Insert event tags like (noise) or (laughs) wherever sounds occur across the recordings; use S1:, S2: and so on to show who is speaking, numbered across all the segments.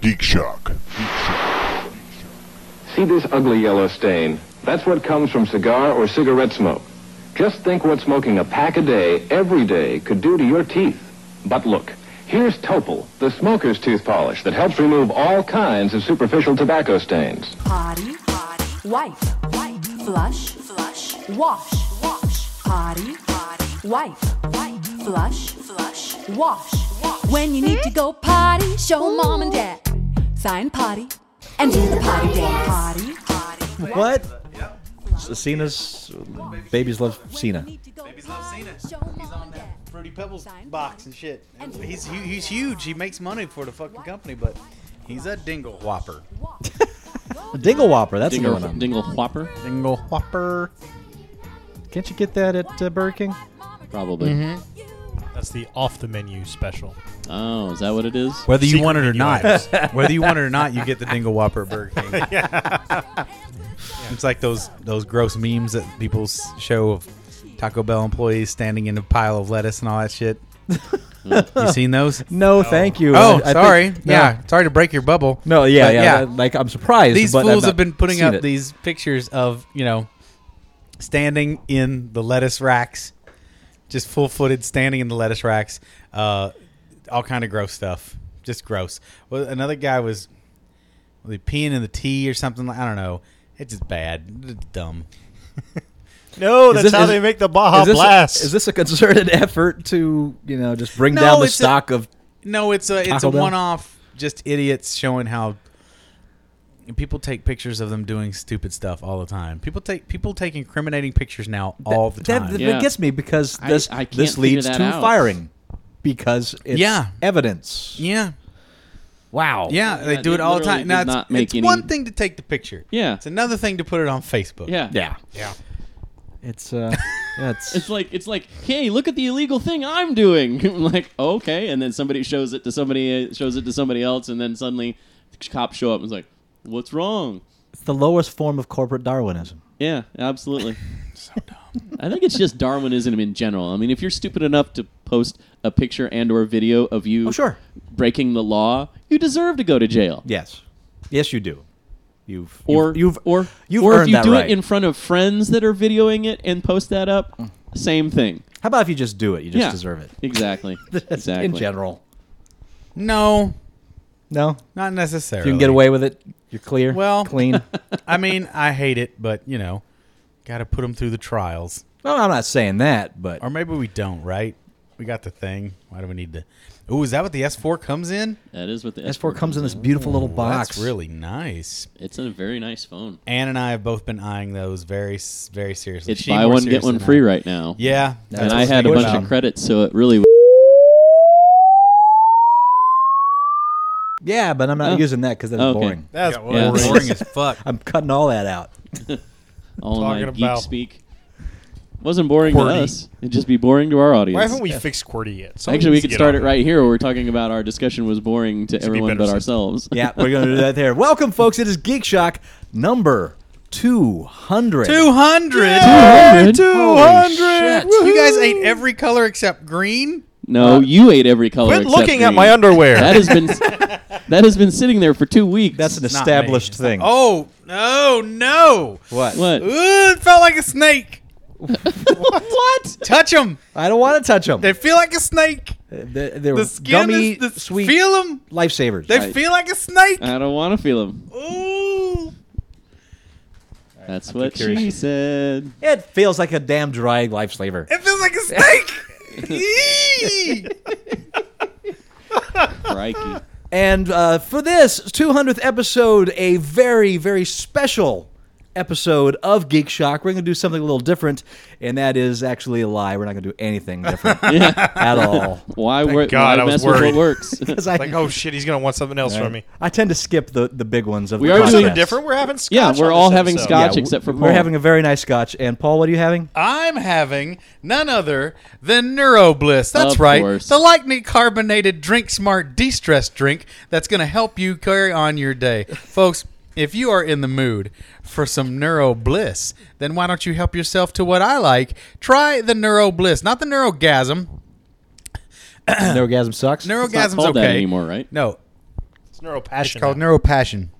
S1: Geek Shock.
S2: See this ugly yellow stain? That's what comes from cigar or cigarette smoke. Just think what smoking a pack a day, every day, could do to your teeth. But look, here's Topol, the smoker's tooth polish that helps remove all kinds of superficial tobacco stains.
S3: Potty, potty, wipe, wipe, flush, flush, wash, wash, potty, potty, wipe, wipe, flush, flush, wash. When you need to go potty, show mom and dad. Sign potty and do the potty dance. Potty, potty, wipe,
S4: What? Cena's babies love Cena.
S5: Babies love Cena. He's
S3: Show mom
S5: on
S3: and
S5: that
S3: dad.
S5: Fruity Pebbles box and shit. He's hu- he's huge. He makes money for the fucking company, but he's a dingle whopper.
S4: Dingle Whopper, that's
S6: Dingle,
S4: going on.
S6: Dingle Whopper,
S5: Dingle whopper.
S4: Can't you get that at uh, Burger King?
S6: probably.
S7: That's the off the menu special.
S6: Oh, is that what it is?
S5: Whether you
S7: Secret
S5: want it or
S7: menu
S5: not, (laughs) whether you want it or not, you get the dingle whopper at Burger (laughs) King. It's like those those gross memes that people s- show of Taco Bell employees standing in a pile of lettuce and all that shit. (laughs) you seen those?
S4: No, thank you. I- I
S5: Oh,
S4: think-
S5: sorry.
S4: no.
S5: Yeah, sorry to break your bubble.
S4: No, yeah,
S5: But
S4: yeah. that- Like I'm surprised.
S5: These
S4: but I've
S5: fools
S4: not
S5: have been putting
S4: seen
S5: up
S4: it.
S5: these pictures of you know standing in the lettuce racks, just full footed standing in the lettuce racks, uh, all kind of gross stuff, just gross. Well, another guy was was he peeing in the tea or something. like- I don't know. It's just bad, It's dumb. (laughs)
S7: No,
S4: Is
S7: that's
S4: this-
S7: how
S4: is-
S7: they make the Baja
S4: is this,
S7: Blast.
S4: Is this a concerted (laughs) effort to you know just bring
S5: No,
S4: down the
S5: it's a-
S4: stock of?
S5: No, it's a it's
S4: Taco
S5: a
S4: Bell?
S5: one off. Just idiots showing how people take pictures of them doing stupid stuff all the time. People take people take incriminating pictures now all the
S4: That,
S5: time.
S4: that
S6: Yeah.
S4: gets me because
S6: I-
S4: this
S6: I can't
S4: this
S6: figure
S4: leads
S6: that
S4: to
S6: out.
S4: firing because it's
S5: Yeah.
S4: evidence.
S5: yeah,
S4: Wow.
S5: yeah,
S6: Yeah,
S5: they do
S6: it
S5: it all the
S6: literally
S5: time.
S6: did
S5: Now, it's,
S6: not make
S5: it's
S6: any-
S5: one thing to take the picture.
S6: Yeah.
S5: it's another thing to put it on Facebook.
S6: Yeah.
S4: Yeah.
S7: yeah.
S4: It's uh. (laughs) yeah, it's,
S6: It's like it's like, hey, look at the illegal thing I'm doing. (laughs) I'm like, okay, and then somebody shows it to somebody, uh, shows it to somebody else, and then suddenly, cops show up and it's like, what's wrong?
S4: it's the lowest form of corporate Darwinism.
S6: Yeah,
S4: (laughs)
S6: absolutely. I think it's just Darwinism in general. I mean, if you're stupid enough to post a picture and or video of you
S4: Oh, sure.
S6: breaking the law, you deserve to go to jail.
S4: Yes. Yes, you do. You've
S6: Or
S4: you've, you've
S6: or
S4: you've
S6: or if
S4: earned
S6: you
S4: that
S6: do
S4: right.
S6: it in front of friends that are videoing it and post that up, same thing.
S4: How about if you just do it? You just
S6: yeah.
S4: deserve
S5: (laughs)
S4: it.
S6: Exactly. exactly.
S4: In general.
S5: No,
S4: No.
S5: not necessarily.
S4: If you can get away with it, you're clear.
S5: Well- (laughs)
S4: clean.
S5: I mean, I hate it, but you know, got to put them through the trials.
S4: well, I'm not saying that, but
S5: Or maybe we don't. Right? We got the thing. Why do we need to? Ooh, is that what the S four comes in?
S6: That is what the
S4: S4 comes in this beautiful little box.
S5: That's really nice.
S6: It's a very nice phone.
S5: Ann and I have both been eyeing those very, s- very seriously.
S6: It's
S5: She
S6: buy
S5: more
S6: one get
S5: serious
S6: one
S5: than I.
S6: free right now.
S5: Yeah,
S6: and
S5: that's
S6: I
S5: what
S6: had a
S5: was
S6: bunch
S5: thinking
S6: of credits, so it really.
S4: Yeah, but I'm not
S6: Oh.
S4: using that because that's
S6: Okay.
S4: boring.
S5: about. That's
S7: Yeah,
S6: well,
S5: boring
S7: (laughs)
S5: as fuck.
S4: I'm cutting all that out.
S6: all
S7: Talking
S6: my geek
S7: about-
S6: speak. Wasn't boring
S7: QWERTY.
S6: to us. It'd just be boring to our audience.
S7: Why haven't we fixed QWERTY yet? Somebody
S6: Actually, we
S7: needs to
S6: could
S7: get
S6: start
S7: on
S6: it right here where we're talking about our discussion was boring to
S7: be
S6: everyone
S7: better
S6: but
S7: said.
S6: ourselves. (laughs)
S4: Yeah, we're gonna do that (laughs) there. Welcome, folks. It is Geek Shock number two hundred.
S5: Two hundred. You guys ate every color except green.
S6: No, you ate every color.
S7: Quit
S6: except
S7: looking at
S6: green.
S7: my underwear.
S6: That has been that has been sitting there for two weeks.
S4: That's an
S5: Not
S4: established
S5: me.
S4: thing.
S5: Oh no, no!
S4: What?
S6: what?
S5: Ooh, it felt like a
S6: (laughs)
S5: snake.
S6: What?
S5: Touch them.
S4: I don't want to touch them.
S5: They feel like a snake.
S4: They're, they're
S5: The skin
S4: gummy,
S5: is the
S4: sweet
S5: Feel them.
S4: lifesavers.
S5: They
S6: I-
S5: feel like a snake.
S6: I don't want to feel them.
S5: Ooh.
S6: That's what
S5: curious. (laughs)
S6: she said.
S4: it feels like a damn dry lifesaver.
S5: It feels like a snake.
S6: (laughs)
S5: Eee. (laughs)
S6: Crikey.
S4: And uh, for this 200th episode, a very, very special episode of Geek Shock, we're going to do something a little different, and that is actually a lie. We're not going to do anything different at all.
S6: Why wor-
S7: God,
S6: why
S7: I was
S6: mess with what
S7: worried.
S5: (laughs)
S6: works?
S4: 'Cause I,
S7: Like, oh shit, he's gonna want something else from me.
S4: I tend to skip the, the big ones. Of
S6: We
S4: the
S6: are doing
S7: Something
S4: podcast.
S7: different. We're having scotch.
S6: Yeah, we're
S7: on
S6: all
S7: this
S6: having
S7: episode.
S6: scotch.
S4: w-
S6: except for
S4: We're
S6: Paul.
S4: having a very nice scotch. And Paul, what are you having?
S5: I'm having none other than NeuroBliss. That's
S6: Of
S5: right.
S6: course.
S5: The lightning carbonated Drink Smart De-Stress drink that's going to help you carry on your day. Folks, if you are in the mood for some NeuroBliss, then why don't you help yourself to what I like? Try the NeuroBliss, not the Neurogasm.
S4: Neurogasm sucks.
S5: Neurogasm's
S6: called that
S5: okay.
S6: anymore, right?
S5: No.
S7: It's neuro passion.
S5: It's called Neuro Passion.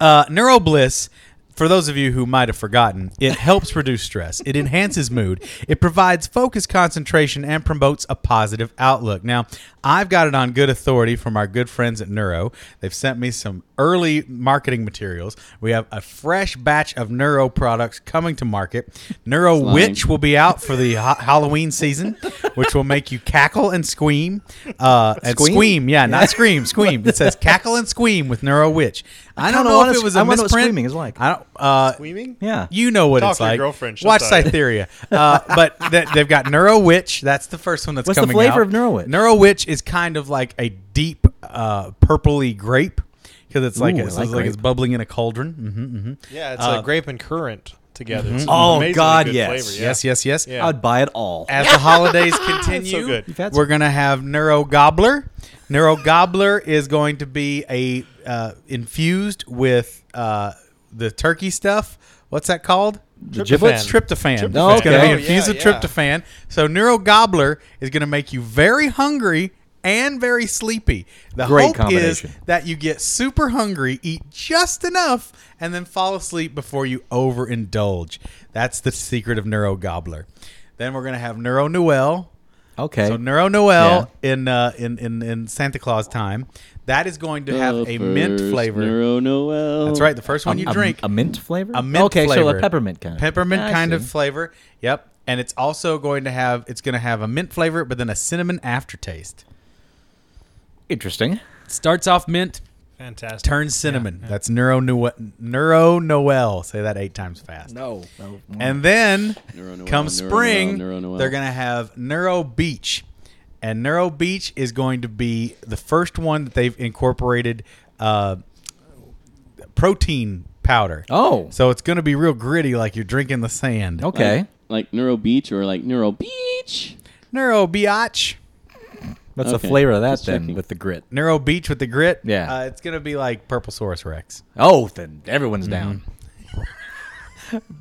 S5: Uh, Neuro Bliss, for those of you who might have forgotten, it helps reduce stress. It enhances mood. It provides focus, concentration, and promotes a positive outlook. Now, I've got it on good authority from our good friends at Neuro. They've sent me some early marketing materials. We have a fresh batch of Neuro products coming to market. Neuro
S6: lying.
S5: Witch will be out for the ha- Halloween season, which will make you cackle and squeam. Uh, and
S4: Squeam?
S5: squeam, yeah, not scream, squeam. It says cackle and squeam with Neuro Witch. I don't
S4: kinda
S5: know
S4: wanna
S5: if it
S4: sc-
S5: was
S4: I
S5: a
S4: wanna know what
S5: misprint.
S4: screaming is like.
S5: I don't. Uh,
S7: Weaving?
S4: Yeah.
S5: you know what
S7: Talk
S5: it's
S7: to your
S5: like.
S7: girlfriend, she'll
S5: Watch
S7: tell you.
S5: Cytheria. Uh, (laughs) but th- they've got Neuro Witch. That's the first one that's
S4: What's the
S5: coming
S4: flavor
S5: out.
S4: of Neuro Witch?
S5: Neuro Witch is kind of like a deep uh, purpley grape because it's like
S4: Ooh, I
S5: it's
S4: like
S5: like, it's
S4: grape.
S5: bubbling in a cauldron. hmm hmm
S7: Yeah, it's
S6: Uh,
S7: like grape and currant together. It's an
S4: Oh,
S7: amazingly
S4: God,
S7: good
S4: yes.
S7: flavor, yeah.
S5: Yes, yes, yes.
S7: Yeah.
S4: I'd buy it all.
S5: (laughs) As the
S7: (laughs)
S5: holidays continue,
S7: so good. You've
S4: had some-
S5: we're gonna have Neuro Gobbler. Neuro Gobbler is going to be a uh, infused with uh, the turkey stuff. What's that called?
S4: The giblets?
S5: Tryptophan.
S7: Tryptophan.
S5: It's going to
S4: Okay.
S5: be
S4: Oh,
S5: infused
S7: yeah,
S5: with
S7: yeah.
S5: tryptophan. So Neuro Gobbler is going to make you very hungry and very sleepy. The
S4: Great
S5: hope is
S4: combination.
S5: that you get super hungry, eat just enough, and then fall asleep before you overindulge. That's the secret of Neuro Gobbler. Then we're going to have Neuro Noel.
S4: Okay.
S5: So Neuro Noel in, uh, in in in Santa Claus time. That is going to have a mint
S6: First
S5: flavor.
S6: Neuro Noel.
S5: That's right. The first one you
S4: a,
S5: drink
S4: a mint flavor.
S5: a mint
S4: okay,
S5: flavor.
S4: so a peppermint kind. of
S5: peppermint
S4: I
S5: kind
S4: see.
S5: of flavor. Yep, and it's also going to have it's going to have a mint flavor, but then a cinnamon aftertaste.
S4: interesting.
S5: It starts off mint,
S7: Fantastic.
S5: turns cinnamon. That's neuro Noel, neuro Noel. Say that eight times fast.
S4: No,
S5: And then
S6: Neuro Noel,
S5: come
S6: Neuro
S5: spring,
S6: Noel, Neuro Noel.
S5: they're going to have Neuro Beach. And Neuro Beach is going to be the first one that they've incorporated uh, protein powder.
S4: Oh.
S5: So it's going to be real gritty like you're drinking the sand.
S4: okay.
S6: Like Neuro Beach or like Neuro Beach.
S5: Neuro Biatch.
S4: That's
S6: Okay.
S4: a flavor of that
S6: Just
S4: then
S6: checking.
S4: with the grit.
S5: Neuro Beach with the grit.
S4: Yeah.
S5: Uh, it's going to be like Purple Saurus Rex
S4: Oh, then everyone's down.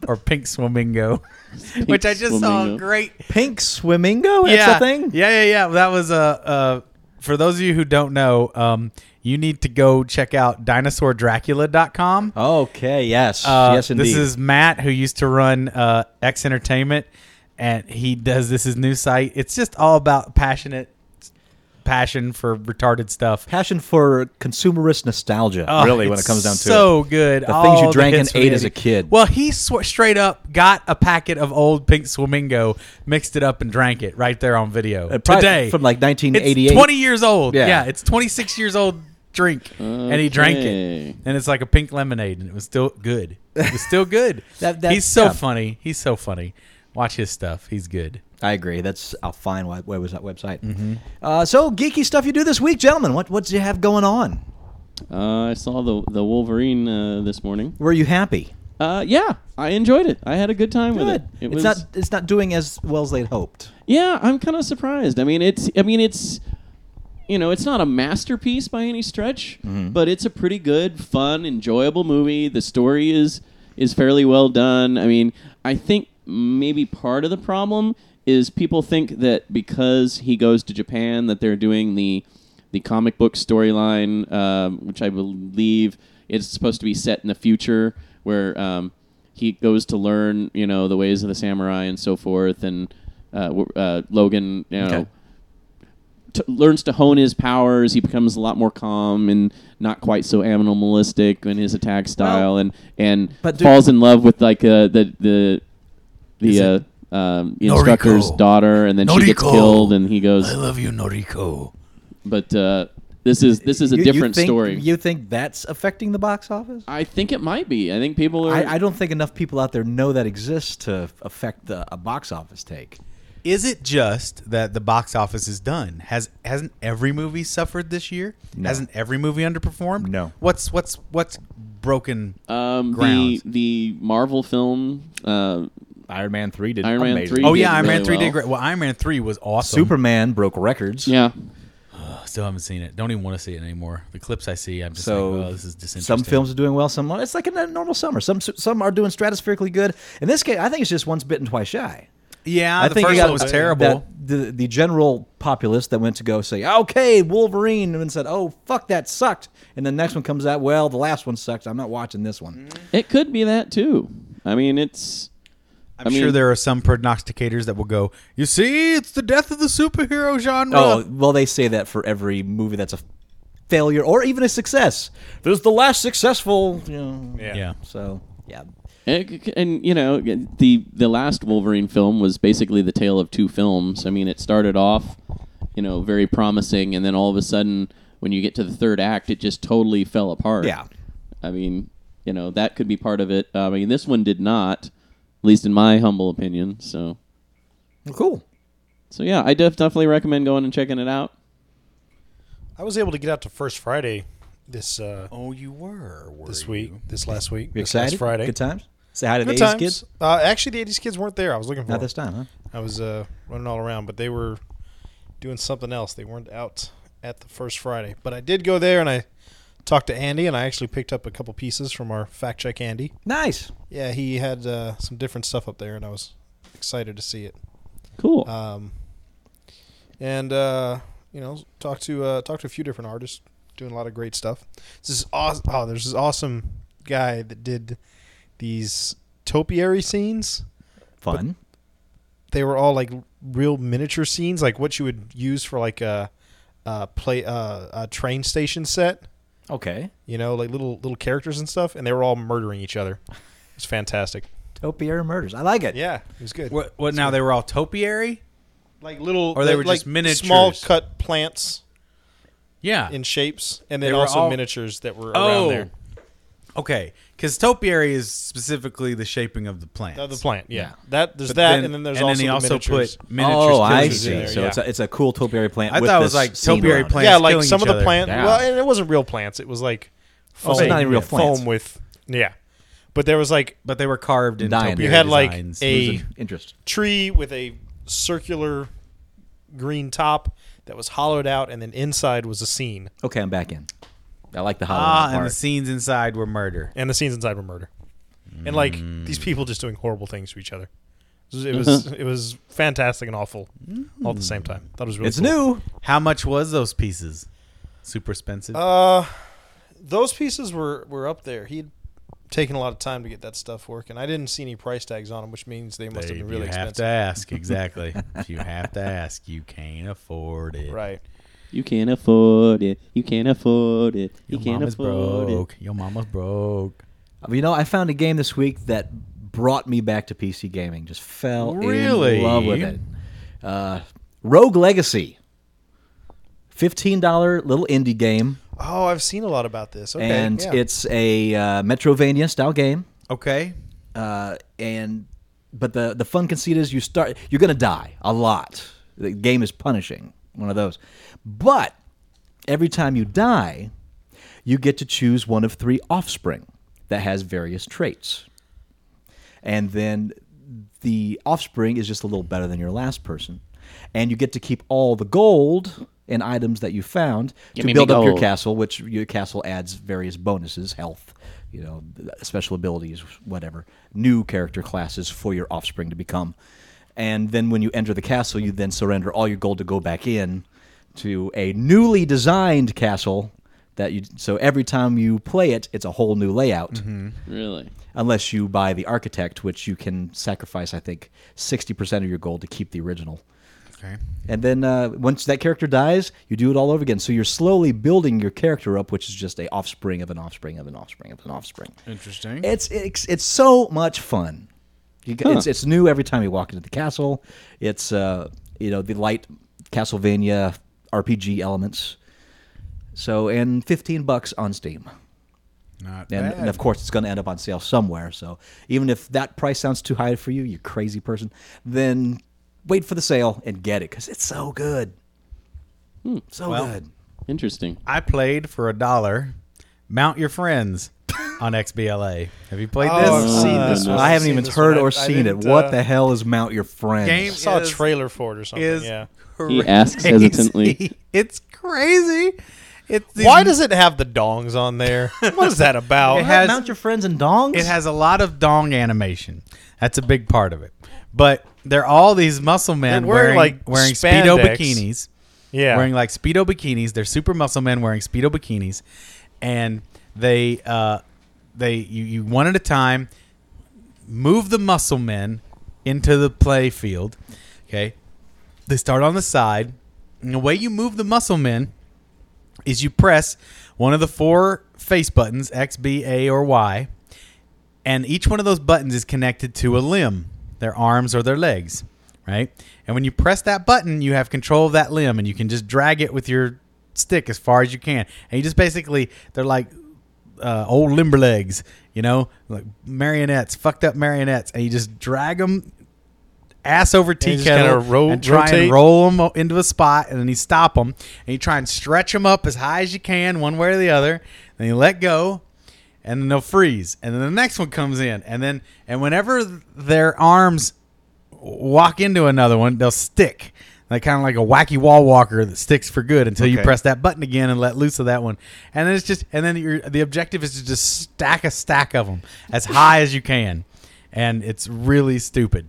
S5: or Pink Swamingo, (laughs) (laughs) which I just saw
S6: Swamingo.
S5: a great
S4: Pink swimingo. That's
S5: yeah.
S4: a thing.
S5: Yeah, yeah, yeah. That was a. Uh, uh, for those of you who don't know, um, you need to go check out dinosaurdracula.com.
S4: Okay. Yes.
S5: Uh,
S4: Oh, yes, indeed.
S5: This is Matt, who used to run uh, X Entertainment, and he does this his new site. It's just all about passionate passion for retarded stuff.
S4: passion for consumerist nostalgia.
S5: Oh,
S4: really, when it
S5: it's
S4: comes down to it.
S5: so good.
S4: The things you
S5: All
S4: drank
S5: hits
S4: and
S5: we
S4: ate as
S5: had.
S4: a kid.
S5: Well, he sw- straight up got a packet of old pink flamingo, mixed it up, and drank it right there on video
S4: Uh, probably
S5: today
S4: from, like,
S5: It's
S4: 1988.
S5: Twenty years old. Yeah,
S4: Yeah.
S5: it's twenty six years old drink, and he drank it,
S6: Okay.
S5: and it's like a pink lemonade, and it was still good. It was still good.
S4: (laughs) That- that-
S5: He's so
S4: yeah.
S5: funny. He's so funny. Watch his stuff. He's good.
S4: I agree. That's I'll find what, was that website. Uh, so geeky stuff you do this week, gentlemen. What what do you have going on?
S6: Uh, I saw the the Wolverine uh, this morning.
S4: Were you happy?
S6: Uh, yeah, I enjoyed it. I had a good time with it.
S4: Good.
S6: It
S4: it's not it's not doing as well as they'd hoped.
S6: Yeah, I'm kind of surprised. I mean, it's I mean, it's you know, it's not a masterpiece by any stretch, but it's a pretty good, fun, enjoyable movie. The story is is fairly well done. I mean, I think maybe part of the problem is people think that because he goes to Japan that they're doing the the comic book storyline, um, which I believe is supposed to be set in the future, where um, he goes to learn, you know, the ways of the samurai and so forth, and uh, w- uh, Logan, you know,
S4: Okay.
S6: t- learns to hone his powers. He becomes a lot more calm and not quite so animalistic in his attack style, and and
S4: but do-
S6: falls in love with like uh, the the
S5: Is
S6: the
S5: it-
S6: uh, um, instructor's daughter, and then she gets
S5: Noriko.
S6: killed, and he goes.
S5: love you, Noriko.
S6: But uh, this is this is a
S4: You- you
S6: different
S4: think-
S6: story.
S4: You think that's affecting the box office?
S6: I think it might be. I think people are.
S4: I, I don't think enough people out there know that exists to affect the, a box office take.
S5: Is it just that the box office is done? Has hasn't every movie suffered this year? Hasn't every movie underperformed?
S4: No.
S5: What's what's what's broken?
S6: um, the
S5: grounds.
S6: the Marvel film. Uh,
S4: Iron Man three did
S6: Iron Man
S4: amazing.
S6: 3
S5: oh
S6: did
S5: yeah, Iron Man
S6: really
S5: three
S6: well.
S5: did great. Well, Iron Man three was awesome.
S4: Superman broke records.
S6: yeah,
S5: I still haven't seen it. Don't even want to see it anymore. The clips I see, I'm just
S4: So
S5: like, oh, this is disinteresting.
S4: some films are doing well. Some it's like a normal summer. Some some are doing stratospherically good. In this case, I think it's just once bitten, twice shy.
S5: Yeah,
S4: I
S5: Uh, the
S4: think you
S5: first
S4: got-
S5: one was terrible.
S4: that- the the general populace that went to go say, "Okay, Wolverine," and then said, "Oh, fuck, that sucked," and the next one comes out, "Well, the last one sucked. I'm not watching this one."
S5: Mm.
S6: It could be that too. I mean, it's.
S5: I'm
S6: I mean-
S5: sure there are some prognosticators that will go, you see, it's the death of the superhero genre.
S4: Oh, well, they say that for every movie that's a failure or even a success. There's the last successful, you know.
S7: Yeah.
S5: yeah.
S4: So, yeah.
S6: And, and, you know the the last Wolverine film was basically the tale of two films. I mean, it started off, you know, very promising, and then all of a sudden, when you get to the third act, it just totally fell apart.
S4: Yeah.
S6: I mean, you know, that could be part of it. I mean, this one did not, at least in my humble opinion. So,
S4: Well, cool.
S6: so yeah, I def- definitely recommend going and checking it out.
S7: I was able to get out to First Friday this uh,
S5: Oh, you were. were
S7: this
S5: you?
S7: week, this last week,
S4: You
S7: this
S4: excited?
S7: last Friday.
S4: Good times? Say hi to
S7: Good
S4: the 80s
S7: times.
S4: kids?
S7: Uh, actually, the '80s kids weren't there. I was looking for
S4: Not
S7: them.
S4: this time, huh?
S7: I was uh, running all around, but they were doing something else. They weren't out at the first Friday. But I did go there and I talked to Andy, and I actually picked up a couple pieces from our fact check Andy.
S4: Nice.
S7: Yeah, he had uh, some different stuff up there, and I was excited to see it.
S6: Cool.
S7: Um, and uh, you know, talked to uh, talked to a few different artists, doing a lot of great stuff. This is awesome. Oh, there's this awesome guy that did these topiary scenes
S4: Fun.
S7: they were all like real miniature scenes, like what you would use for like a, a play uh, a train station set.
S4: okay.
S7: You know, like little little characters and stuff, and they were all murdering each other. It was fantastic.
S4: Topiary murders. I like it.
S7: Yeah, it was good.
S5: What, what now? They were all topiary?
S7: Like little,
S5: Or they were
S7: like
S5: just miniatures?
S7: small cut plants
S5: Yeah.
S7: in shapes, and
S5: They
S7: then
S5: were
S7: also
S5: all-
S7: miniatures that were
S5: Oh.
S7: around there.
S5: Okay. Because topiary is specifically the shaping of the plant.
S7: Uh, the plant, yeah. That there's that, and then there's also
S5: he
S7: the
S5: also
S7: miniatures.
S5: put miniatures.
S4: Oh, I
S5: pictures
S4: see.
S5: in there,
S4: so
S5: yeah.
S4: it's, a, it's a cool topiary plant.
S5: I
S4: with
S5: thought it was
S4: this
S5: like
S4: scene
S5: topiary
S4: around it.
S5: plants
S7: yeah, like
S5: killing each
S7: some of the
S5: other.
S7: plant.
S4: Yeah.
S7: Well, and it wasn't real plants. It was like
S4: it's
S7: foam,
S4: not even real
S7: foam
S4: plants.
S7: with yeah. But there was like
S5: But they were carved in
S4: Dying.
S5: topiary
S4: You
S7: had, like,
S5: designs.
S7: a-
S4: Losing interest.
S7: tree with a circular green top that was hollowed out, and then inside was a scene,
S4: Okay, I'm back in. I like the hollow
S5: Ah,
S4: out
S5: and the
S4: part.
S5: scenes inside were murder.
S7: and the scenes inside were murder, and like these
S4: Mm.
S7: people just doing horrible things to each other.
S4: (laughs)
S7: It was it was, it was fantastic and awful all at the same time. Thought it was really
S4: it's
S7: cool.
S4: new.
S5: How much was those pieces? Super expensive.
S7: Uh, those pieces were were up there. He'd taken a lot of time to get that stuff working. I didn't see any price tags on them, which means they must
S5: Dave,
S7: have been really
S5: you have to
S7: expensive.
S5: ask
S7: (laughs)
S5: exactly. if you have to ask, you can't afford it.
S7: Right.
S6: you can't afford it. You can't afford it. You
S5: Your
S6: can't
S5: mama's
S6: afford it.
S5: broke. Your mama's broke.
S4: You know, I found a game this week that brought me back to PC gaming. Just fell
S5: Really?
S4: in love with it. Uh, Rogue Legacy, fifteen dollar little indie game,
S7: Oh, I've seen a lot about this. Okay.
S4: and
S7: yeah.
S4: it's a uh, Metrovania style game.
S5: Okay.
S4: Uh, and but the the fun conceit is you start you're gonna die a lot. The game is punishing. One of those, but every time you die, you get to choose one of three offspring that has various traits. and then the offspring is just a little better than your last person. And you get to keep all the gold and items that you found
S6: Give me
S4: to
S6: me
S4: build up your
S6: gold.
S4: castle, which your castle adds various bonuses, health, you know, th- special abilities, whatever, new character classes for your offspring to become. And then when you enter the castle, you then surrender all your gold to go back in to a newly designed castle that you so every time you play it, it's a whole new layout
S6: Mm-hmm. Really?
S4: unless you buy the architect, which you can sacrifice, I think, 60% of your gold to keep the original.
S5: Okay.
S4: And then uh, once that character dies, you do it all over again. So you're slowly building your character up, which is just a offspring of an offspring of an offspring of an offspring.
S5: Interesting.
S4: It's it's, it's so much fun. You, g It's it's new every time you walk into the castle. It's uh, you know the light Castlevania RPG elements. So and 15 bucks on Steam
S5: Not
S4: and,
S5: bad.
S4: and of course it's going to end up on sale somewhere so even if that price sounds too high for you you crazy person then wait for the sale and get it because it's so good so
S5: Well-
S4: good
S6: Interesting. (laughs)
S5: I played for a dollar. Mount your friends on XBLA. Have you played
S7: Oh, I've
S5: this?
S7: seen
S6: Uh,
S7: this. one.
S4: i
S7: I've
S4: haven't
S7: seen
S4: even
S7: this
S4: heard
S7: one. I-
S4: or
S7: I
S4: seen it
S7: didn't,
S4: what
S7: uh,
S4: the hell is mount your friends
S5: Game
S7: saw a
S5: is-
S7: trailer for it or something.
S5: is
S7: yeah.
S6: He
S5: (laughs)
S6: asks
S5: crazy.
S6: hesitantly.
S5: It's crazy. It's these-
S7: Why does it have the dongs on (laughs) there? What is that about?
S5: It has-
S4: Mount your friends and dongs.
S5: It has a lot of dong animation. That's a big part of it. But they're all these muscle men
S7: They're wearing,
S5: wearing,
S7: like,
S5: wearing speedo
S7: spandex.
S5: bikinis.
S7: yeah.
S5: Wearing like speedo bikinis. They're super muscle men wearing speedo bikinis, and they uh, they you, you one at a time move the muscle men into the play field. Okay, they start on the side, and the way you move the muscle men is you press one of the four face buttons X, B, A, or Y, and each one of those buttons is connected to a limb, their arms or their legs, right? And when you press that button, you have control of that limb and you can just drag it with your stick as far as you can. And you just basically, they're like uh, old limber legs, you know, like marionettes, fucked up marionettes, and you just drag them ass over tea
S7: you just kinda
S5: kettle
S7: ro-
S5: and try
S7: rotate?
S5: and roll them into a spot, and then you stop them and you try and stretch them up as high as you can, one way or the other. Then you let go, and then they'll freeze, and then the next one comes in, and then and whenever their arms walk into another one, they'll stick. Like kind of like a wacky wall walker that sticks for good until you
S4: Okay.
S5: press that button again and let loose of that one. And then it's just and then your the objective is to just stack a stack of them as high as you can. And it's really
S7: (laughs)
S5: stupid.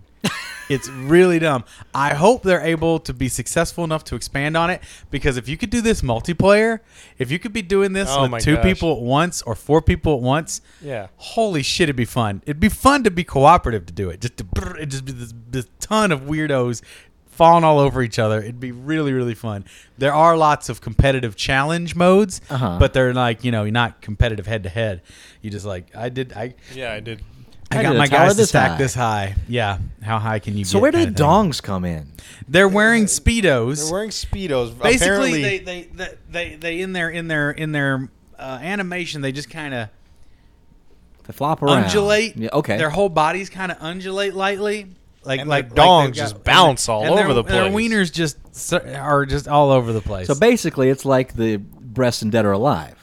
S5: It's really dumb. I hope they're able to be successful enough to expand on it because if you could do this multiplayer, if you could be doing this
S7: Oh my
S5: with two
S7: gosh.
S5: people at once or four people at once,
S7: Yeah.
S5: holy shit, it'd be fun. It'd be fun to be cooperative to do it. Just to, brrr, it'd just be this, this ton of weirdos falling all over each other. It'd be really, really fun. There are lots of competitive challenge modes,
S4: Uh-huh.
S5: but they're like, you know, you're not competitive head to head. You just like, I did, I,
S7: Yeah, I did.
S5: I,
S4: I
S5: got
S4: did a
S5: my
S4: tower
S5: guys to
S4: this
S5: stack
S4: high.
S5: this high. Yeah. How high can you
S4: so
S5: get?
S4: where do
S5: kinda
S4: the
S5: thing.
S4: dongs come in?
S5: They're wearing speedos.
S7: They're wearing speedos.
S5: Basically,
S7: Apparently,
S5: they, they they they they in their in their in their uh, animation, they just kind of
S4: They flop around.
S5: undulate.
S4: Yeah, okay.
S5: their whole bodies kind of undulate lightly. Like
S7: And
S5: like
S7: their dongs
S5: like they've
S7: just
S5: got-
S7: bounce all
S5: and their-
S7: over the
S5: Their
S7: place.
S5: wieners just sur- are just all over the place.
S4: so basically, it's like the breasts and dead are alive.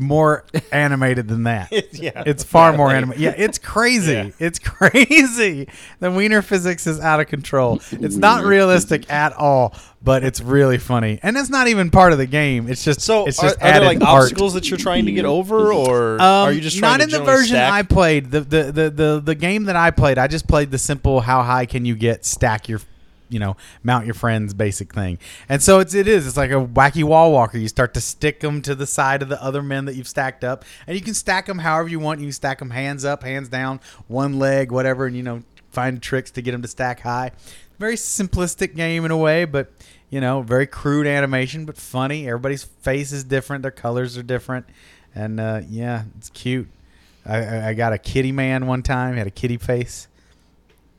S4: (laughs)
S5: more animated than that.
S7: (laughs) yeah.
S5: It's far more animated. Yeah, it's crazy. It's (laughs) crazy. The wiener physics is out of control. It's not realistic at all, but it's really funny, and it's not even part of the game. It's just
S7: so
S5: It's
S7: are,
S5: just
S7: are there
S5: added
S7: like
S5: art.
S7: obstacles that you're trying to get over, or are
S5: Um,
S7: you just
S5: not
S7: trying to
S5: in the
S7: generally
S5: version
S7: stack?
S5: I played? The, the the the the game that I played, I just played the simple how high can you get stack your you know mount your friends basic thing and so it's it is it's like a wacky wall walker you start to stick them to the side of the other men that you've stacked up and you can stack them however you want you can stack them hands up hands down one leg whatever and you know find tricks to get them to stack high very simplistic game in a way but you know very crude animation but funny everybody's face is different their colors are different and uh, yeah it's cute I- I, I got a kitty man one time. He had a kitty face,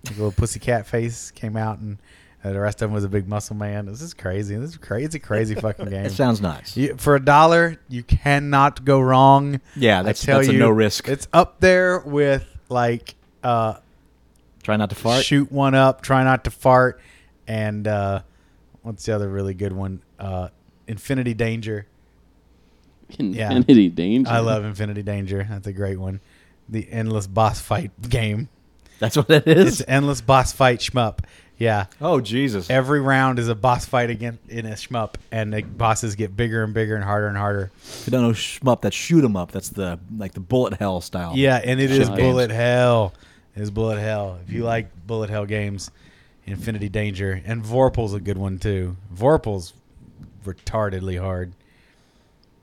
S5: like a little pussycat face came out, and uh, the rest of him was a big muscle man. This is crazy. This is crazy. It's a crazy fucking
S4: (laughs)
S5: game.
S4: It sounds nice.
S5: You, for a dollar, you cannot go wrong.
S4: Yeah,
S5: I
S4: that's-
S5: tell
S4: that's a
S5: you,
S4: no risk.
S5: It's up there with like uh,
S4: Try not to fart.
S5: shoot one up, try not to fart, and uh, what's the other really good one? Uh, Infinity Danger.
S6: Infinity danger.
S5: I love Infinity Danger. That's a great one. The endless boss fight game.
S4: That's what it
S5: It's
S4: is.
S5: an endless boss fight shmup. Yeah.
S4: oh Jesus!
S5: Every round is a boss fight again in a shmup, and the bosses get bigger and bigger and harder and harder.
S4: If you don't know shmup, that's shoot 'em up. That's the like the bullet hell style.
S5: Yeah, and it is
S6: Shmup
S5: bullet hell. It is bullet hell. If you like bullet hell games, Infinity Danger and Vorpal's a good one too. Vorpal's retardedly hard.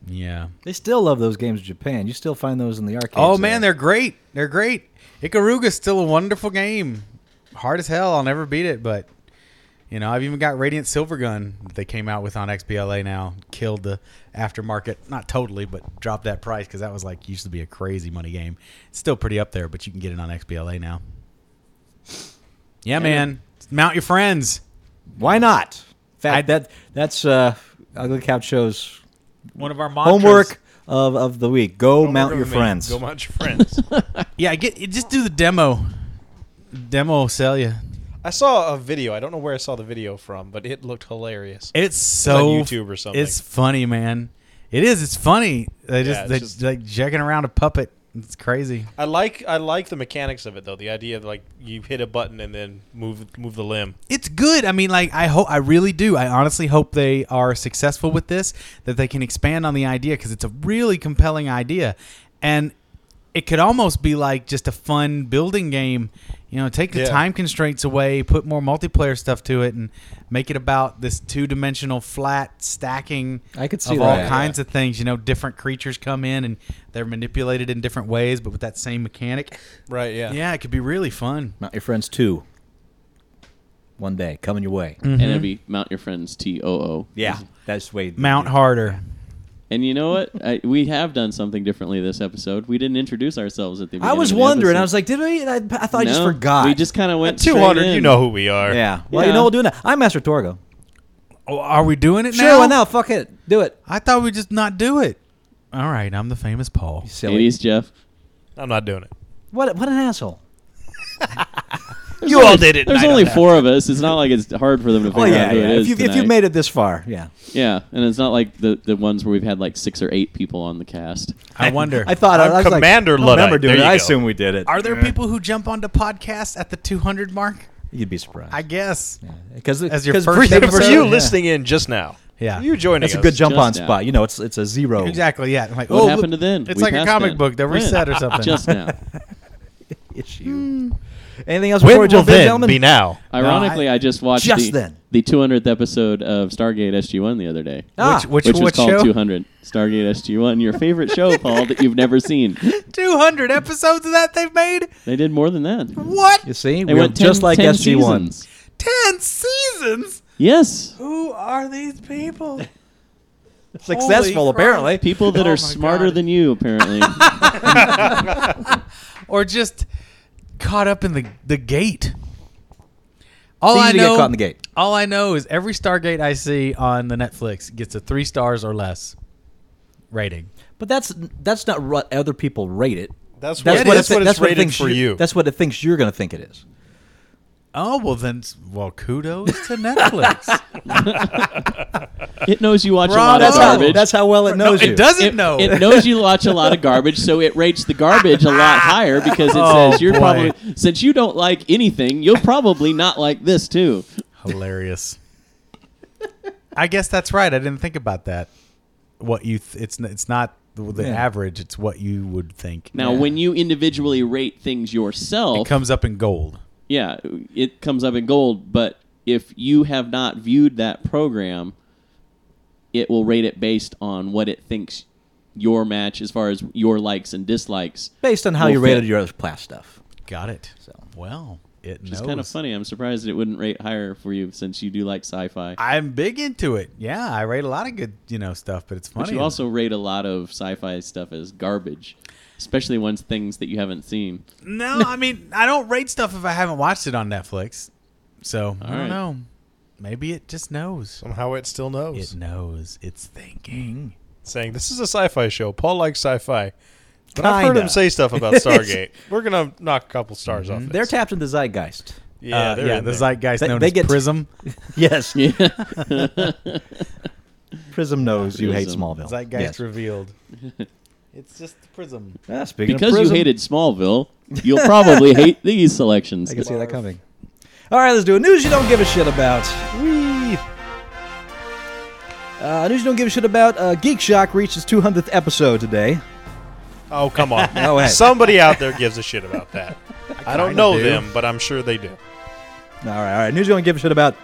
S5: Yeah.
S4: They still love those games in Japan. You still find those in the arcades.
S5: Oh man,
S4: there.
S5: they're great. They're great. Ikaruga's still a wonderful game. Hard as hell. I'll never beat it, but you know, I've even got Radiant Silver Gun that they came out with on XBLA now. Killed the aftermarket, not totally, but dropped that price because that was like used to be a crazy money game. It's still pretty up there, but you can get it on XBLA now. Yeah, man. Mount your friends.
S4: Why not? In fact,
S5: I-
S4: that that's uh, ugly couch shows
S5: One of our mantras.
S4: homework of, of the week. Go
S7: Don't
S4: mount
S7: remember
S4: your
S7: me.
S4: friends.
S7: Go mount your friends.
S5: Yeah, get just do the demo. Demo will sell you.
S7: (laughs) I saw a video. I don't know where I saw the video from, but it looked hilarious.
S5: It's
S7: on
S5: so
S7: YouTube or something.
S5: It's funny, man. It is. It's funny. They
S7: it's
S5: just they
S7: just-
S5: like jacking around a puppet. It's crazy.
S7: I like I like the mechanics of it though. The idea of like you hit a button and then move move the limb.
S5: It's good. I mean, like I hope. I really do. I honestly hope they are successful with this. That they can expand on the idea because it's a really compelling idea, and it could almost be like just a fun building game. You know, take the
S7: Yeah.
S5: time constraints away, put more multiplayer stuff to it, and make it about this two-dimensional flat stacking.
S4: I could see
S5: of all
S4: that.
S5: kinds of things. You know, different creatures come in and they're manipulated in different ways, but with that same mechanic.
S7: Right.
S5: Yeah, it could be really fun.
S4: Mount Your Friends 2. One day, coming your way.
S5: Mm-hmm.
S6: And it'd be Mount Your Friends T O O.
S4: Yeah, that's way.
S5: Mount harder.
S6: And you know what? (laughs) I, we have done something differently this episode. We didn't introduce ourselves at the
S4: I
S6: beginning.
S4: was
S6: of the
S4: wondering.
S6: episode.
S4: I was like, did we? I, I thought I just
S6: No,
S4: forgot.
S6: We just kind of went
S7: Two
S6: straight
S7: hundred.
S6: in.
S7: You know who we are.
S4: Yeah. Well, you
S6: Yeah.
S4: know we'll do that. I'm Master Torgo.
S5: Oh, are we doing it
S4: Sure,
S5: now?
S4: why not? Fuck it. Do it.
S5: I thought we'd just not do it. All right, I'm the famous Paul.
S4: Silly.
S6: 80s Jeff.
S7: I'm not doing it.
S4: What, what an asshole.
S7: You all did it.
S6: There's only four of us. It's not like it's hard for them to figure out who it
S4: Oh, If
S6: is.
S4: you, if you
S6: tonight.
S4: made it this far, yeah.
S6: yeah, and it's not like the, the ones where we've had like six or eight people on the cast.
S5: (laughs) I wonder.
S4: I thought
S7: I'm
S4: I was like,
S7: Commander
S4: I don't remember
S7: Luddite.
S4: doing
S7: There
S4: it.
S7: you
S4: I
S7: go.
S4: assume we did it.
S5: are there people who jump onto podcasts at the 200 mark?
S4: You'd be surprised.
S5: I guess.
S4: Because
S5: As your first
S7: For
S5: episode?
S7: you
S5: Yeah.
S7: listening in just now.
S5: Yeah.
S7: You joining
S4: That's a
S7: us.
S4: good jump on
S6: Just now.
S4: spot. You know, it's it's a
S7: Oh.
S4: zero.
S5: Exactly. Yeah. Like,
S6: What
S5: oh,
S6: happened to then?
S5: It's
S6: We
S5: like a
S6: passed
S5: comic
S6: then.
S5: book. They
S6: When?
S5: reset or something.
S6: Just now.
S4: issue. Anything else
S7: When
S4: before
S7: will
S4: we jump in,
S7: then
S4: gentlemen?
S7: be now?
S6: Ironically, I, just watched
S4: Just
S6: the,
S4: then.
S6: the 200th episode of Stargate SG1 the other day.
S4: Ah,
S5: which which,
S6: which, was
S5: which
S6: called
S5: show?
S6: 200 Stargate SG1, your favorite show, Paul, that you've never seen.
S5: 200 episodes of that they've made?
S6: They did more than that. They
S5: What?
S4: you see, we
S6: went 10,
S4: just like
S6: 10
S4: SG one.
S6: seasons.
S5: 10 seasons?
S6: Yes,
S5: Who are these (laughs) people?
S4: Successful,
S5: Holy crap.
S4: apparently.
S6: people that
S5: Oh my
S6: are smarter
S5: God.
S6: than
S5: (laughs)
S6: you apparently.
S5: or just caught up in the, the gate. All
S4: It's easy
S5: I
S4: to get
S5: know,
S4: caught in the gate.
S5: All I know is every Stargate I see on the Netflix gets a three stars or less rating.
S4: But that's that's not what other people rate it.
S7: That's
S4: That's
S7: what,
S4: what, it,
S7: that's
S4: thi-
S7: what
S4: that's
S7: it's
S4: what it
S7: rated
S4: thinks
S7: for
S4: you-
S7: you.
S4: That's what it thinks you're going to think it is.
S5: Oh well, then well, kudos
S4: (laughs)
S5: to Netflix.
S6: it knows you watch a lot
S5: Bravo.
S6: of
S4: That's how,
S6: garbage.
S4: that's how well it knows you.
S5: it doesn't
S6: it,
S5: know.
S6: it knows you watch a lot of garbage, so it rates the garbage a lot higher because
S5: (laughs)
S6: it
S5: Oh,
S6: says you're
S5: boy.
S6: probably since you don't like anything, you'll probably not like this too.
S5: Hilarious. I guess that's right. I didn't think about that. What you? Th- it's n- it's not the, the
S4: Yeah.
S5: average. It's what you would think.
S6: Now, when you individually rate things
S5: it
S6: yourself,
S5: comes up in gold.
S6: yeah, it comes up in gold. But if you have not viewed that program, it will rate it based on what it thinks your match, as far as your likes and dislikes.
S4: Based on how
S6: will
S4: you rated
S6: fit.
S4: your other class stuff.
S5: Got it. well, it
S6: It's
S5: knows.
S6: kind of funny. I'm surprised it wouldn't rate higher for you since you do like sci-fi.
S5: I'm big into it. Yeah, I rate a lot of good, you know, stuff, but it's funny.
S6: But you also rate a lot of sci-fi stuff as garbage, especially ones things that you haven't seen.
S5: (laughs) no, I mean, I don't rate stuff if I haven't watched it on Netflix. So, I don't
S6: right.
S5: know. Maybe it just knows.
S7: Somehow it still knows.
S5: It knows. It's thinking.
S4: Mm-hmm.
S7: saying this is a sci-fi show. Paul likes sci-fi. But I've heard
S4: Kinda. Mm-hmm.
S7: him say
S4: (laughs)
S7: stuff about Stargate. We're gonna knock a couple stars off.
S4: They're
S7: this.
S4: tapped into zeitgeist.
S7: yeah,
S5: Uh,
S7: they're
S5: yeah
S7: in
S5: the
S7: there.
S5: zeitgeist
S4: They-
S5: known
S4: they
S5: as
S4: get-
S5: Prism.
S4: Yes,
S6: (laughs) Yeah.
S4: Prism knows you hate
S6: Prism.
S4: Smallville.
S5: Zeitgeist
S4: Yes.
S6: (laughs)
S5: revealed. it's just Prism.
S4: Ah, speaking of
S6: because you
S4: Prism,
S5: (laughs)
S6: hated Smallville, you'll probably hate these selections.
S4: I can see that coming. All right, let's do it. News you don't give a shit about. Whee! Uh, news you don't give a shit about. Uh, Geek Shock reached its 200th episode today.
S7: Oh
S4: (laughs)
S7: come on!
S4: Oh, hey.
S7: Somebody out there gives a shit about
S4: (laughs)
S7: that. I don't
S5: kinda
S7: know
S5: do.
S7: them, but I'm sure they do.
S4: All right, all right. News you don't give a shit about.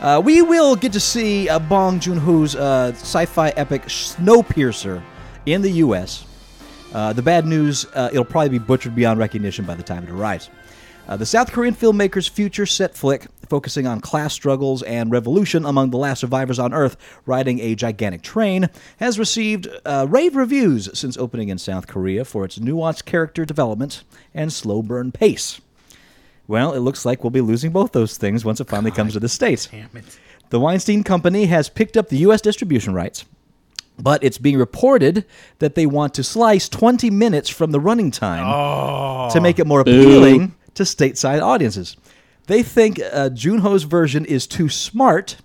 S4: Uh, we will get to see uh, Bong Joon Ho's uh, sci fi epic Snowpiercer in the U.S. Uh, the bad news, uh, it'll probably be butchered beyond recognition by the time it arrives. Uh, the South Korean filmmaker's future set flick, focusing on class struggles and revolution among the last survivors on Earth riding a gigantic train, has received uh, rave reviews since opening in South Korea for its nuanced character development and slow burn pace. Well, it looks like we'll be losing both those things once it finally comes to the States. The Weinstein Company has picked up the U.S. distribution rights, but it's being reported that they want to slice 20 minutes from the running time to make it more appealing to stateside audiences. They think uh, Junho's version is too smart,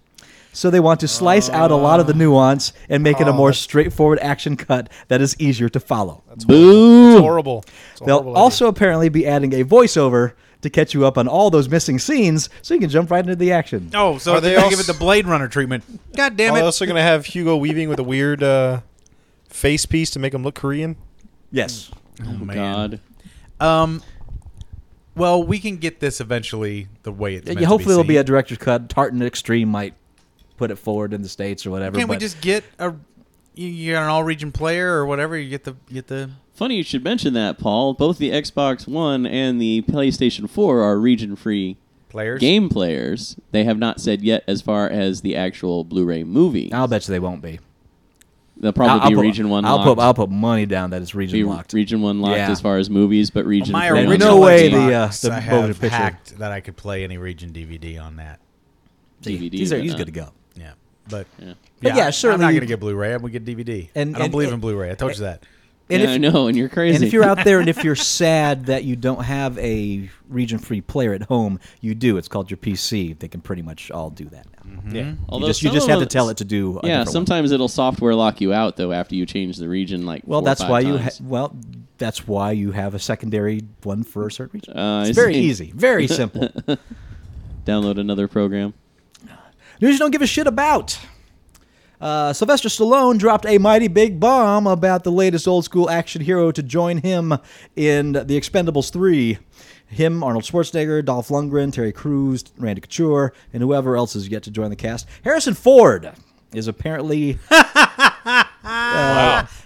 S4: so they want to slice out a lot of the nuance and make it a more straightforward action cut that is easier to follow.
S7: It's
S6: Boo!
S7: horrible. It's a
S4: They'll
S7: horrible idea.
S4: also apparently be adding a voiceover to catch you up on all those missing scenes so you can jump right into the action.
S5: Oh, so
S7: Are
S5: they
S7: they
S5: gonna
S7: als-
S5: give it the Blade Runner treatment? God damn
S7: Are
S5: it!
S7: they Oh, also going to have Hugo weaving with a weird uh, face piece to make him look Korean?
S4: Yes.
S5: oh man.
S6: God.
S5: Um. Well, we can get this eventually the way it's.
S4: Yeah,
S5: meant to
S4: hopefully it'll be
S5: seen.
S4: a director's cut. Tartan Extreme might put it forward in the states or whatever.
S5: Can't we
S4: but-
S5: just get a? You you got an all-region player or whatever. You get the you get the.
S6: Funny you should mention that, Paul. Both the Xbox One and the PlayStation 4 are region-free
S5: Players?
S6: game players. They have not said yet as far as the actual Blu-ray movie.
S4: I'll bet you they won't be.
S6: They'll probably
S4: I'll
S6: be
S4: put-
S6: region one
S4: I'll
S6: locked.
S4: put I'll put money down that it's region
S6: be
S4: locked.
S6: region one locked
S4: Yeah.
S6: as far as movies, but region
S5: My
S6: three
S5: original
S4: No way
S6: unlocked.
S4: the, uh,
S5: Xbox,
S4: the
S5: I
S4: motor
S5: have
S4: picture.
S5: hacked that I could play any region DVD on that.
S4: See,
S6: DVD,
S4: These are
S6: but
S4: he's
S6: not.
S4: good to go.
S5: Yeah, but
S6: Yeah.
S4: But yeah,
S5: I- I'm
S4: certainly
S5: not
S4: you-
S5: gonna get Blu-ray. I'm gonna get DVD.
S4: And-
S5: I don't
S4: and-
S5: believe in Blu-ray. I told you that.
S4: And
S6: yeah,
S4: if,
S6: I know, and you're
S4: (laughs)
S6: crazy.
S4: And if you're out there and if
S6: (laughs)
S4: you're sad that you don't have a region free player at home, you do. It's called your PC. They can pretty much all do that now. Yeah.
S6: Although
S4: you just, you
S6: some
S4: just
S6: of
S4: have to
S6: them-
S4: tell it to do. A
S6: yeah,
S4: different one.
S6: sometimes it'll software lock you out though after you change the region. Like
S4: Well,
S6: four or
S4: that's
S6: five
S4: why you ha-
S6: times.
S4: well, that's why you have a secondary one for a certain region.
S6: Uh, I
S4: it's very
S6: see.
S4: easy,
S6: (laughs)
S4: very simple.
S6: download another program. (laughs)
S4: News you don't give a shit about. Uh, Sylvester Stallone dropped a mighty big bomb about the latest old school action hero to join him in The Expendables 3. Him, Arnold Schwarzenegger, Dolph Lundgren, Terry Crews, Randy Couture, and whoever else is yet to join the cast. Harrison Ford is
S6: (laughs)
S4: apparently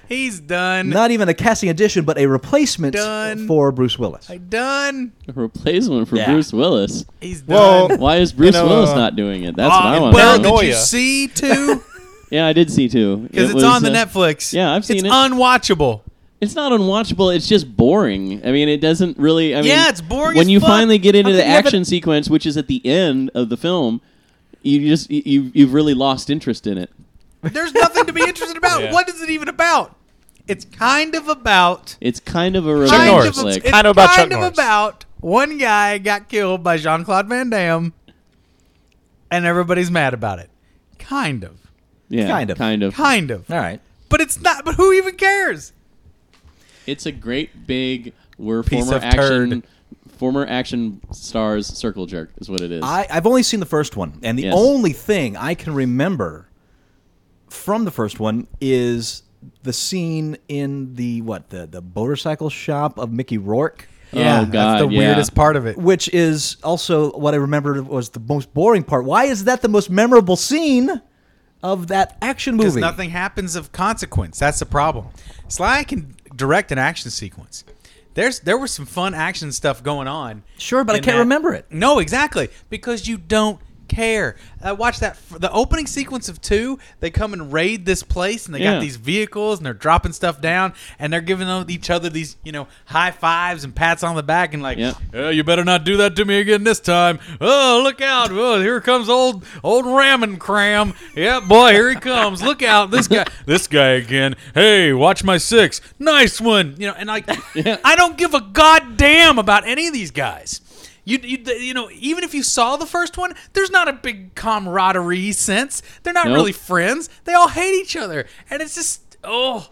S5: He's done.
S4: not even a casting addition, but a replacement
S5: Done.
S4: for Bruce Willis.
S5: done.
S6: A replacement for
S4: Yeah.
S6: Bruce Willis.
S5: He's done.
S7: Well,
S6: Why is Bruce
S7: know,
S6: Willis
S7: uh,
S6: not doing it? That's
S5: Oh,
S6: what I
S5: and
S6: want
S5: Well,
S6: to know.
S5: did you
S7: Paranoia.
S5: see
S6: (laughs)
S5: too?
S6: Yeah, I did see too.
S5: Because
S6: It
S5: it's on
S6: was,
S5: the
S6: uh,
S5: Netflix.
S6: yeah, I've seen
S5: it's
S6: it.
S5: Unwatchable.
S6: It's not unwatchable. It's just boring. I mean, it doesn't really. I mean,
S5: Yeah, it's boring
S6: When
S5: as
S6: you
S5: fuck.
S6: finally get into
S5: How
S6: the
S5: could you have
S6: action sequence, which is at the end of the film, you just you- you you've really lost interest in it.
S5: There's nothing to be interested
S6: (laughs)
S5: about.
S7: Yeah.
S5: What is it even about? It's kind of about.
S6: It's kind of a
S7: Chuck
S5: kind
S6: romantic
S7: Norris.
S5: of,
S6: flick.
S5: it's
S7: Kind of about
S5: kind
S7: Chuck
S5: of
S7: Norris.
S5: about one guy got killed by Jean Claude Van Damme, and everybody's mad about it. Kind of,
S6: yeah,
S4: kind of.
S6: kind of.
S5: kind of.
S4: All right.
S5: But it's not. But who even cares?
S6: It's a great big we're
S5: Piece
S6: former
S5: of
S6: action
S5: turd.
S6: former action stars circle jerk is what it is.
S4: I, I've only seen the first one, and the
S6: Yes.
S4: only thing I can remember from the first one is the scene in the what the the motorcycle shop of Mickey Rourke,
S6: Yeah, Oh,
S5: that's
S6: God,
S5: the
S6: yeah.
S5: weirdest part of it.
S4: which is also what I remembered was the most boring part. Why is that the most memorable scene of that action
S5: Because
S4: movie?
S5: nothing happens of consequence. That's the problem. Sly can direct an action sequence. There's there was some fun action stuff going on.
S4: Sure, but I
S5: in
S4: can't
S5: that-
S4: remember it.
S5: No, exactly because you don't care. I watched that f- the opening sequence of two. They come and raid this place, and they
S6: Yeah.
S5: got these vehicles, and they're dropping stuff down, and they're giving them- each other these you know high fives and pats on the back, and like,
S6: Yeah.
S5: "Oh, you better not do that to me again this time. Oh, look out! Oh, here comes old old ramen cram. Yeah, boy, here he comes. Look out! This guy, this guy again. Hey, watch my six. Nice one. You know, and like, I don't give a goddamn about any of these guys. You, you, you know, even if you saw the first one, there's not a big camaraderie sense. They're not
S6: Nope.
S5: really friends. They all hate each other, and it's just oh,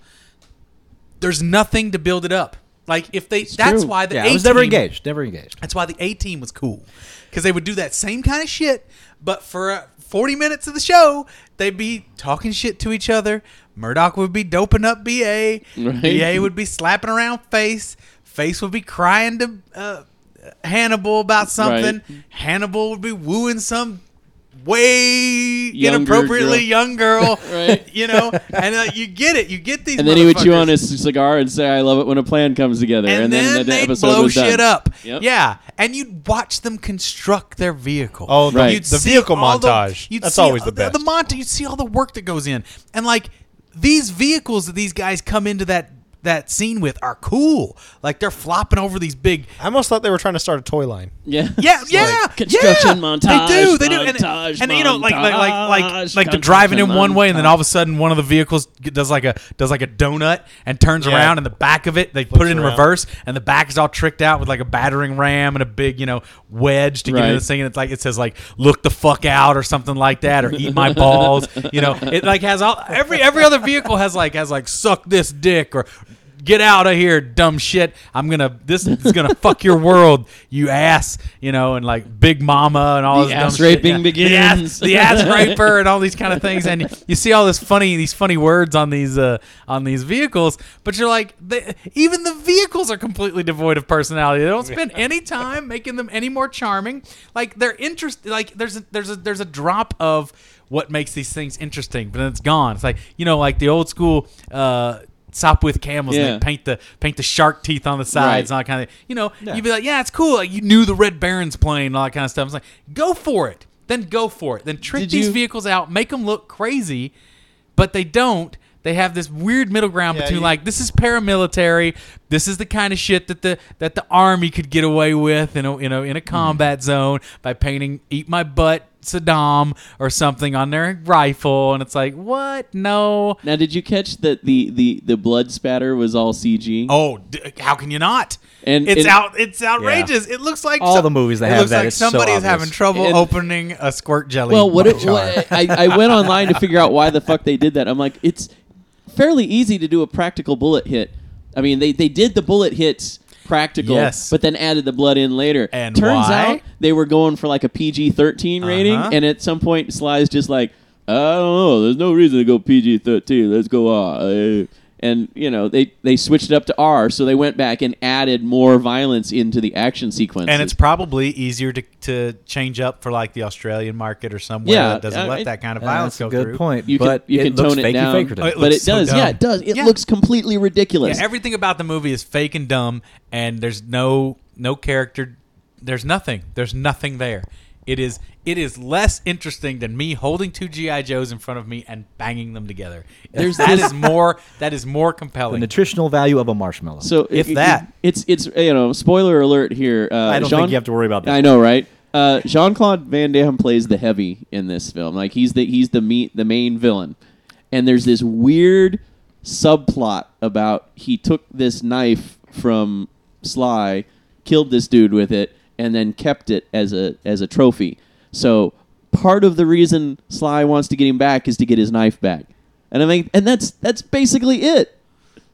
S5: there's nothing to build it up. Like if they, that's
S6: true.
S5: why the
S4: yeah,
S5: A
S4: I was never
S5: team-
S4: engaged. Never engaged.
S5: that's why the A team was cool because they would do that same kind of shit, but for uh, 40 minutes of the show, they'd be talking shit to each other. Murdoch would be doping up BA.
S6: Right.
S5: BA would be slapping around Face. Face would be crying to uh, Hannibal about something. Hannibal would be wooing some way
S6: Younger
S5: inappropriately
S6: girl.
S5: young girl.
S6: (laughs) Right.
S5: (laughs) You know, and uh, you get it. You get these
S6: and then he would chew
S5: motherfuckers
S6: on his cigar and say, "I love it when a plan comes together." And,
S5: and, then,
S6: the
S5: they
S6: episode
S5: blow
S6: was done.
S5: shit up.
S6: Yep.
S5: Yeah, and you'd watch them construct their vehicle.
S7: Oh, the-
S6: Right.
S5: You'd
S7: the
S5: see
S7: vehicle
S5: all the-
S7: montage.
S5: you'd
S7: That's
S5: see
S7: always
S5: all
S7: the best.
S5: The montage. You'd see all the work that goes in, and like these vehicles that these guys come into that that scene with are cool. Like they're flopping over these big
S7: I almost thought they were trying to start a toy
S4: (laughs)
S7: line.
S6: Yeah.
S5: (laughs) Yeah,
S6: It's
S5: yeah,
S6: like
S5: yeah.
S6: construction montage.
S5: They do, they do, and,
S6: montage,
S5: and you know, like, like, like, like,
S6: montage,
S5: like they're driving in
S6: construction
S5: one way, and then
S6: montage.
S5: all of a sudden, one of the vehicles g- does like a does like a donut and turns
S7: Yeah.
S5: around, and the back of it they put it in
S7: around.
S5: reverse, and the back is all tricked out with like a battering ram and a big you know wedge to get
S6: Right.
S5: into this thing, and it's like it says like "look the fuck out" or something like that, or "eat my balls." You know, it like has all every every other vehicle has like has like "suck this dick" or. Get out of here, dumb shit! I'm gonna. This is gonna (laughs) fuck your world, you ass. You know, and like Big Mama and all all
S6: The
S5: this dumb
S6: ass
S5: shit,
S6: raping
S5: yeah.
S6: begins.
S5: The ass, the ass raper and all these kind of things, and you see all this funny these funny words on these uh, on these vehicles. But you're like, they, even the vehicles are completely devoid of personality. They don't spend any time making them any more charming. Like they're interest. Like there's a, there's a there's a drop of what makes these things interesting, but then it's gone. It's like you know, like the old school. Uh, Stop with camels
S6: Yeah.
S5: and they paint the paint the shark teeth on the sides and all kind of you know you'd be like yeah it's cool like, you knew the Red Baron's plane and all that kind of stuff. It's like go for it, then go for it, then trick
S6: Did
S5: these
S6: you-
S5: vehicles out, make them look crazy, but they don't. They have this weird middle ground
S7: Yeah,
S5: between
S7: you-
S5: like this is paramilitary, this is the kind of shit that the that the army could get away with in a, in a, in a combat zone by painting "eat my butt" Saddam or something on their rifle, and it's like what? No.
S6: Now, did you catch that the the the blood spatter was all CG?
S5: Oh, d- how can you not?
S6: And-
S5: it's
S6: and-
S5: out. It's outrageous. It looks like
S4: All the movies that
S5: it
S4: have
S5: looks
S4: that,
S5: Like
S4: it's so
S5: somebody's
S4: obvious.
S5: having trouble
S6: And-
S5: opening a squirt jelly.
S6: Well, what,
S5: jar.
S6: it, what I, I went online to figure out why the fuck they did that. I'm like, it's fairly easy to do a practical bullet hit. I mean, they, they did the bullet hits practical,
S5: Yes.
S6: but then added the blood in later.
S5: And
S6: turns
S5: why?
S6: out they were going for like a PG 13 rating,
S5: Uh-huh.
S6: and at some point, Sly's just like, I don't know, there's no reason to go PG 13. Let's go R. eh." And you know they they switched it up to R, so they went back and added more violence into the action sequences.
S5: and it's probably easier to, to change up for like the Australian market or somewhere
S6: Yeah,
S5: that doesn't
S6: uh,
S5: let
S6: it-
S5: that kind of
S4: Yeah,
S5: violence
S4: that's a
S5: go
S4: good
S5: through.
S4: point.
S6: You can-
S4: but
S6: you
S4: it
S6: can
S4: looks
S6: tone it
S4: fakey
S6: down.
S4: faker to
S5: Oh,
S4: me.
S5: it
S6: but
S5: looks
S6: it does,
S5: so dumb.
S6: yeah, it does. It
S5: Yeah.
S6: looks completely ridiculous.
S5: Yeah, everything about the movie is fake and dumb, and there's no no character. There's nothing. There's nothing there. It is it is less interesting than me holding two GI Joes in front of me and banging them together.
S6: There's
S5: that
S6: this-
S5: is more that is more
S4: the
S5: compelling.
S4: nutritional value of a marshmallow.
S6: So
S5: If
S6: it- it-
S5: that.
S6: it's it's uh, you know spoiler alert here. Uh,
S4: I don't
S6: Jean,
S4: think you have to worry about that.
S6: I know, right? Uh, Jean Claude Van Damme plays the heavy in this film. Like he's the he's the meat the main villain, and there's this weird subplot about he took this knife from Sly, killed this dude with it, and then kept it as a as a trophy. So part of the reason Sly wants to get him back is to get his knife back, and I mean, and that's that's basically it.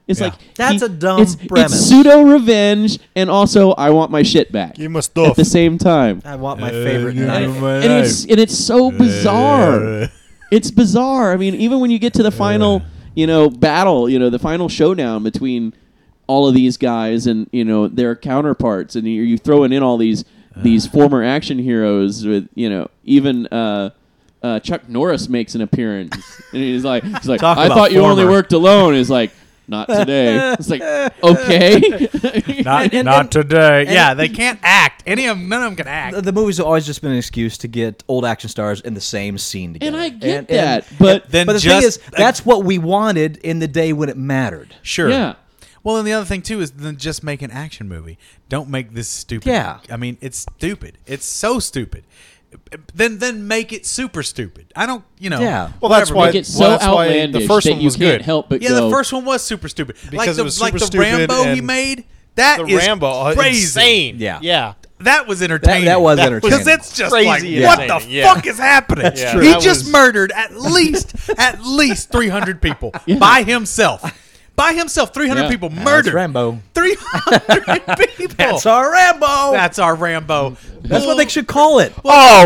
S6: It's
S5: Yeah.
S6: like
S4: That's a dumb
S6: it's, It's
S4: premise.
S6: pseudo revenge, and also I want my shit back
S7: Give me stuff.
S4: (laughs)
S6: at the same time.
S4: I want my
S5: Uh,
S4: favorite knife.
S6: And it's and it's so bizarre. It's bizarre. I mean, even when you get to the final, you know, battle, you know, the final showdown between all of these guys and you know their counterparts, and you're, you throwing in all these these former action heroes with you know even. Uh, uh, Chuck Norris makes an appearance, and he's like, he's like,
S4: Talk
S6: I
S4: about
S6: thought you only
S4: former."
S6: worked alone. He's like, not today. It's like, okay, (laughs)
S5: not not today. Yeah, they can't act. Any of 'em- none of them can act.
S4: The, the movies have always just been an excuse to get old action stars in the same scene together.
S6: And I get that, but-
S5: Then
S4: but the
S5: just-
S4: thing is, that's what we wanted in the day when it mattered.
S5: Sure.
S6: Yeah.
S5: Well, and the other thing too is then just make an action movie. Don't make this stupid.
S4: Yeah.
S5: I mean, it's stupid. It's so stupid. Then then make it super stupid. I don't. You know.
S4: Yeah.
S7: well, that's
S5: whatever.
S7: why.
S6: Make it so
S7: well, that's why
S6: outlandish
S7: the first
S6: that
S7: one
S6: you
S7: was
S6: can't
S7: good.
S6: help but
S5: Yeah,
S6: go.
S5: the first one was super stupid. like
S7: Because
S5: the,
S7: it was
S5: like
S7: super
S5: the
S7: stupid
S5: Rambo he
S7: and
S5: made. That
S7: The
S5: is
S7: Rambo, uh,
S5: crazy.
S7: insane.
S4: Yeah.
S7: yeah.
S5: That was entertaining.
S4: That- that was entertaining.
S5: Because it's just
S7: Crazy
S5: like,
S7: entertaining,
S5: what the
S7: yeah.
S5: fuck is happening? That's
S7: true.
S5: He
S7: That
S5: just
S7: was-
S5: murdered at least at least 300 people
S4: (laughs)
S5: by himself. By himself, 300
S6: Yeah.
S5: people
S4: That's
S5: murdered.
S4: Rambo. (laughs)
S5: 300 people.
S4: That's our Rambo.
S5: That's our Rambo.
S4: That's what they should call it.
S7: Oh,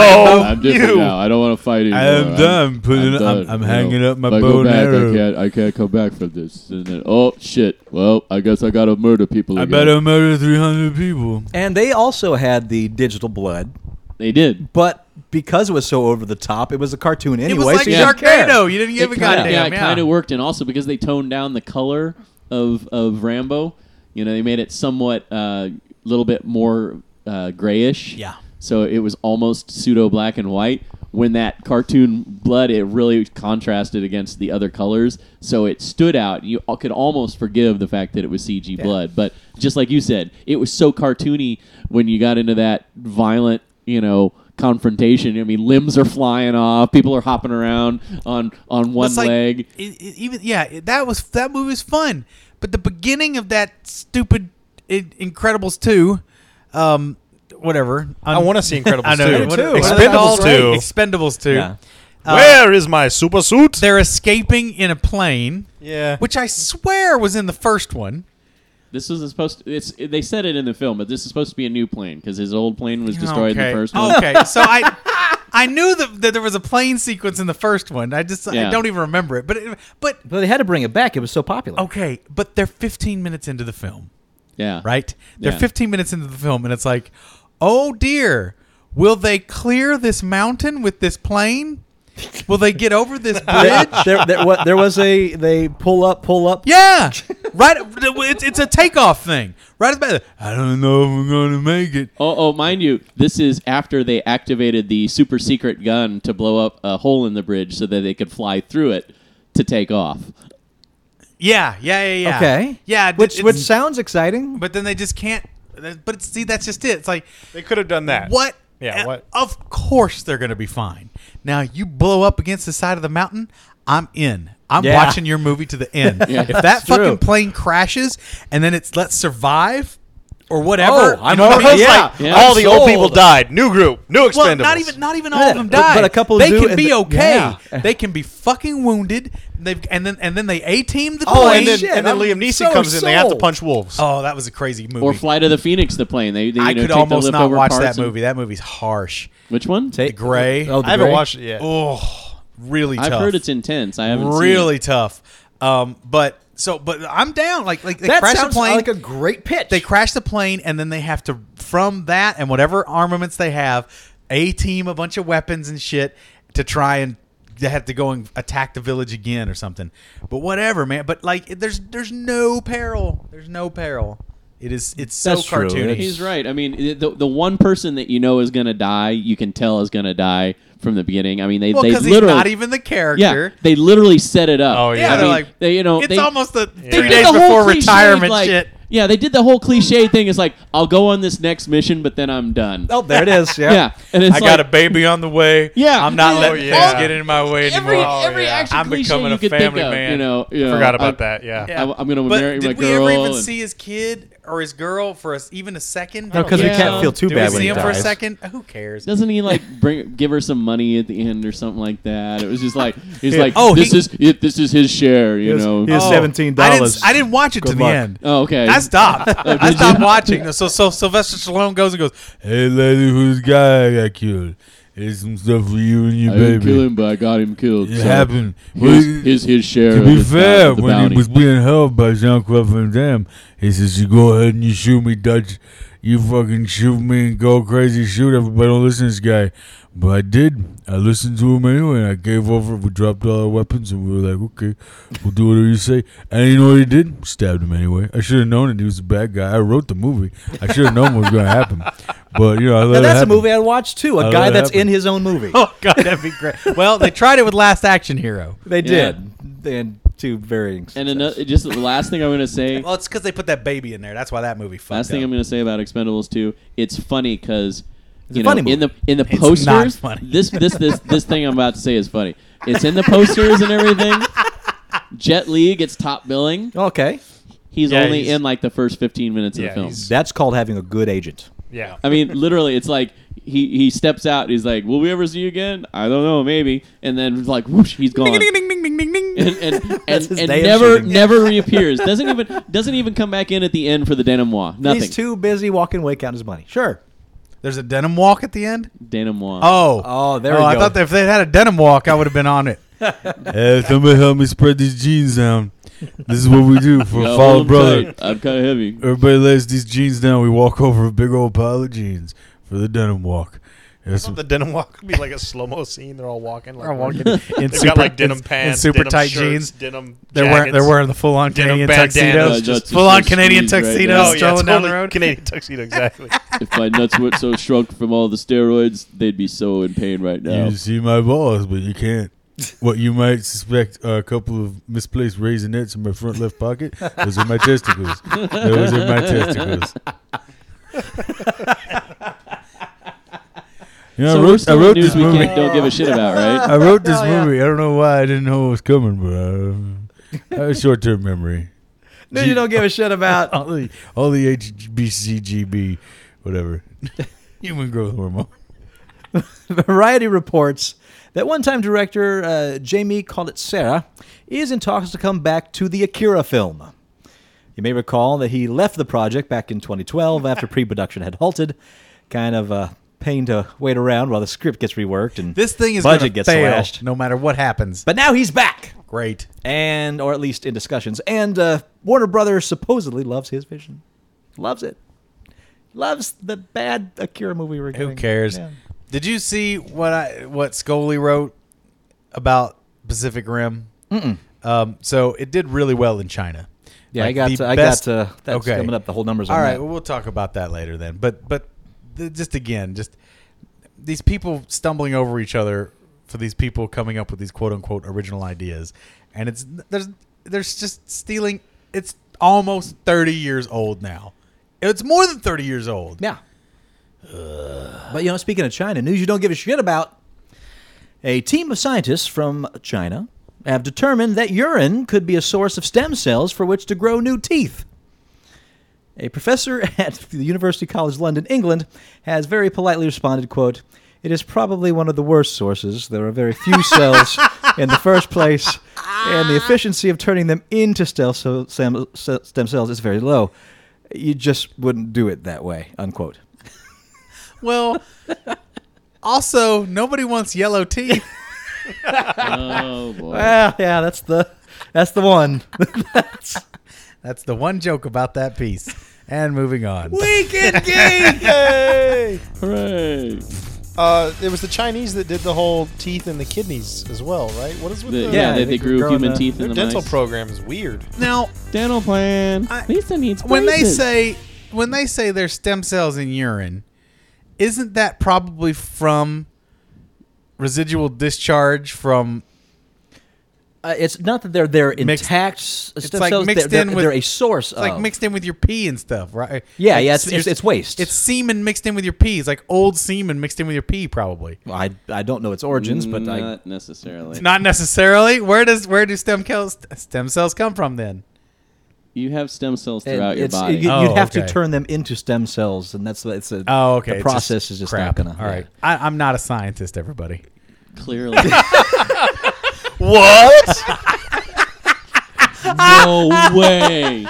S6: (laughs) I'm different now. I don't want to fight anymore.
S5: am done putting- I'm- I'm hanging up my
S6: If I
S5: bow
S6: go
S5: and
S6: back,
S5: arrow.
S6: I can't. I can't come back from this. And then, oh shit! Well, I guess I gotta murder people. Again.
S5: murder 300 people.
S4: And they also had the digital blood,
S6: They did.
S4: but because it was so over the top, it was a cartoon anyway.
S5: It was like
S4: so you
S6: Yeah.
S4: don't care.
S5: Sharknado. You didn't give a
S6: It kinda-
S5: goddamn.
S6: yeah, it
S5: yeah.
S6: kind of worked, and also because they toned down the color of of Rambo, you know, they made it somewhat a little bit more uh, grayish.
S5: Yeah.
S6: So it was almost pseudo black and white. when that cartoon blood it really contrasted against the other colors, so it stood out. You al- could almost forgive the fact that it was CG blood, but just like you said, it was so cartoony when you got into that violent, you know. Confrontation. I mean, limbs are flying off. People are hopping around on on one
S5: It's like-
S6: leg.
S5: it- it- even yeah, it- that was that movie was fun, but the beginning of that stupid In- Incredibles two, um, whatever.
S7: I wanna see Incredibles
S5: (laughs) I know,
S7: 2.
S5: what-
S7: I do too.
S5: what is it
S7: Expendables
S5: called?
S7: 2.
S5: Expendables two.
S4: Yeah.
S5: Uh,
S7: Where is my super suit?
S5: they're escaping in a plane,
S7: Yeah.
S5: which I swear was in the first one.
S6: This is supposed. To, it's they said it in the film, but this is supposed to be a new plane because his old plane was destroyed in
S5: okay.
S6: the first one. (laughs)
S5: Okay, so I I knew that, that there was a plane sequence in the first one. I just I
S6: Yeah.
S5: don't even remember it. But it, but
S4: But they had to bring it back. It was so popular.
S5: okay, but they're 15 minutes into the film.
S6: Yeah.
S5: right? They're
S6: Yeah.
S5: 15 minutes into the film, and it's like, oh dear, will they clear this mountain with this plane? Will they get
S4: (laughs)
S5: over this bridge?
S4: there, there, wa- there was a they pull up, pull up.
S5: yeah, right. It's, it's a takeoff thing, right? It's about- I don't know if we're gonna make it.
S6: Oh, oh, mind you, this is after they activated the super secret gun to blow up a hole in the bridge so that they could fly through it to take off.
S5: Yeah, yeah, yeah, yeah.
S4: Okay.
S5: yeah. it-
S4: Which
S5: it's-
S4: which sounds exciting.
S5: but then they just can't. But it's, see, that's just it. It's like
S7: They could have done that.
S5: What?
S7: Yeah,
S5: Uh,
S7: what?
S5: Of course they're going to be fine. Now you blow up against the side of the mountain. I'm in. I'm
S4: Yeah.
S5: watching your movie to the end. if that
S4: that's true.
S5: fucking plane crashes and then it's let's survive or whatever.
S4: Oh, I'm
S5: you know what I mean?
S4: already-
S5: It's
S4: yeah.
S5: like,
S6: Yeah,
S7: all the old
S4: sold.
S7: people died. New group, new expendables.
S5: well, not even not even all of
S4: Yeah,
S5: them
S4: but-
S5: died.
S4: but a couple
S5: they
S4: do
S5: can
S4: and
S5: be
S4: the-
S5: okay.
S4: yeah.
S5: They can be fucking wounded. They've and then and then they a team the
S7: Oh,
S5: plane.
S7: and then,
S4: shit,
S7: and then
S4: I'm
S7: Liam Neeson
S4: so
S7: comes in. They have to
S4: sold.
S7: punch wolves.
S5: oh, that was a crazy movie.
S6: Or fly to the Phoenix, the plane. They, they you
S5: I
S6: know,
S5: could
S6: take the
S5: almost not
S6: leftover
S5: watch that
S6: parts and-
S5: movie. That movie's harsh.
S6: Which one?
S4: Ta-
S5: The Gray.
S4: Oh, the
S7: I haven't
S4: gray?
S7: watched it yet.
S5: Oh, really
S6: I've
S5: tough.
S6: heard it's intense. I haven't seen it.
S5: really tough. Um, but so, but I'm down. Like, like they
S4: That
S5: crash the
S4: sounds
S5: plane.
S4: like a great pitch.
S5: they crash the plane, and then they have to from that and whatever armaments they have, a team a bunch of weapons and shit to try and they have to go and attack the village again or something. But whatever, man. But like, it- there's there's no peril. There's no peril. It is. It's so
S4: That's true.
S5: cartoony.
S6: He's right. I mean, the the one person that you know is going to die, you can tell is going to die from the beginning. I mean, they
S5: Well,
S6: they
S5: because
S6: literally
S5: he's not even the character.
S6: yeah, they literally set it up.
S7: Oh, yeah.
S5: Yeah,
S6: I
S5: they're
S6: mean,
S5: like
S6: they, you know,
S5: it's
S6: they-
S5: almost the
S6: They
S5: three
S6: did
S5: days
S6: the
S5: before
S6: whole cliched,
S5: retirement
S6: like-
S5: shit.
S6: Yeah, they did the whole cliche thing. It's like I'll go on this next mission, but then I'm done.
S4: Oh, there it
S6: (laughs)
S4: is.
S5: (laughs)
S4: Yeah.
S6: yeah. and it's
S5: I
S6: like
S5: got a baby on the way.
S6: Yeah.
S5: I'm not
S6: Oh,
S5: letting
S7: yeah.
S5: things get in my way anymore.
S6: every
S7: Oh,
S6: every
S7: yeah.
S6: action
S5: I'm
S6: cliche
S5: becoming
S6: you
S5: a
S6: could
S5: family
S6: think of.
S5: man.
S6: You know, you know,
S7: Forgot about
S6: I-
S7: that. Yeah.
S6: I- I'm gonna
S5: but
S6: marry my
S5: Did we ever
S6: girl
S5: even
S6: and-
S5: see his kid or his girl for us even a second?
S4: No, because
S6: we
S4: we
S6: Yeah.
S4: can't feel too
S5: Did
S4: bad
S5: we
S4: when
S5: see
S4: he
S5: him
S4: dies.
S5: for a second?
S4: (laughs)
S5: Who cares?
S6: Doesn't
S5: (laughs)
S6: he like bring give her some money at the end or something like that? It was just like he's like,
S5: Oh,
S6: oh, this
S5: he-
S6: is it, this is his share, you
S4: His-
S6: know.
S4: his-
S5: Oh,
S4: $17.
S5: I didn't, I didn't watch it to
S4: Good
S5: the
S4: luck. (laughs)
S5: end.
S6: oh, okay.
S5: I stopped. (laughs) I
S6: did
S5: stopped
S6: you?
S5: watching. So, so Sylvester Stallone goes and goes, "Hey, lady, whose guy I got killed? Here's some stuff for you and your
S6: I didn't kill
S5: baby.
S6: him, but I got him killed.
S5: It
S6: so
S5: happened.
S6: Here's, here's his share.
S1: To
S6: of
S1: be
S6: the-
S1: fair,
S6: of the
S1: when
S6: bounty.
S1: he was being held by Jean Claude Van Damme, he says, You go ahead and you shoot me, Dutch. You fucking shoot me and go crazy, shoot everybody. Don't listen to this guy. But I did. I listened to him anyway, and I gave over. We dropped all our weapons, and we were like, okay, we'll do whatever you say. And you know what he did? Stabbed him anyway. I should have known it. He was a bad guy. I wrote the movie. I should have known what was going to happen. But, you know, I let
S4: Now,
S1: it
S4: that's a
S1: happen.
S4: movie I'd watch too. A
S1: Oh,
S4: guy
S1: that
S4: that's in
S1: happened.
S4: his own movie.
S5: Oh God, that'd be great. Well, they tried it with Last Action Hero.
S4: They
S6: Yeah.
S4: did. And two varying.
S6: and
S4: success.
S6: another, just the last thing I'm gonna say.
S5: Well, it's because they put that baby in there. That's why that movie.
S6: Last thing I'm going to say about Expendables 2, it's funny because you
S4: a
S6: know
S4: funny movie.
S6: in the in the
S5: It's
S6: posters
S5: not funny.
S6: this this this this thing I'm about to say is funny. It's in the posters and everything. Jet Li gets top billing.
S4: Okay.
S6: He's
S7: Yeah,
S6: only
S7: he's-
S6: in like the first 15 minutes
S7: Yeah,
S6: of the film.
S7: he's-
S4: That's called having a good agent.
S7: yeah.
S6: I mean, literally, it's like he he steps out. and He's like, "Will we ever see you again? I don't know, maybe." And then like, whoosh, he's gone. and and,
S4: That's
S6: and,
S4: his
S6: and
S4: day of
S6: never
S4: shooting.
S6: never reappears. Doesn't even doesn't even come back in at the end for the denouement. Nothing.
S4: He's too busy walking away counting his money. Sure.
S5: There's a denim walk at the end.
S6: denouement.
S5: Oh,
S4: Oh, there we
S5: I
S4: go.
S5: thought that if they had a denim walk, I would have been on it.
S1: Hey, somebody help me spread these jeans down. This is what we
S6: (laughs)
S1: do for
S6: Yeah,
S1: a
S6: hold
S1: follow
S6: him
S1: brother.
S6: tight. Uh, I'm kind of heavy.
S1: Everybody lays these jeans down. We walk over a big old pile of jeans for the denim walk.
S7: (laughs)
S1: That's,
S7: The denim walk would be like a slow mo scene. They're all walking. Like,
S4: (laughs)
S5: in
S7: (laughs) They've got like denim pants,
S5: super
S7: denim
S5: tight jeans.
S7: shirts, denim.
S5: They're wearing they're
S7: jackets.
S5: wearing the full on
S7: Denim
S5: Canadian
S7: bandanas.
S5: tuxedos,
S7: Uh, just-
S5: full on Canadian
S6: squeezed right
S5: tuxedos,
S6: down.
S7: Oh yeah,
S5: strolling down the
S7: totally
S5: road.
S7: Canadian tuxedo (laughs) exactly.
S6: If my nuts weren't so shrunk from all the steroids, they'd be so in pain right now.
S1: You see my balls, but you can't. What you might suspect are a couple of misplaced raisinettes in my front left pocket. Those are my testicles. Those are my testicles. You know,
S6: so
S1: I
S6: we're
S1: wrote, I
S6: still
S1: wrote
S6: in news
S1: this
S6: we
S1: movie.
S6: can't, don't give a shit about,
S1: (laughs)
S6: right?
S1: I wrote this movie. I don't know why I didn't know it was coming, but uh, I have short term memory.
S4: No, you don't give a shit (laughs) about.
S1: All the all the HBCGB, whatever, human growth hormone.
S4: Variety reports that one time director uh, Jamie Collett Sarah is in talks to come back to the Akira film. You may recall that he left the project back in 2012
S5: (laughs)
S4: after pre production had halted. Kind of a pain to wait around while the script gets reworked and
S5: (laughs) This thing is
S4: budget
S5: gonna
S4: gets
S5: fail
S4: slashed.
S5: no matter what happens.
S4: But now he's back.
S5: Great.
S4: and or at least in discussions. And uh, Warner Brothers supposedly loves his vision, loves it, loves the bad Akira movie we're getting.
S5: Who cares?
S4: Yeah.
S5: Did you see what I what Scully wrote about Pacific Rim? Um, so it did really well in China.
S4: Yeah,
S5: Like,
S4: I got
S5: the
S4: to, I
S5: best-
S4: got to, that's coming up. The whole numbers.
S5: All
S4: on
S5: right,
S4: that.
S5: well, we'll talk about that later then. But but th- just again, just these people stumbling over each other for these people coming up with these quote unquote original ideas, and it's there's there's just stealing. It's almost thirty years old now. It's more than thirty years old.
S4: yeah. But you know, speaking of China news, you don't give a shit about. A team of scientists from China have determined that urine could be a source of stem cells for which to grow new teeth. A professor (laughs) at the University College London, England, has very politely responded, quote, "It is probably one of the worst sources. There are very (laughs) few cells in the first place, and the efficiency of turning them into stem cell- stem stem cells is very low. You just wouldn't do it that way." Unquote.
S5: Well, also nobody wants yellow teeth.
S6: Oh boy.
S4: Well, Ah, yeah, that's the that's the one. (laughs)
S5: That's the one joke about that piece. And moving on.
S7: Yay!
S6: Hooray.
S7: Uh, it was the Chinese that did the whole teeth and the kidneys as well, right? What is with
S6: The-
S7: the, uh,
S6: yeah,
S4: I
S6: they,
S4: think
S6: they
S4: we're
S6: grew
S4: growing
S6: human
S4: the-
S6: teeth
S7: their
S6: in the
S7: dental
S6: mice.
S7: program is weird.
S5: Now,
S6: dental plan.
S5: I-
S6: Lisa needs
S5: when they
S6: braces.
S5: say when they say there's stem cells in urine, isn't that probably from residual discharge from
S4: Uh, it's not that they're they're
S5: Mixed-
S4: intact. s-
S5: it's
S4: stem
S5: like
S4: cells,
S5: mixed
S4: they're,
S5: in
S4: they're,
S5: with-
S4: they're a source
S5: it's like
S4: of-
S5: mixed in with your pee and stuff, right?
S4: Oh. Yeah,
S5: Like,
S4: yeah, it's- it's- it's waste.
S5: It's semen mixed in with your pee. It's like old semen mixed in with your pee, probably.
S4: Well, I I don't know its origins, but I
S5: Mm,
S6: not necessarily.
S5: Not necessarily. Where does where do stem cells stem cells come from then?
S6: you have stem cells
S4: and
S6: throughout your
S4: it's-
S6: body.
S4: You,
S5: Oh,
S4: would have
S5: okay.
S4: to turn them into stem cells, and that's it's a,
S5: Oh, okay.
S4: The
S5: It's
S4: process is just
S5: crap.
S4: not gonna.
S5: All right. I, I'm not a scientist, everybody.
S6: (laughs) Clearly,
S5: (laughs) What?
S6: (laughs) no way.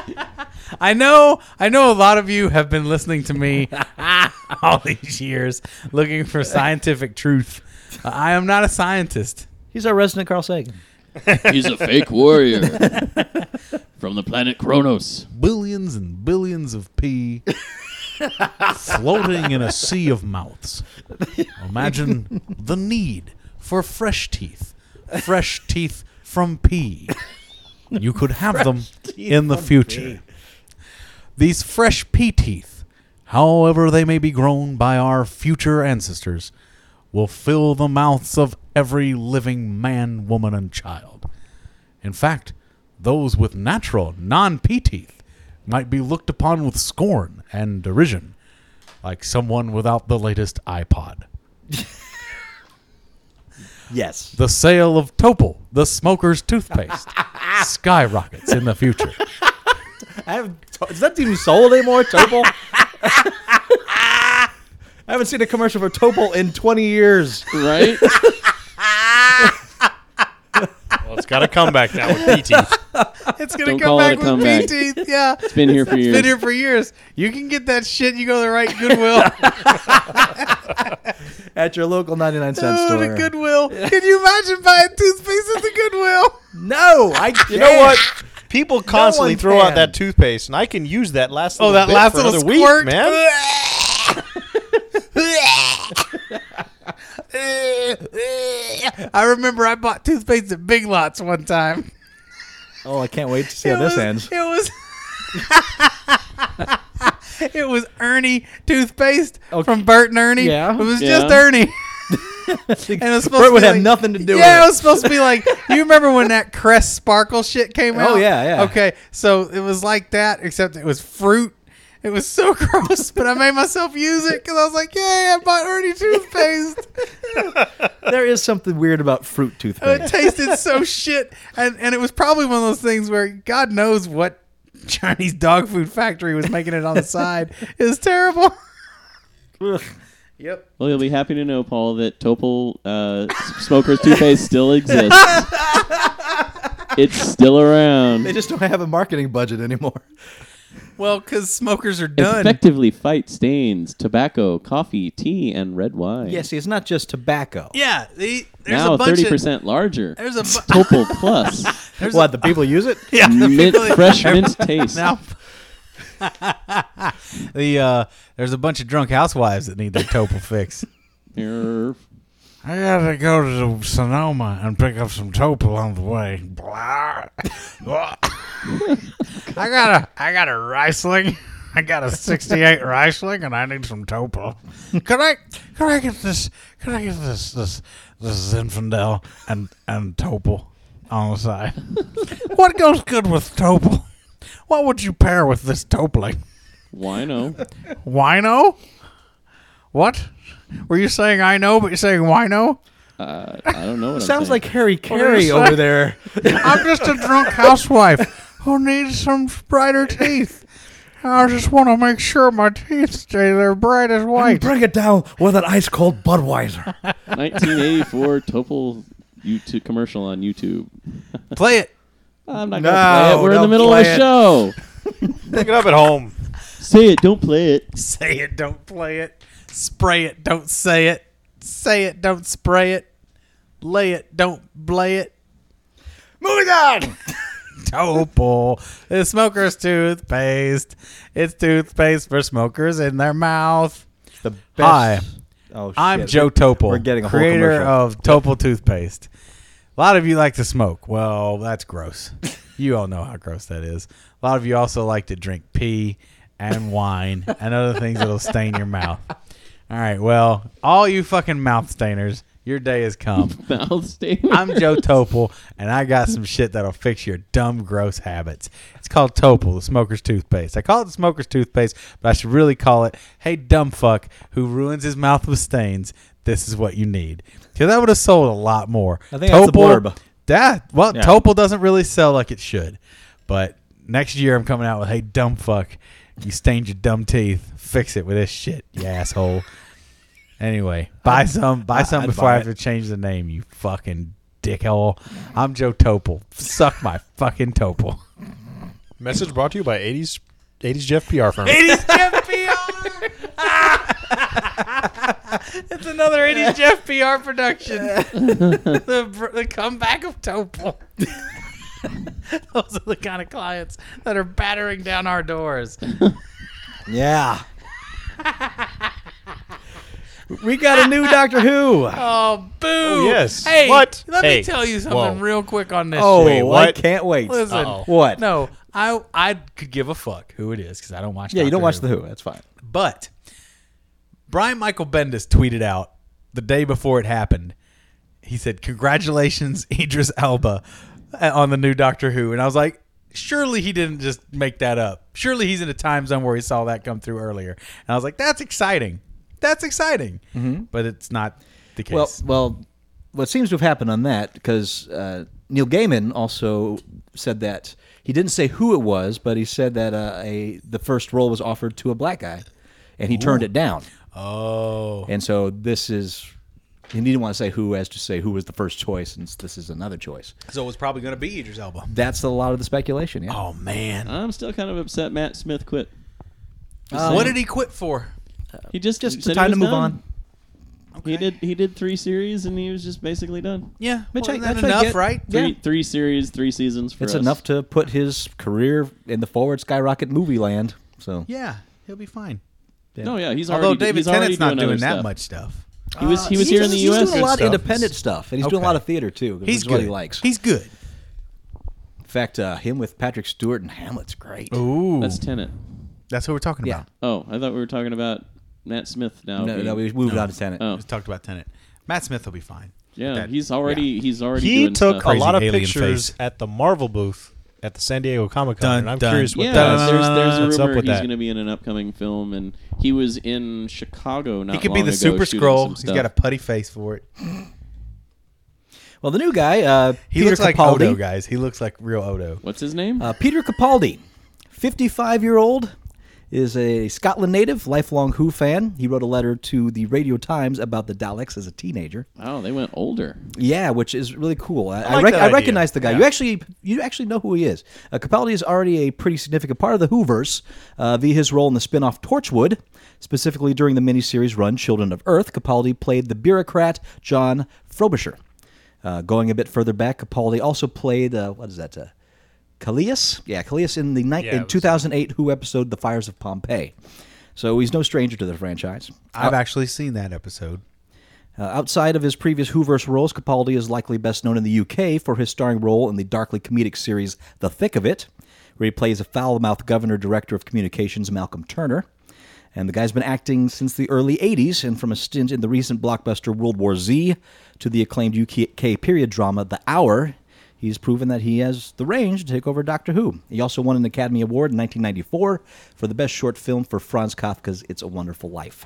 S5: I know, I know. A lot of you have been listening to me all these years, looking for scientific truth. I am not a scientist.
S4: He's our resident Carl Sagan.
S6: He's a fake warrior from the planet Kronos.
S5: Billions and billions of pee floating in a sea of mouths. Imagine the need for fresh teeth, fresh teeth from pee. You could have them in the future. These fresh pea teeth, however they may be grown by our future ancestors, will fill the mouths of every living man, woman, and child. In fact, those with natural, non pea teeth might be looked upon with scorn and derision, like someone without the latest iPod.
S4: Yes.
S5: The sale of Topol, the smoker's
S1: (laughs)
S5: toothpaste, skyrockets in the future.
S4: I haven't, is that even sold anymore, Topol? (laughs) I haven't seen a commercial for Topol in 20 years.
S6: Right?
S7: Well, it's got to come back now with pea teeth.
S5: It's gonna
S6: Don't
S5: come
S6: call
S5: back
S6: it a
S5: with
S6: comeback.
S5: pea teeth.
S6: (laughs)
S5: Yeah, it's (laughs)
S6: been here for years.
S5: Been here for years. You can get that shit. You go to the
S6: (laughs)
S5: right Goodwill.
S4: At your local 99 cent
S5: Go
S4: store.
S5: to Goodwill. Can you imagine buying toothpaste at the Goodwill?
S4: No, I can't.
S7: You know what? (laughs) People constantly
S4: one
S7: throw
S4: can.
S7: out that toothpaste, and I can use that last.
S5: Oh,
S7: little
S5: that
S7: bit
S5: last
S7: for
S5: little
S7: another week,
S5: squirt,
S7: man.
S5: (laughs) I remember I bought toothpaste at Big Lots one time.
S4: Oh, I can't wait to see how
S5: it
S4: this
S5: was,
S4: ends.
S5: It was. (laughs) it was Ernie toothpaste from Bert and Ernie.
S4: Yeah.
S5: It was just
S4: (laughs)
S6: Yeah.
S5: Ernie. and it was supposed
S4: Bert
S5: to
S4: would
S5: be
S4: have
S5: like-
S4: nothing to do with
S5: Yeah, it
S4: it.
S5: was supposed to
S4: (laughs)
S5: be like you remember when that Crest Sparkle shit came out?
S4: Oh, yeah, yeah.
S5: Okay, so it was like that, except it was fruit. It was so (laughs) gross, but I made myself use it because I was like, "Yay, I bought Ernie toothpaste."
S4: There is something weird about fruit
S5: it (laughs)
S4: toothpaste.
S5: tasted so shit, and and it was probably one of those things where God knows what Chinese dog food factory was making it on the side. It was terrible.
S4: Ugh.
S6: Well, you'll be happy to know, Paul, that Topol uh, Smoker's Toothpaste still
S5: (laughs)
S6: exists. it's still
S4: they
S6: around.
S4: just don't have a marketing budget anymore.
S5: Well, because smokers are done.
S6: Effectively fight stains, tobacco, coffee, tea, and red wine.
S4: Yeah, see, it's not just tobacco.
S5: yeah, they, there's
S6: now
S5: a bunch
S6: thirty
S5: of
S6: percent larger.
S5: there's a
S6: (laughs)
S5: bu- (laughs)
S6: Topol Plus.
S4: what, the people use it?
S5: yeah, the
S6: mint,
S5: people-
S6: fresh mint
S5: (laughs)
S6: taste.
S5: now (laughs) the uh, there's a bunch of drunk housewives that need their topol fix.
S6: Err.
S1: I gotta go to the Sonoma and pick up some Topol on the (laughs) way. Blah. I got a I got a Riesling. (laughs) I got a '68 Riesling, and I need some Topol. (laughs) Could I could I get this? Could I get this this this Zinfandel and and Topol on the side? (laughs) what goes good with Topol? What would you pair with this Topoling?
S6: Why no?
S1: Wino? What? Were you saying I know, but you're saying wino?
S6: Uh, I don't know what I'm
S4: Sounds
S6: saying.
S4: like Harry Carey over there.
S1: I'm just a drunk housewife who needs some brighter teeth. I just want to make sure my teeth stay there bright as white.
S4: Bring it down with an ice cold Budweiser.
S6: 1984 Topol YouTube commercial on YouTube.
S5: Play it.
S6: I'm not
S4: No,
S6: gonna play it. We're in the
S4: don't
S6: middle of
S4: play
S6: a
S4: it.
S6: show.
S7: Look it up at home.
S6: Say it, don't play it.
S5: Say it, don't play it. Spray it, don't say it. Say it, don't spray it. Lay it, don't blay it.
S4: Moving
S5: (laughs)
S4: on.
S5: Topol is smoker's toothpaste. It's toothpaste for smokers in their mouth.
S4: The best.
S5: Hi,
S4: Oh, shit.
S5: I'm Joe Topol,
S4: We're getting a whole
S5: creator
S4: commercial.
S5: of Topol toothpaste. A lot of you like to smoke. Well,
S4: (laughs)
S5: that's gross. you all know how gross that is. A lot of you also like to drink pee and wine and other things that'll stain your mouth. All right, well, all you fucking mouth stainers, your day has come.
S6: Mouth stain.
S5: I'm Joe Topol, and I got some shit that'll fix your dumb, gross habits. It's called Topol, the smoker's toothpaste. I call it the smoker's toothpaste, but I should really call it, hey, dumb fuck who ruins his mouth with stains, this is what you need. Because that would have sold a lot more.
S4: I think that's the blurb.
S5: Yeah, well,
S4: Yeah.
S5: Topol doesn't really sell like it should. But next year, I'm coming out with, hey, dumb fuck, you stained your dumb teeth, fix it with this shit, you asshole. Anyway, buy some, buy some
S4: I'd
S5: before
S4: buy
S5: I have to change the name. You fucking dickhole. I'm Joe Topol. Suck my fucking Topol.
S7: Message brought to you by 80s 80s Jeff PR firm.
S5: It's another 80s (laughs) Jeff PR (laughs) production. the, the comeback of Topol. (laughs) Those are the kind of clients that are battering down our doors.
S4: Yeah. we got a new Doctor Who.
S5: Oh, boo!
S7: yes.
S5: Hey,
S7: What?
S5: Let
S7: Hey.
S5: me tell you something
S7: Whoa.
S5: real quick on this.
S4: Oh,
S5: shit.
S7: Wait, what?
S4: I can't wait.
S5: Listen,
S4: What?
S5: No, I I could give a fuck who it is because I don't watch.
S4: Yeah, you don't
S5: Doctor
S4: watch
S5: Who.
S4: The Who. That's fine.
S5: But Brian Michael Bendis tweeted out the day before it happened. He said, "Congratulations, (laughs) Idris Elba, uh, on the new Doctor Who." And I was like, "Surely he didn't just make that up. Surely he's in a time zone where he saw that come through earlier." And I was like, "That's exciting. That's exciting." But it's not the case.
S4: Well, well, what seems to have happened on that because uh, Neil Gaiman also said that he didn't say who it was, but he said that uh, a the first role was offered to a black guy, and he turned it down.
S5: oh,
S4: And so this is he didn't want to say who as to say who was the first choice, and this is another choice.
S5: so it was probably going to be Idris Elba.
S4: That's a lot of the speculation. Yeah.
S5: Oh man,
S6: I'm still kind of upset Matt Smith quit.
S5: Uh,
S6: Um,
S5: what did he quit for?
S6: He just
S4: Just
S6: said he
S4: time to
S6: was
S4: move
S6: done.
S4: on.
S6: He did he did three series and he was just basically done.
S5: Yeah,
S4: Which
S5: well,
S4: I-
S5: isn't that
S4: which I
S5: enough,
S4: get.
S5: right?
S4: Yeah.
S6: Three three series, three seasons for
S4: It's
S6: us.
S4: enough to put his career in the forward skyrocket movie land. So
S5: Yeah, he'll be fine.
S6: No, yeah, he's
S5: Although
S6: already
S5: David
S6: he's already
S5: Tennant's not
S6: doing, other
S5: doing that
S6: stuff.
S5: much stuff.
S6: He was he was
S4: He's
S6: here
S4: just-
S6: in the
S4: he's
S6: U.S.
S4: doing a lot of
S5: stuff.
S4: independent stuff, and he's doing a
S5: Okay.
S4: lot of theater too.
S5: He's
S4: That's
S5: good.
S4: what he likes.
S5: He's good.
S4: In fact, uh, him with Patrick Stewart and Hamlet's great.
S5: Ooh,
S6: That's Tenet.
S5: that's what we're talking
S4: Yeah.
S5: about.
S6: Oh, I thought we were talking about Matt Smith now.
S4: No,
S6: being-
S4: no, we moved on to Tenet.
S6: Oh.
S5: We just talked about Tenant. Matt Smith will be fine.
S6: yeah,
S5: That-
S6: he's already
S5: yeah.
S6: he's already
S7: He
S6: doing
S7: took
S6: stuff.
S7: a lot of
S5: Crazy alien
S7: pictures
S5: face.
S7: at the Marvel booth at the San Diego Comic Con,
S5: Dun,
S7: and I'm
S5: dun.
S7: curious what
S6: Yeah,
S7: that
S5: Dun,
S7: is.
S6: there's
S5: dun,
S6: there's
S5: dun,
S6: a
S7: what's up
S6: rumor
S7: with
S6: he's
S7: that?
S6: going to be in an upcoming film, and he was in Chicago not
S5: He could be
S6: long
S5: the
S6: ago
S5: Super
S6: shooting
S5: Scroll.
S6: some
S5: He's
S6: stuff.
S5: got a putty face for it.
S4: Well, the new guy, uh,
S5: He
S4: Peter
S5: looks like
S4: Capaldi.
S5: Odo, guys. He looks like real Odo.
S6: What's his name?
S4: Uh, Peter Capaldi, 55 year old, is a Scotland native, lifelong Who fan. He wrote a letter to the Radio Times about the Daleks as a teenager.
S6: wow, they went older.
S4: Yeah, which is really cool. I, I,
S5: like
S4: rec-
S5: that
S4: I
S5: idea.
S4: recognize the guy. You
S5: Yeah.
S4: actually you actually know who he is. Uh, Capaldi is already a pretty significant part of the Whoverse uh, via his role in the spin off Torchwood. Specifically during the miniseries run Children of Earth, Capaldi played the bureaucrat John Frobisher. Uh, going a bit further back, Capaldi also played, uh, what is that? Uh, Callias? Yeah, Callias in the ni-
S5: Yeah, it
S4: in
S5: was-
S4: 2008 Who episode The Fires of Pompeii. So he's no stranger to the franchise.
S5: I've actually seen that episode.
S4: Uh, outside of his previous Whoverse roles, Capaldi is likely best known in the UK for his starring role in the darkly comedic series The Thick of It, where he plays a foul mouthed governor director of communications, Malcolm Turner. And the guy's been acting since the early 80s, and from a stint in the recent blockbuster World War Z to the acclaimed UK period drama The Hour, he's proven that he has the range to take over Doctor Who. He also won an Academy Award in 1994 for the best short film for Franz Kafka's It's a Wonderful Life.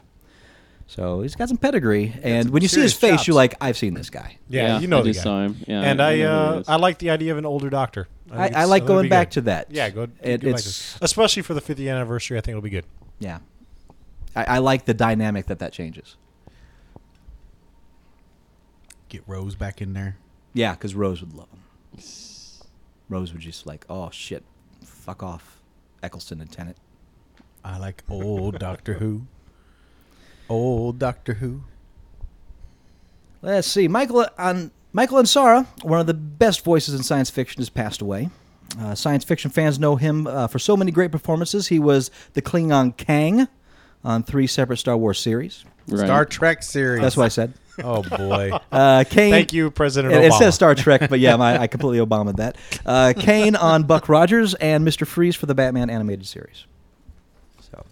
S4: So he's got some pedigree, and when you see his
S7: serious
S4: face,
S7: chops.
S4: you're like, I've seen this guy.
S7: Yeah, you know
S6: I
S7: the
S6: just
S7: guy.
S6: saw him. Yeah,
S7: and I,
S6: know who he
S7: uh,
S6: is.
S7: I like the idea of an older doctor.
S4: I,
S7: think
S4: I
S7: it's-
S4: like
S7: think it'll
S4: going
S7: be
S4: back
S7: good.
S4: to that.
S7: Yeah, go, go
S4: It-
S7: back to
S4: it's
S7: this. especially for the 50th anniversary. I think it'll be good.
S4: yeah. I, I like the dynamic that that changes.
S5: Get Rose back in there.
S4: Yeah, because Rose would love (sighs) him. Rose would just like, oh shit, fuck off, Eccleston and Tennant.
S5: I like old (laughs) Doctor Who. Old Doctor Who.
S4: Let's see. Michael on Michael Ansara, one of the best voices in science fiction, has passed away. Uh, science fiction fans know him uh, for so many great performances. He was the Klingon Kang on three separate Star Wars series.
S6: Right.
S5: Star Trek series.
S4: That's what I said.
S5: (laughs) Oh boy.
S4: Uh, Kane.
S7: Thank you, President
S4: It,
S7: Obama.
S4: it says Star Trek, but yeah,
S5: (laughs)
S4: my, I completely Obama that. Uh, Kane on Buck Rogers and Mister Freeze for the Batman animated series. So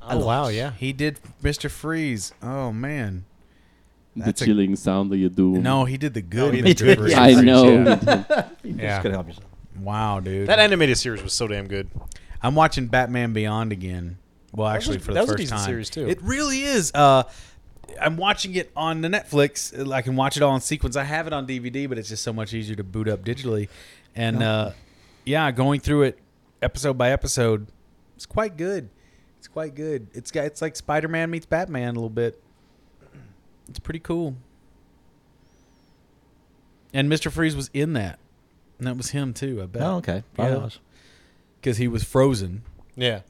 S7: Oh wow, yeah.
S5: he did Mr. Freeze. Oh man.
S6: the
S5: That's a-
S6: chilling sound that you do.
S5: No, he did the good.
S7: he
S5: Mr.
S7: did the good
S5: Freeze.
S6: (laughs)
S7: Mr.
S6: I
S7: Freeze,
S6: know.
S7: yeah.
S6: (laughs)
S4: yeah.
S7: Yeah.
S4: just gonna help yourself.
S5: Wow, dude.
S7: That animated series was so damn good.
S5: I'm watching Batman Beyond again. Well, actually,
S7: was-
S5: for the
S7: that was a
S5: first
S7: decent
S5: time,
S7: series, too.
S5: It really is. Uh, I'm watching it on the Netflix. I can watch it all in sequence. I have it on DVD, but it's just so much easier to boot up digitally. And uh, yeah, going through it episode by episode, it's quite good. It's quite good. It's got it's like Spider Man meets Batman a little bit. It's pretty cool. And Mister Freeze was in that. And that was him too, I bet.
S4: Oh, okay. Probably
S5: Because
S4: was.
S5: he was frozen
S7: Yeah.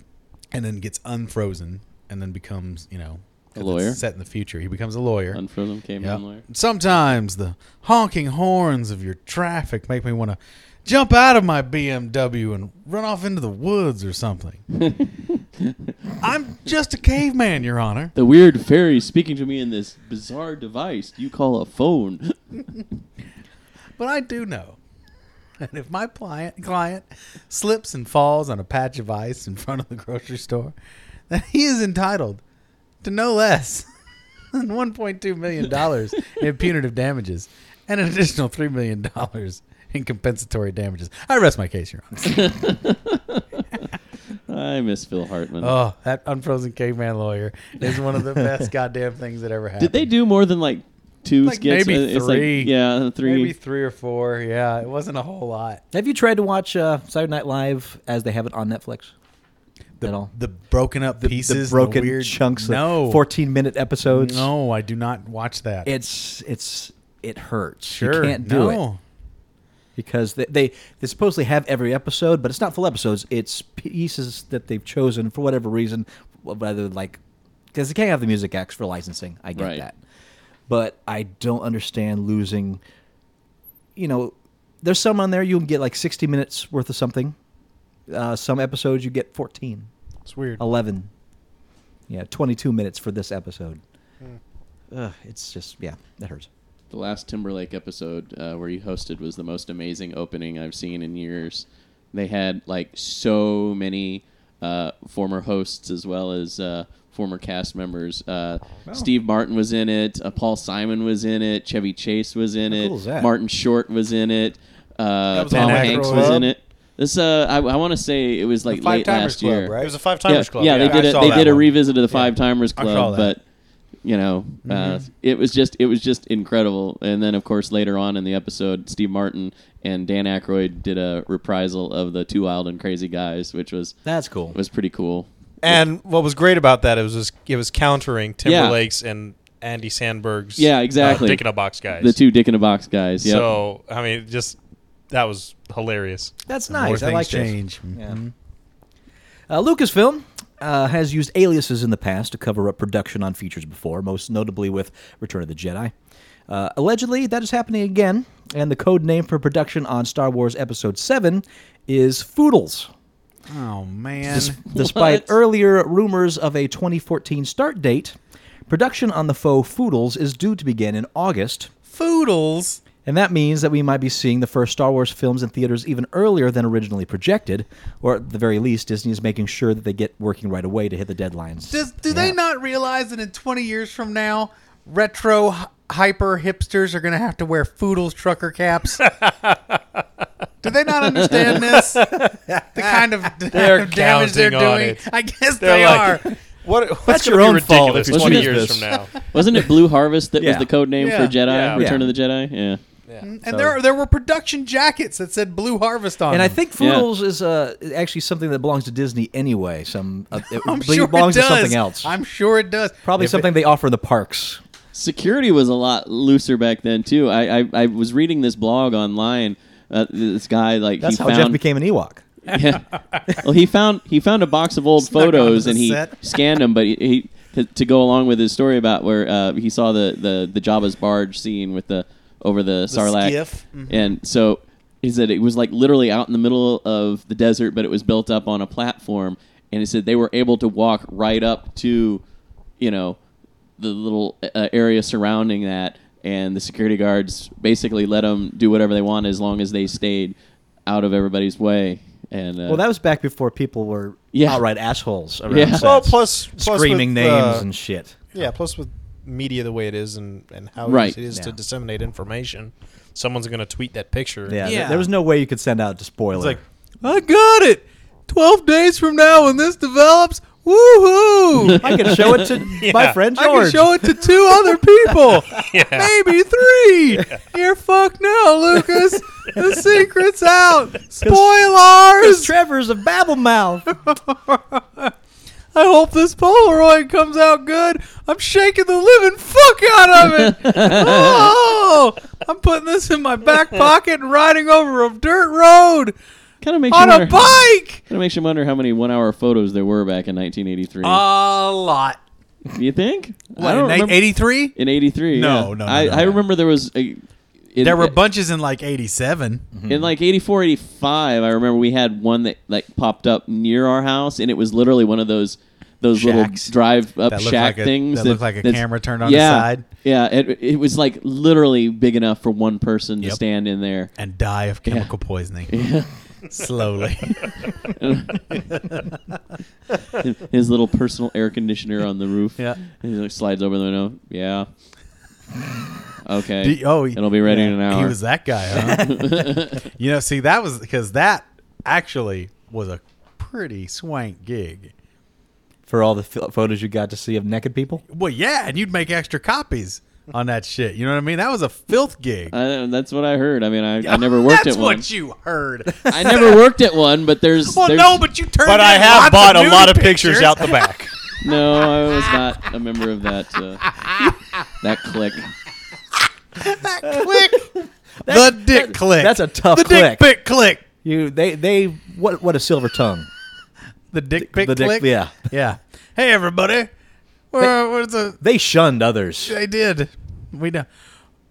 S5: and then gets unfrozen and then becomes you know 'cause
S6: A
S5: it's
S6: lawyer?
S5: set in the future he becomes a lawyer
S6: Unfrozen came
S5: Yep.
S6: on there.
S5: sometimes the honking horns of your traffic make me want to jump out of my bmw and run off into the woods or
S6: (laughs)
S5: something i'm just a caveman your honor
S6: The weird fairy speaking to me in this bizarre device you call a phone. (laughs)
S5: but i do know (laughs) and if my client, client slips and falls on a patch of ice in front of the grocery store then he is entitled to no less (laughs) than $1.2 million in punitive damages and an additional $3 million in compensatory damages. I rest my case, Your (laughs) Honor.
S6: I miss Phil Hartman.
S5: Oh, that unfrozen caveman lawyer is one of the (laughs) best goddamn things that ever happened.
S6: Did they do more than like two
S5: Like
S6: skits?
S5: maybe
S6: Uh, it's
S5: three.
S6: Like, yeah, three.
S5: Maybe three or four. Yeah, it wasn't a whole lot.
S4: Have you tried to watch uh, Saturday Night Live as they have it on Netflix? At all?
S5: The broken up
S4: The-
S5: pieces,
S4: the broken
S5: weird
S4: chunks,
S5: No,
S4: of fourteen minute episodes.
S5: no, I do not watch that.
S4: it's it's it hurts.
S5: sure,
S4: you can't do it.
S5: no.
S4: because they, they they supposedly have every episode, but it's not full episodes. It's pieces that they've chosen for whatever reason, whether like because they can't have the music acts for licensing. I get
S6: Right.
S4: that, but I don't understand losing. You know, there's some on there you can get like 60 minutes worth of something. Uh, some episodes you get 14,
S7: It's weird.
S4: 11, yeah, 22 minutes for this episode.
S5: Hmm.
S4: Ugh, it's just yeah, that hurts.
S6: The last Timberlake episode uh, where you hosted was the most amazing opening I've seen in years. They had like so many uh, former hosts as well as uh, former cast members. Uh,
S4: Oh.
S6: Steve Martin was in it. Uh, Paul Simon was in it. Chevy Chase was in it.
S4: cool is that?
S6: Martin Short was in it. Uh,
S7: was
S6: Tom
S7: on
S6: Hanks
S7: Acro
S6: was
S7: Club.
S6: in it. This uh, I, I want to say it was like late
S5: Timers
S6: last
S5: Club,
S6: year.
S5: right?
S7: It was a five timers
S6: yeah,
S7: club.
S6: Yeah, they
S5: I
S6: did. A,
S5: saw
S6: they
S5: that
S6: did a
S5: one.
S6: revisit of the Five Timers
S5: I saw
S6: Club,
S5: that.
S6: but you know, uh, it was just it was just incredible. And then, of course, later on in the episode, Steve Martin and Dan Aykroyd did a reprisal of the Two Wild and Crazy Guys, which was
S4: That's cool.
S6: was pretty cool.
S7: And what was great about that it was just, it was countering Timberlake's and Andy Sandberg's.
S6: Yeah, exactly.
S7: Uh, Dick in a box guys.
S6: The two Dick in a Box guys. Yep.
S7: So I mean, just that was hilarious.
S4: That's
S5: more
S4: nice. I
S5: things
S4: like this.
S5: change.
S4: Yeah. Uh, Lucasfilm uh, has used aliases in the past to cover up production on features before, most notably with Return of the Jedi. Uh, allegedly, that is happening again, and the code name for production on Star Wars Episode 7 is Foodles.
S5: Oh man.
S4: Despite
S6: What?
S4: earlier rumors of a 2014 start date, production on the faux Foodles is due to begin in August.
S5: Foodles.
S4: And that means that we might be seeing the first Star Wars films in theaters even earlier than originally projected, or at the very least, Disney is making sure that they get working right away to hit the deadlines.
S5: Does, do they not realize that in 20 years from now, retro hy- hyper hipsters are going to have to wear Foodles
S4: (laughs)
S5: trucker caps? do they not understand this? The
S4: (laughs)
S5: kind of, the
S7: They're
S5: kind of damage they're
S7: counting on
S5: doing?
S7: it.
S5: I guess
S7: They're
S5: they
S4: (laughs)
S7: like-
S5: are.
S7: (laughs) What? What's
S4: That's
S7: gonna
S4: your
S7: be
S4: own fault
S7: ridiculous
S4: if it's
S7: Twenty
S6: just
S7: years
S6: this.
S7: from now.
S6: Wasn't it Blue Harvest that
S4: Yeah.
S6: was the code name for
S5: Yeah.
S6: Jedi
S7: Yeah.
S6: Return
S4: Yeah.
S6: of the Jedi? Yeah.
S5: And there, there were production jackets that said Blue Harvest on
S4: and
S5: them.
S4: I think
S6: Yeah.
S4: Foodles is uh, actually something that belongs to Disney anyway. Some (laughs) uh, it
S5: I'm
S4: be-
S5: sure
S4: belongs
S5: it
S4: to
S5: does.
S4: something else.
S5: I'm sure it does.
S4: Probably
S5: If it-
S4: something they offer in the parks.
S6: security was a lot looser back then too. I I, I was reading this blog online. Uh, this guy like
S4: That's
S6: he
S4: how Jeff
S6: found
S4: became an Ewok.
S6: yeah. Well, he found he found a box of old
S5: Snuck onto
S6: photos
S5: the
S6: and he
S5: set.
S6: scanned them, but he. he to, to go along with his story about where uh, he saw the, the, the Jabba's barge scene with the over the, Sarlacc,
S5: skiff.
S6: and so he said it was like literally out in the middle of the desert, but it was built up on a platform, and he said they were able to walk right up to, you know, the little uh, area surrounding that, and the security guards basically let them do whatever they wanted as long as they stayed out of everybody's way. And uh,
S4: Well, that was back before people were
S6: Yeah.
S4: outright assholes. Around
S6: Yeah.
S4: sets, (laughs)
S6: Well,
S7: plus- plus
S4: screaming
S7: with,
S4: names
S7: uh,
S4: and shit.
S7: Yeah. Plus, with media the way it is and and how
S6: Right.
S7: easy it is to
S4: Yeah.
S7: disseminate information, someone's gonna tweet that picture.
S4: Yeah, th-
S5: Yeah.
S4: there was no way you could send out a spoiler.
S7: It's like
S5: I got it. 12 days from now when this develops,
S4: (laughs)
S5: woohoo!
S4: I can show it to my friend
S5: I can
S4: George.
S5: show it to two
S4: (laughs)
S5: other people. Maybe three. You're fucked now, Lucas.
S4: (laughs)
S5: The secret's out. Spoilers.
S4: Trevor's a babble mouth.
S5: (laughs) I hope this Polaroid comes out good. I'm shaking the living fuck out of it.
S4: (laughs)
S5: Oh, I'm putting this in my back pocket and riding over a dirt road
S6: kind of makes
S5: on
S6: you
S5: a
S6: wonder,
S5: bike.
S6: Kind of makes you wonder how many one-hour photos there were back in 1983.
S5: A lot.
S6: Do you think?
S5: Uh, What, in
S6: remember-
S5: 83?
S6: in 83.
S5: No,
S6: yeah.
S5: no, no,
S6: I,
S5: no,
S6: I
S5: no.
S6: remember there was a. In,
S5: There were bunches in like 87.
S6: in like 84, 85. I remember we had one that like popped up near our house, and it was literally one of those those
S5: Shacks.
S6: little drive up
S5: That looked
S6: shack
S5: like a-
S6: things
S5: that looked like a
S6: that's-
S5: camera turned on its
S6: yeah,
S5: side.
S6: Yeah, it, it was like literally big enough for one person to
S5: Yep.
S6: stand
S5: (laughs)
S6: in there.
S5: and die of chemical
S6: (laughs)
S5: poisoning. Slowly.
S6: His little personal air conditioner on the roof.
S5: Yeah.
S6: and he like slides over the window. Yeah. Okay.
S5: Do- oh,
S6: it'll be ready in an
S5: He
S6: hour.
S5: was that guy, huh?
S6: (laughs)
S5: (laughs) you know, see, that was because that actually was a pretty swank gig.
S4: For all the ph- photos you got to see of naked people,
S5: Well, yeah, and you'd make extra copies on that shit. You know what I mean? That was a filth gig.
S6: I, that's what I heard. I
S5: (laughs)
S6: mean, I, I never worked
S5: That's
S6: at one.
S5: what you
S6: (laughs)
S5: heard.
S6: I never worked at one, but there's.
S5: well,
S6: there's-
S5: no, but you turned.
S7: But I
S5: in
S7: have
S5: lots
S7: bought a
S5: nudie
S7: lot of pictures out the
S5: (laughs)
S7: back.
S6: no, I was not a member of that. Uh, that clique.
S5: (laughs) the dick click.
S4: that's a tough
S5: the
S4: click.
S5: dick pic click.
S4: You they they what what a silver tongue.
S5: The dick pic
S4: the dick-
S5: click.
S4: yeah.
S5: yeah. Hey, everybody. Where, where's the (laughs)
S4: They shunned others.
S5: They did. We know.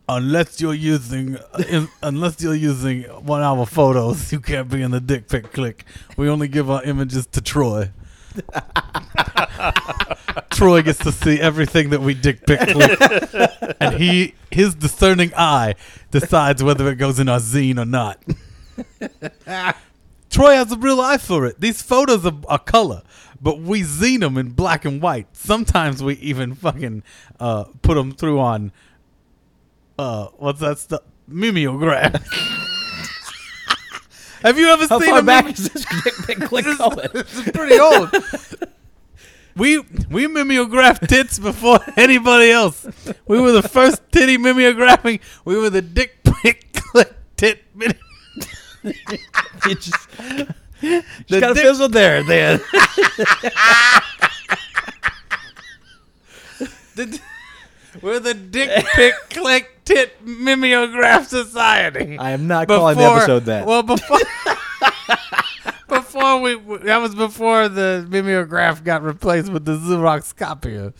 S5: Unless you're using, in, unless you're using one-hour photos, you can't be in the dick pic click. We only give our images to Troy. (laughs) Troy gets to see everything that we dick pic clip. and he his discerning eye decides whether it goes in our zine or not. Troy has a real eye for it. These photos are, are color, but we zine them in black and white. Sometimes we even fucking uh, put them through on uh, what's that stuff? Mimeograph. (laughs) Have you ever
S4: How
S5: seen
S4: far
S5: a
S4: back (laughs)
S5: meme-
S4: is this dick pic click going?
S5: it's pretty old. (laughs) We we mimeographed tits before (laughs) anybody else. We were the first titty mimeographing. We were the dick (laughs) pic click tit. mini-
S4: You just,
S5: The
S4: got a
S5: dick-
S4: fizzle there, then.
S5: the- we're the dick
S4: (laughs)
S5: pic click tit mimeograph society.
S4: I am not calling the episode that.
S5: Well, before (laughs) before we that was before the mimeograph got replaced with the Xerox copier.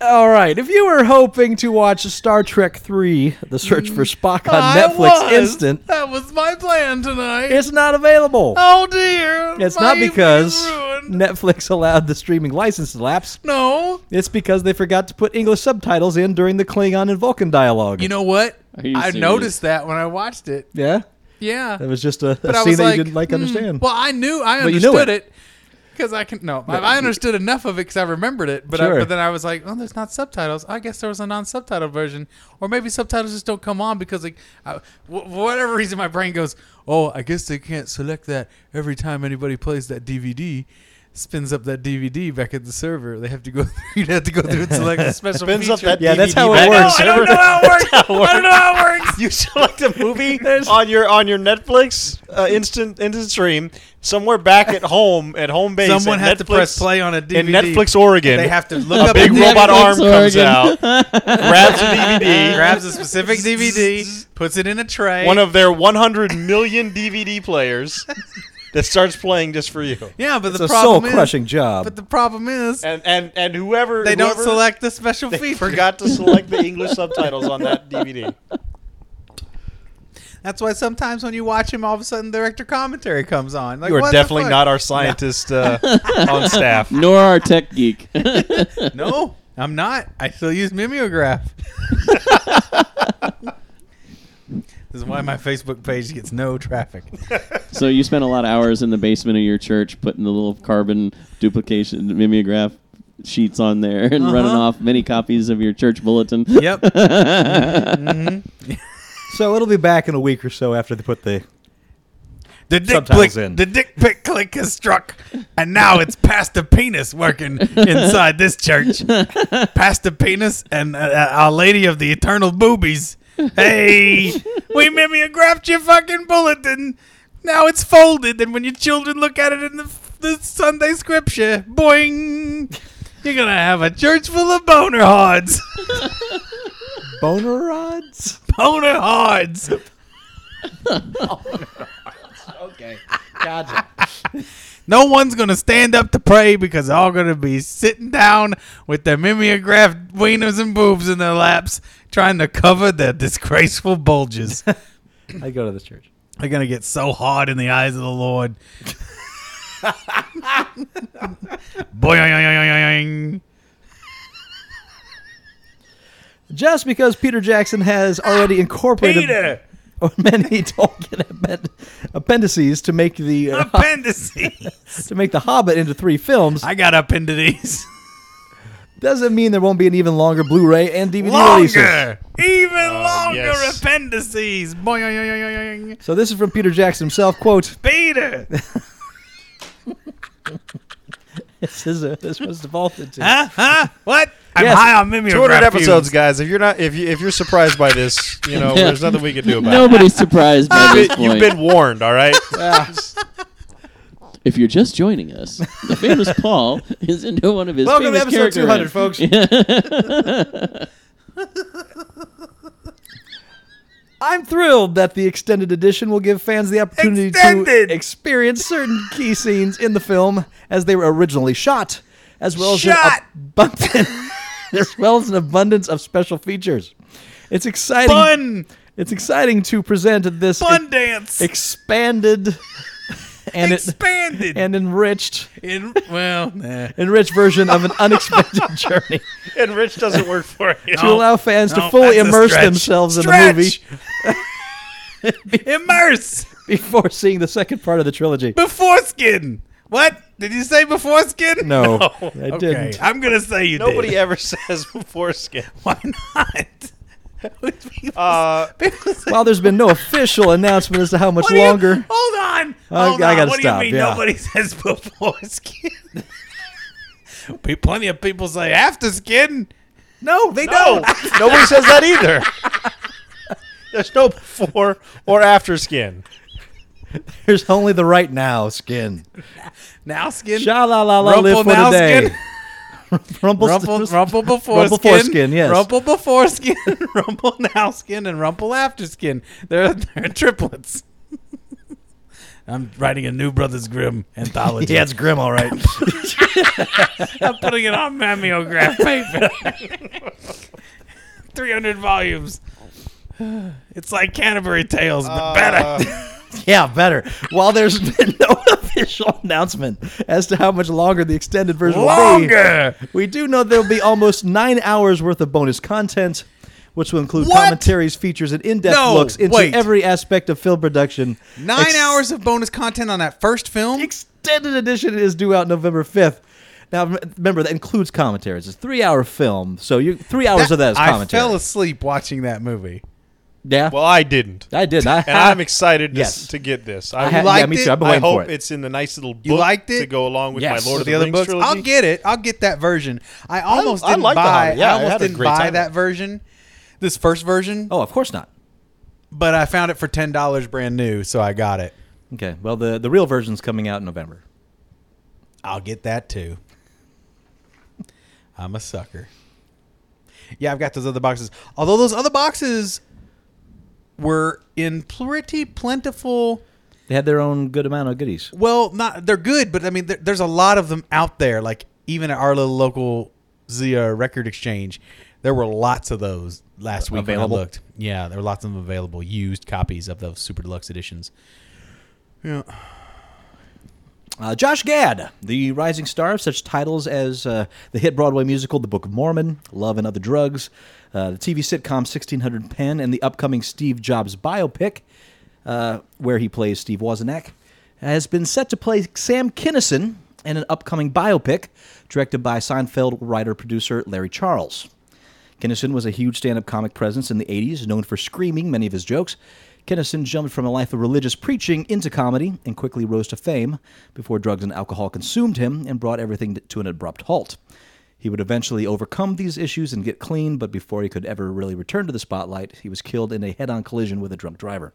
S4: All right. If you were hoping to watch Star Trek 3, The Search for Spock on
S5: I
S4: Netflix
S5: was.
S4: Instant,
S5: That was my plan tonight.
S4: it's not available.
S5: oh dear.
S4: it's
S5: my
S4: not
S5: evening's
S4: because
S5: ruined.
S4: Netflix allowed the streaming license to lapse.
S5: No.
S4: It's because they forgot to put English subtitles in during the Klingon and Vulcan dialogue.
S5: You know what?
S6: Are you
S5: I
S6: serious?
S5: noticed that when I watched it.
S4: yeah?
S5: Yeah.
S4: It was just a,
S5: but
S4: a
S5: I
S4: scene
S5: was
S4: that
S5: like,
S4: you didn't like
S5: hmm,
S4: understand.
S5: Well, I knew I
S4: But you knew
S5: understood
S4: it.
S5: it. Because I can no, I, I understood enough of it because I remembered it. But
S4: Sure.
S5: I, but then I was like, oh, there's not subtitles. I guess there was a non-subtitle version, or maybe subtitles just don't come on because like, I, wh- for whatever reason, my brain goes, oh, I guess they can't select that every time anybody plays that DVD. Spins up that DVD back at the server. They have to go. (laughs) You'd have to go through and select a special.
S7: Spins up
S5: feature.
S7: that
S4: Yeah, that's
S7: DVD
S4: how it
S7: back
S4: works.
S7: on
S5: No, I don't
S7: server.
S5: know
S7: (laughs)
S5: how it works.
S7: how it
S5: I don't know how it works.
S7: You select
S5: (laughs)
S7: a movie on your on your Netflix uh, instant instant stream somewhere back at home at home base.
S5: Someone
S7: at
S5: has to
S7: Netflix-
S5: press play on a DVD.
S7: in Netflix Oregon.
S5: They have to look
S7: a
S5: up
S7: big
S5: the
S7: robot
S6: Netflix
S7: arm comes
S4: (laughs)
S6: Oregon.
S7: out, grabs a DVD,
S5: grabs a specific
S7: (laughs)
S5: DVD, puts it in a tray.
S7: one of their 100 million DVD players that starts playing just for you.
S5: yeah, but
S4: it's
S5: the
S4: a
S5: problem
S4: soul crushing
S5: is,
S4: job.
S5: but the (laughs) problem is
S7: And and and whoever
S5: they don't
S7: whoever-
S5: select the special
S7: (laughs) they
S5: feature.
S7: forgot to select the English subtitles on (laughs) that DVD.
S5: That's why sometimes when you watch him, all of a sudden director commentary comes on. Like,
S7: You
S5: what
S7: are
S5: the
S7: definitely
S5: fuck?
S7: not our scientist (laughs) uh, on staff.
S6: Nor our tech geek. (laughs)
S5: No, I'm not. I still use
S7: (laughs)
S5: mimeograph. this is why my Facebook page gets no traffic.
S6: so you spent a lot of hours in the basement of your church putting the little carbon duplication mimeograph sheets on there and running off many copies of your church bulletin.
S4: (laughs)
S5: Yep. Mm-hmm.
S4: so it'll be back in a week or so after they put the.
S5: The dick
S4: Subtitles
S5: click,
S4: in.
S5: the dick pic click has struck, and now it's past the penis working inside this church. Past the penis and uh, uh, Our Lady of the Eternal Boobies. Hey, we mimeographed your fucking bulletin. Now it's folded, and when your children look at it in the, the Sunday scripture, boing, you're gonna have a church full of boner hods.
S4: Boner rods?
S5: (laughs) Boner hods.
S4: Okay. Gotcha.
S5: No one's gonna stand up to pray because they're all gonna be sitting down with their mimeographed wieners and boobs in their laps, trying to cover their disgraceful bulges.
S4: I go to this church.
S5: they're gonna get so hard in the eyes of the Lord. Boing.
S4: Just because Peter Jackson has already incorporated
S5: (laughs) Peter,
S4: (laughs) many Tolkien append- appendices to make the uh,
S5: appendices.
S4: to make the Hobbit into three films
S5: I got up into these
S4: doesn't mean there won't be an even longer Blu-ray and DVD releases.
S5: longer, even longer
S7: yes.
S5: appendices. Boing.
S4: So this is from Peter Jackson himself. Quote:
S5: Peter,
S4: This is a, this was devolved into.
S5: huh? Huh? What? I'm
S4: Yes.
S5: high on mimeograph.
S7: 200
S5: fumes.
S7: episodes, guys. If you're not, if you if you're surprised by this, you know there's nothing we can do about it.
S6: Nobody's surprised by (laughs) this
S7: You've been-
S6: point.
S7: You've been warned, all (laughs) right.
S6: if you're just joining us, the famous Paul is into one of his
S4: Welcome to
S6: famous
S4: episode
S6: character
S4: 200,
S6: rants.
S4: folks. I'm thrilled that the extended edition will give fans the opportunity
S5: Extended!
S4: to experience certain key scenes in the film as they were originally shot, as well as
S5: Shot!
S4: an abundance, (laughs) as well as an abundance of special features. It's exciting.
S5: Fun.
S4: It's exciting to present this e-
S5: (laughs) Fun dance.
S4: expanded and it,
S5: expanded.
S4: and enriched
S5: in, well, nah.
S4: enriched version of an
S5: (laughs)
S4: unexpected journey
S7: and (laughs) Rich doesn't work for it.
S4: to allow fans to
S5: Oh, no,
S4: fully
S5: that's a
S4: immerse
S5: stretch.
S4: themselves in the movie
S5: movie. (laughs) Immerse
S4: before seeing the second part of the
S5: (laughs)
S4: trilogy.
S5: before skin. What did you say before skin?
S4: No, I
S5: okay.
S4: didn't.
S5: I'm gonna say you
S7: Nobody
S5: did.
S7: ever (laughs) says before skin.
S5: Why not? (laughs) People-
S7: Uh,
S5: (laughs) people say-
S4: While there's been no official announcement as to how much
S5: What do you-
S4: longer,
S5: hold on.
S4: I-
S5: Hold
S4: I
S5: on.
S4: gotta
S5: what
S4: stop,
S5: do you mean
S4: yeah.
S5: nobody (laughs) says before skin? (laughs) Pe- Plenty of people say after skin. No, they
S7: no,
S5: don't.
S7: nobody says that either. There's no before or after skin.
S4: there's only the right now skin.
S5: (laughs) Now skin.
S4: Sha la la la
S5: Rumple
S4: live for
S5: now
S4: today.
S5: skin.
S4: (laughs) Rumple,
S5: Rumple, rumple before
S4: Rumple
S5: skin,
S4: foreskin, yes.
S5: Rumple before skin, (laughs) rumple now skin, and rumple after skin. They're, they're triplets. (laughs) I'm writing a new Brothers Grimm anthology.
S4: Yeah, it's grim, all right.
S5: (laughs) I'm putting it on mimeograph paper. (laughs) 300 volumes. (sighs) It's like Canterbury Tales, but better. (laughs)
S4: yeah, better. While there's (laughs) been no official announcement as to how much longer the extended version will be,
S5: Longer.
S4: We do know there'll be almost nine hours worth of bonus content, which will include
S5: What?
S4: commentaries, features, and in-depth
S5: No,
S4: looks into
S5: wait.
S4: every aspect of film production.
S5: Nine
S4: Ex-
S5: hours of bonus content on that first film.
S4: Extended edition is due out November fifth. Now rem- remember that includes commentaries. It's a three-hour film, so you three hours of that is
S5: I
S4: commentary.
S5: fell asleep watching that movie.
S4: yeah,
S7: Well, I didn't,
S4: I did. I, (laughs)
S7: and I'm excited to,
S4: Yes.
S7: to get this.
S4: I
S7: I,
S4: had- yeah,
S5: liked
S4: me
S5: it.
S4: too. I've been
S7: I
S4: waiting for
S7: hope
S4: it.
S7: it's in the nice little book
S5: You liked it?
S7: to go along with
S4: Yes.
S7: my Lord
S4: For
S7: of
S5: the,
S7: the,
S5: other
S7: Rings
S5: books.
S7: trilogy.
S5: I'll get it. I'll get that version. I almost
S7: I
S5: didn't
S7: like the
S5: buy.
S7: Hobbit. Yeah,
S5: I
S7: I
S5: almost
S7: had a
S5: didn't
S7: great
S5: buy
S7: time.
S5: that version. This first version,
S4: oh, of course not.
S5: but I found it for ten dollars brand new, so I got it.
S4: Okay. Well, the the real version's coming out in November.
S5: I'll get that too. I'm a sucker. Yeah, I've got those other boxes. Although those other boxes were in pretty plentiful.
S4: They had their own good amount of goodies.
S5: Well, not they're good, but I mean, there, there's a lot of them out there. Like even at our little local Zia Record Exchange, there were lots of those last week
S4: available?
S5: when I looked. Yeah, there were lots of them available, used copies of those super deluxe editions. Yeah,
S4: Uh, Josh Gad, the rising star of such titles as uh, the hit Broadway musical The Book of Mormon, Love and Other Drugs, uh, the TV sitcom 1600 Pen, and the upcoming Steve Jobs biopic, uh, where he plays Steve Wozniak, has been set to play Sam Kinison in an upcoming biopic directed by Seinfeld writer producer Larry Charles. Kinnison was a huge stand up comic presence in the 80s, known for screaming many of his jokes. Kinnison jumped from a life of religious preaching into comedy and quickly rose to fame before drugs and alcohol consumed him and brought everything to an abrupt halt. He would eventually overcome these issues and get clean, but before he could ever really return to the spotlight, he was killed in a head on collision with a drunk driver.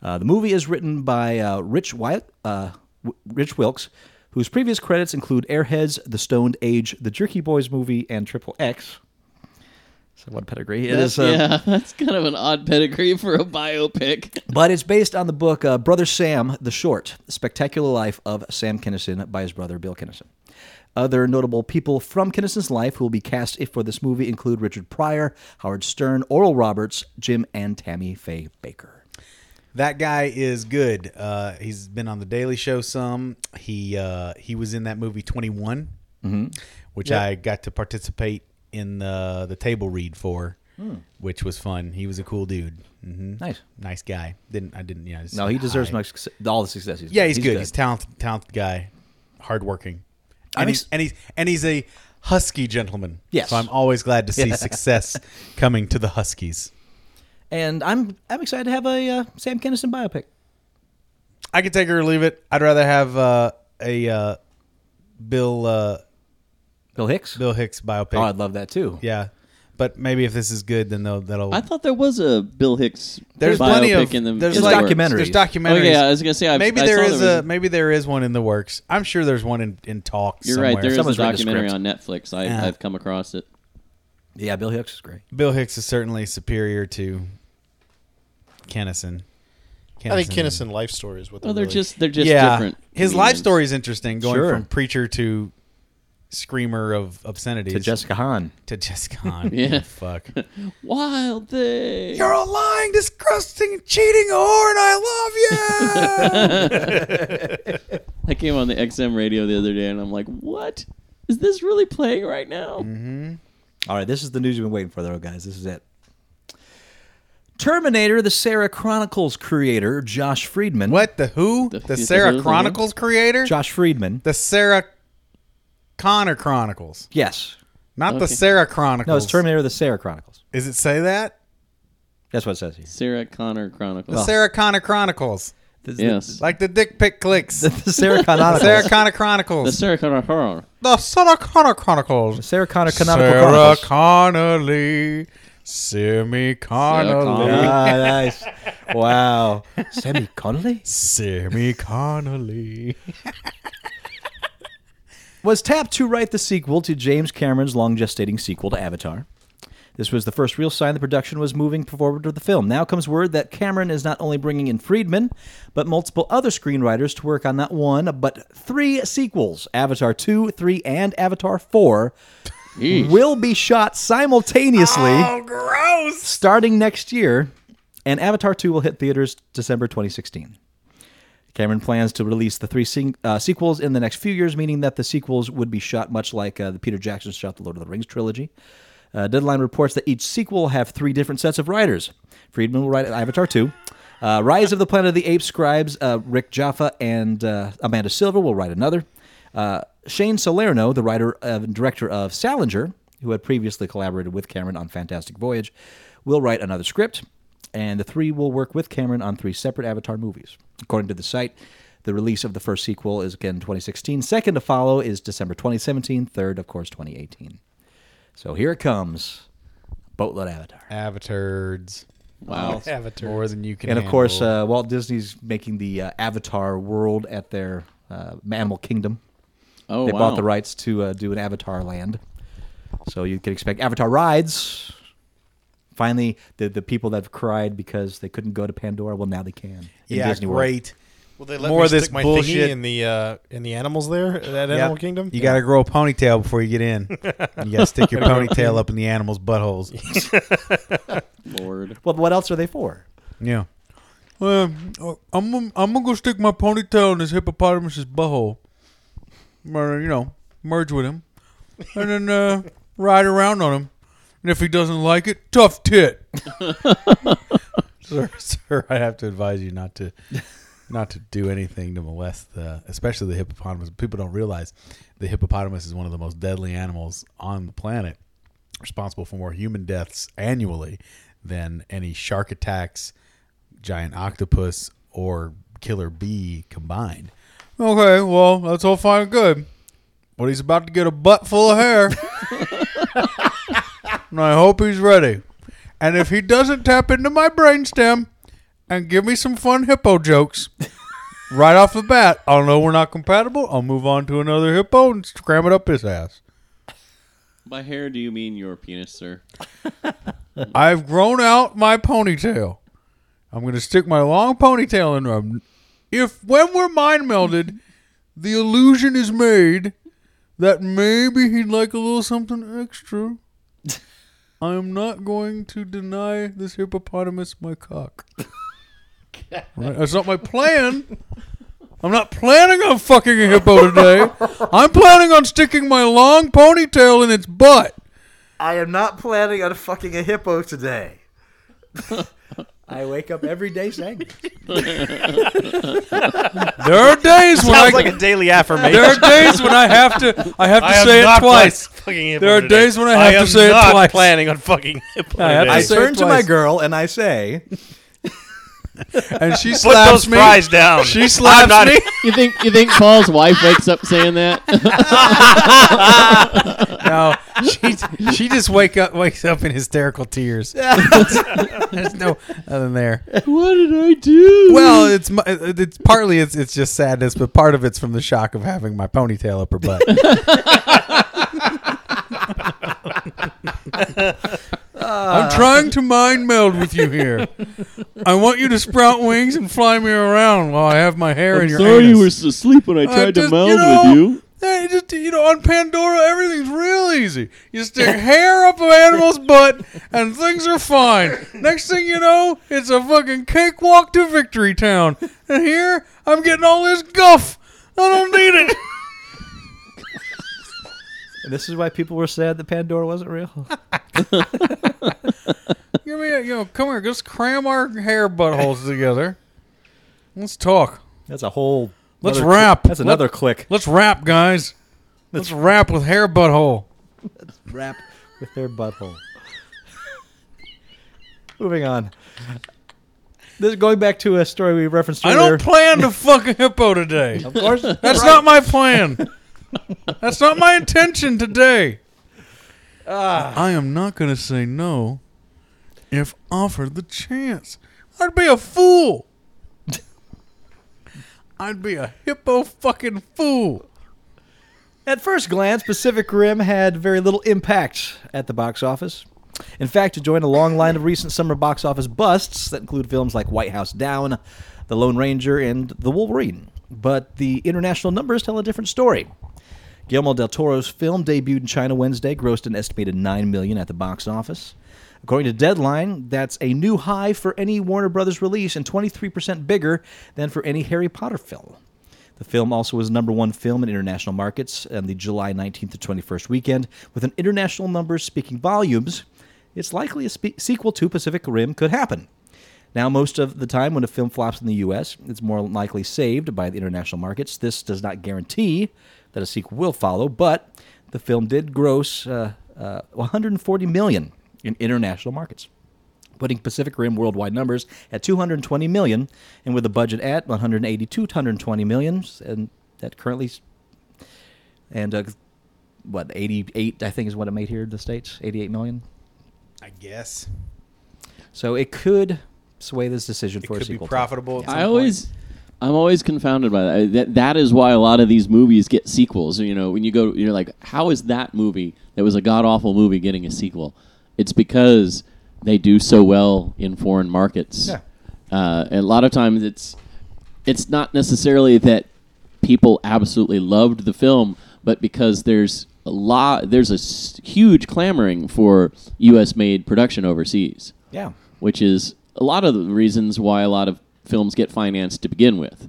S4: Uh, the movie is written by uh, Rich Wyatt, uh, w- Rich Wilkes, whose previous credits include Airheads, The Stoned Age, The Jerky Boys movie, and Triple X. Somewhat pedigree. It is, uh,
S6: yeah, (laughs) that's kind of an odd pedigree for a biopic.
S4: but it's based on the book uh, Brother Sam the Short: The Spectacular Life of Sam Kinison by his brother Bill Kinison. Other notable people from Kinison's life who will be cast if for this movie include Richard Pryor, Howard Stern, Oral Roberts, Jim, and Tammy Faye Baker.
S5: That guy is good. Uh, he's been on the Daily Show some. He uh, he was in that movie Twenty
S4: Mm-hmm.
S5: which I got to participate in the the table read for, which was fun. He was a cool dude. hmm
S4: Hmm. Nice.
S5: nice guy. Didn't I didn't yeah. I just
S4: No, he
S5: said
S4: deserves
S5: hi.
S4: much, success- all the success he's
S5: Yeah, he's, good.
S4: good.
S5: He's talented, talented guy, hardworking,
S4: I'm
S5: and,
S4: ex-
S5: he's, and he's and he's a husky gentleman.
S4: Yes.
S5: so I'm always glad to see
S7: (laughs)
S5: success coming to the Huskies.
S4: and I'm I'm excited to have a uh, Sam Kinison biopic.
S5: I could take it or leave it. I'd rather have uh, a uh, Bill uh,
S4: Bill Hicks.
S5: Bill Hicks biopic.
S4: oh, I'd love that too.
S5: yeah, but maybe if this is good, then they'll, that'll.
S6: I thought there was a Bill Hicks
S5: there's
S6: biopic
S5: plenty of
S6: in the
S5: there's
S6: in the
S5: like,
S6: works.
S4: documentary.
S5: There's documentaries.
S6: Oh, yeah, I was gonna say, I've-
S5: maybe
S6: I
S5: there
S6: saw
S5: is
S6: there
S5: a
S6: was-
S5: maybe there is one in the works. I'm sure there's one in in talks.
S6: You're right. There is
S4: Someone's
S6: a
S4: written a
S6: documentary
S4: script.
S6: on Netflix. I,
S5: Yeah.
S6: I've come across it.
S4: Yeah, Bill Hicks is great.
S5: Bill Hicks is certainly superior to Kennison.
S7: I think Kinnison life story is what.
S6: Well, Oh, they're
S7: really-
S5: (laughs)
S6: just they're just
S5: yeah,
S6: different.
S5: his life
S6: comedians.
S5: story is interesting. Going
S4: Sure.
S5: from preacher to screamer of obscenities
S4: To Jessica Hahn.
S6: (laughs)
S5: to Jessica. Hahn.
S6: Yeah.
S5: fuck.
S6: Wild thing.
S5: You're a liar. lying, disgusting, cheating
S1: (laughs)
S5: whore, and I love you.
S6: I came on the XM radio the other day, and I'm like, "What is this really playing right now?"
S4: Mm-hmm. All right, this is the news you've been waiting for, though, guys. This is it. Terminator, the Sarah Chronicles creator, Josh Friedman.
S5: what the who? The,
S6: the who's
S5: Sarah
S6: again?
S5: Chronicles creator?
S4: Josh Friedman.
S5: The Sarah Connor Chronicles,
S4: Yes.
S5: not the
S6: Okay.
S5: Sarah Chronicles.
S4: No, it's Terminator, the Sarah Chronicles.
S5: Is it say that?
S4: That's what it says here.
S6: Sarah Connor Chronicles.
S5: The Sarah Connor Chronicles,
S4: The,
S6: yes,
S5: like the dick pic clicks.
S4: the,
S5: the
S4: (laughs) the Sarah Chronicles.
S5: Sarah Connor
S6: the
S5: Chronicles.
S6: Sarah Connor Horror.
S5: The Sarah Connor Chronicles.
S4: Sarah Connor Canonical
S5: Sarah
S4: Chronicles.
S5: Connolly. Sammy
S6: Connolly.
S5: Connolly.
S4: ah, nice. (laughs) Wow. Sammy Connolly?
S5: Sammy Connolly.
S4: was tapped to write the sequel to James Cameron's long gestating sequel to Avatar. This was the first real sign the production was moving forward with the film. Now comes word that Cameron is not only bringing in Friedman, but multiple other screenwriters to work on not one, but three sequels Avatar 2, 3, and Avatar 4 will be shot simultaneously. Starting next year, and Avatar 2 will hit theaters December 2016. Cameron plans to release the three sing- uh, sequels in the next few years, meaning that the sequels would be shot much like uh, the Peter Jackson shot the Lord of the Rings trilogy. Uh, Deadline reports that each sequel will have three different sets of writers. Friedman will write Avatar 2. Uh, Rise of the Planet of the Apes scribes uh, Rick Jaffa and uh, Amanda Silver will write another. Uh, Shane Salerno, the writer of, and director of Salinger, who had previously collaborated with Cameron on Fantastic Voyage, will write another script and the three will work with Cameron on three separate Avatar movies. According to the site, the release of the first sequel is again 2016. Second to follow is December 2017. Third, of course, 2018. So here it comes, boatload Avatar.
S5: Avatards.
S6: Wow.
S5: Avatar. More than you can.
S4: And of
S5: handle.
S4: course, uh, Walt Disney's making the uh, Avatar world at their uh, Animal Kingdom.
S6: Oh
S4: they
S6: wow.
S4: bought the rights to uh, do an Avatar land. So you can expect Avatar rides. Finally, the, the people that have cried because they couldn't go to Pandora, well, now they can. in
S5: yeah,
S4: Disney World.
S5: great.
S7: Well, they let
S5: More
S7: me
S5: of this
S7: stick my
S5: bullshit.
S7: thingy in the uh, in the animals there at Animal Kingdom.
S5: You got to grow a ponytail before you get in. you got to
S4: (laughs)
S5: stick your ponytail up in the animals' buttholes.
S6: Lord.
S4: Well, what else are they for?
S5: Yeah.
S1: Well, uh, I'm gonna- I'm gonna go stick my ponytail in this hippopotamus's butthole. Or, you know, merge with him, and then uh, (laughs) ride around on him. And if he doesn't like it, tough tit.
S5: (laughs) sir, sir, I have to advise you not to not to do anything to molest the, especially the hippopotamus. People don't realize the hippopotamus is one of the most deadly animals on the planet, responsible for more human deaths annually than any shark attacks, giant octopus, or killer bee combined.
S1: Okay, well, that's all fine and good. But he's about to get a butt full of hair. (laughs) and I hope he's ready. And if he doesn't tap into my brainstem and give me some fun hippo jokes right off the bat, I'll know we're not compatible. I'll move on to another hippo and scram it up his ass.
S6: By hair, do you mean your penis, sir?
S1: I've grown out my ponytail. I'm going to stick my long ponytail in there. If when we're mind melded, the illusion is made that maybe he'd like a little something
S4: (laughs)
S1: extra. I'm not going to deny this hippopotamus
S4: (laughs)
S1: my cock. Right? That's not my plan. I'm not planning on fucking a
S4: (laughs)
S1: hippo today. I'm planning on sticking my long ponytail in its butt.
S4: I am not planning on fucking a hippo today. (laughs) I wake up every day saying, it.
S1: There are
S4: (laughs)
S1: days when I
S7: Sounds like
S5: (laughs)
S7: a daily affirmation.
S1: There are days when I have to I have to
S7: I am
S1: say it
S7: not
S1: twice.
S7: plan- fucking hippo
S1: There are
S7: today.
S1: days when I have to
S7: am
S1: say it
S7: not
S1: twice.
S7: planning on fucking hippo
S1: I have
S7: today.
S4: I
S1: say it
S4: turn to my
S1: twice.
S4: girl and I say,
S1: And she
S7: Put those
S1: slaps me.
S7: fries down.
S1: She slaps
S7: not-
S1: me.
S6: You think you think Paul's wife wakes up saying that? (laughs)
S5: No, she she just wake up wakes up in hysterical tears. There's no other than there.
S6: what did I do?
S5: Well, it's mu- uh, it's partly it's it's just sadness, but part of it's from the shock of having my ponytail up her butt.
S1: I'm trying to mind meld with you here. I want you to sprout wings and fly me around while I have my hair in your
S6: Sorry, you were
S1: anus.
S6: asleep when I
S1: I
S6: tried to
S1: just-
S6: meld
S1: you know,
S6: with you.
S5: They just you know on Pandora everything's real easy. You stick hair up an animal's butt and things are fine. Next thing you know, it's a fucking cakewalk to Victory Town. And here I'm getting all this guff. I don't need
S7: (laughs)
S5: it.
S4: And this is why people were sad that Pandora wasn't (laughs) real.
S5: Give me a, you know, come here. Just cram our hair buttholes together. Let's talk.
S4: That's a whole.
S5: Let's
S4: another-
S5: wrap.
S4: That's another
S5: Let-
S4: click.
S5: Let's rap, guys. Let's rap with hair butthole.
S4: Wrap with their butthole. Moving on. This going back to a story we referenced
S5: I
S4: earlier.
S5: don't plan to fuck a hippo today.
S4: of course,
S5: That's not my plan. That's not my intention today.
S6: Ah.
S5: I am not going to say no if offered the chance. I'd be a
S6: (laughs)
S5: fool. I'd be a hippo fucking fool.
S4: At first glance, Pacific Rim had very little impact at the box office. In fact, it joined a long line of recent summer box office busts that include films like White House Down, The Lone Ranger, and The Wolverine. But the international numbers tell a different story. Guillermo del Toro's film debuted in China Wednesday, grossed an estimated 9 million at the box office. According to Deadline, that's a new high for any Warner Brothers release and 23% bigger than for any Harry Potter film. The film also was number one film in international markets on the July 19th to 21st weekend, with an international number speaking volumes. It's likely a spe- sequel to Pacific Rim could happen. Now, most of the time when a film flops in the U.S., it's more likely saved by the international markets. This does not guarantee that a sequel will follow, but the film did gross uh, uh, 140 million in international markets putting Pacific Rim worldwide numbers at 220 million, and with a budget at 180 to 220 million, and that currently, s- and uh, what 88 I think is what it made here in the states, 88 million.
S5: I guess.
S4: So it could sway this decision for a sequel.
S6: I always, I'm always confounded by that. that. That is why a lot of these movies get sequels. You know, when you go, you're like, how is that movie that was a god awful movie getting a sequel? It's because they do so well in foreign markets.
S4: Yeah.
S6: Uh, and a lot of times it's, it's not necessarily that people absolutely loved the film, but because there's a lot, there's a s- huge clamoring for U.S. made production overseas
S4: Yeah.
S6: which is a lot of the reasons why a lot of films get financed to begin with.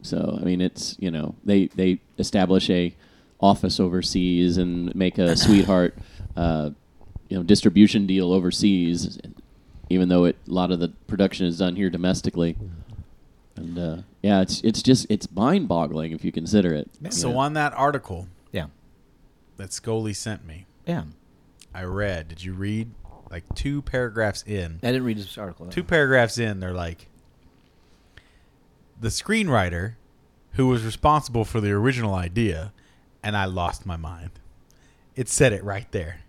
S6: So I mean, it's you know they they establish a office overseas and make (laughs) a sweetheart uh, you know distribution deal overseas, even though it a lot of the production is done here domestically. And uh, yeah, it's it's just it's mind boggling if you consider it.
S5: So
S6: You know?
S5: on that article
S4: Yeah.
S5: that Scully sent me,
S4: Yeah.
S5: I read. Did you read? Like two paragraphs in.
S4: I didn't read this article.
S5: Two paragraphs in, they're like, the screenwriter who was responsible for the original idea, and I lost my mind. It said it right there.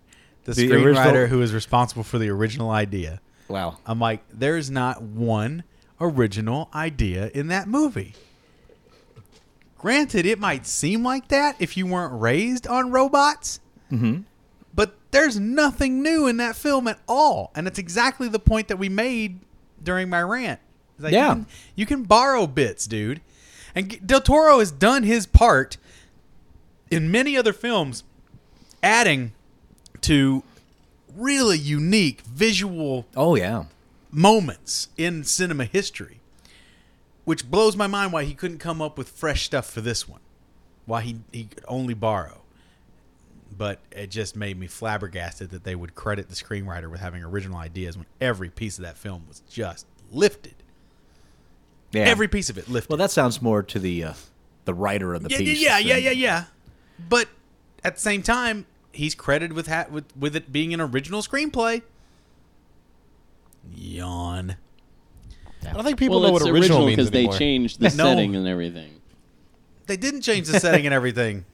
S5: The,
S4: The
S5: screenwriter
S4: original-
S5: who was responsible for the original idea.
S4: Wow.
S5: I'm like, there is not one original idea in that movie. Granted, it might seem like that if you weren't raised on robots, but there's nothing new in that film at all. And it's exactly the point that we made during my rant. It's like,
S4: Yeah.
S5: You can, you can borrow bits, dude. And G- Del Toro has done his part in many other films, adding to really unique visual
S4: Oh yeah.
S5: moments in cinema history, which blows my mind why he couldn't come up with fresh stuff for this one, why he, he could only borrow. But it just made me flabbergasted that they would credit the screenwriter with having original ideas when every piece of that film was just lifted.
S4: Yeah.
S5: Every piece of it lifted.
S4: Well, that sounds more to the uh, the writer of the
S5: yeah,
S4: piece.
S5: yeah, yeah,
S4: than-
S5: yeah, yeah, yeah. But at the same time, he's credited with ha- with with it being an original screenplay. Yawn.
S7: I don't think people
S6: well,
S7: know
S6: it's
S7: what original
S6: original
S7: means
S6: because they
S7: anymore.
S6: changed
S7: (laughs)
S6: the
S5: No.
S6: setting and everything.
S5: They didn't change the setting and (laughs) everything.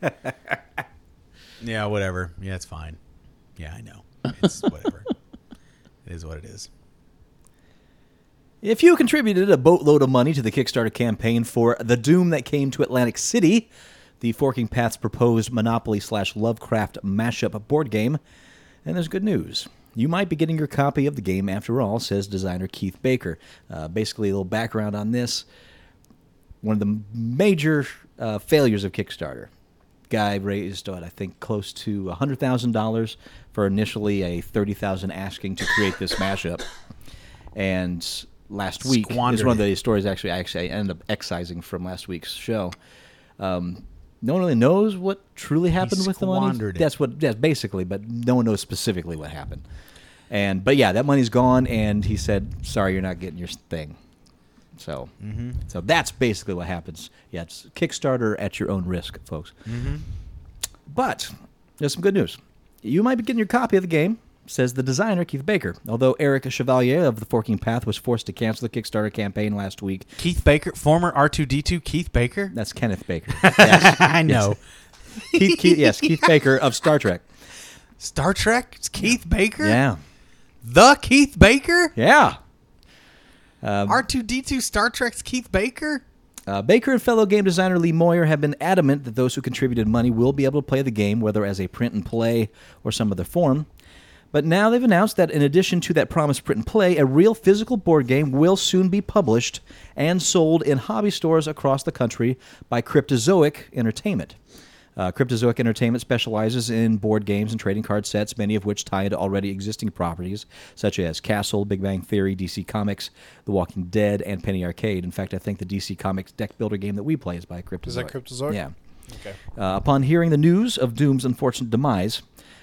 S5: yeah, whatever. Yeah, it's fine. Yeah, I know. It's whatever. it is what it is.
S4: If you contributed a boatload of money to the Kickstarter campaign for The Doom That Came to Atlantic City, the Forking Paths proposed Monopoly slash Lovecraft mashup board game, and there's good news. You might be getting your copy of the game after all, says designer Keith Baker. Uh, basically, a little background on this one of the major uh, failures of Kickstarter guy raised, what, I think, close to hundred thousand dollars for initially a thirty thousand asking to create this mashup. And last week is
S5: Squandered
S4: one of
S5: it.
S4: the stories actually actually I ended up excising from last week's show. Um, no one really knows what truly happened with the money.
S5: squandered it.
S4: That's what that's basically, but no one knows specifically what happened. And but yeah, that money's gone, and he said, "Sorry, you're not getting your thing." So,
S5: Mm-hmm.
S4: so that's basically what happens. Yeah, it's Kickstarter at your own risk, folks.
S5: Mm-hmm.
S4: But there's some good news. You might be getting your copy of the game, says the designer, Keith Baker. Although Eric Chevalier of The Forking Path was forced to cancel the Kickstarter campaign last week,
S5: Keith Baker, former R two D two Keith Baker.
S4: that's Kenneth Baker. Yes,
S5: (laughs) I know.
S4: Keith, Keith, yes, (laughs) Keith Baker of Star Trek.
S5: Star Trek. It's Keith Baker.
S4: Yeah.
S5: The Keith Baker.
S4: Yeah.
S5: R two D two Star Trek's Keith Baker.
S4: Uh, Baker and fellow game designer Lee Moyer have been adamant that those who contributed money will be able to play the game, whether as a print and play or some other form. But now they've announced that in addition to that promised print and play, a real physical board game will soon be published and sold in hobby stores across the country by Cryptozoic Entertainment. Uh, Cryptozoic Entertainment specializes in board games and trading card sets, many of which tie into already existing properties such as Castle, Big Bang Theory, DC Comics, The Walking Dead, and Penny Arcade. In fact, I think the DC Comics deck builder game that we play is by Cryptozoic.
S7: that Cryptozoic?
S4: Yeah.
S7: Okay.
S4: Uh, upon hearing the news of Doom's unfortunate demise,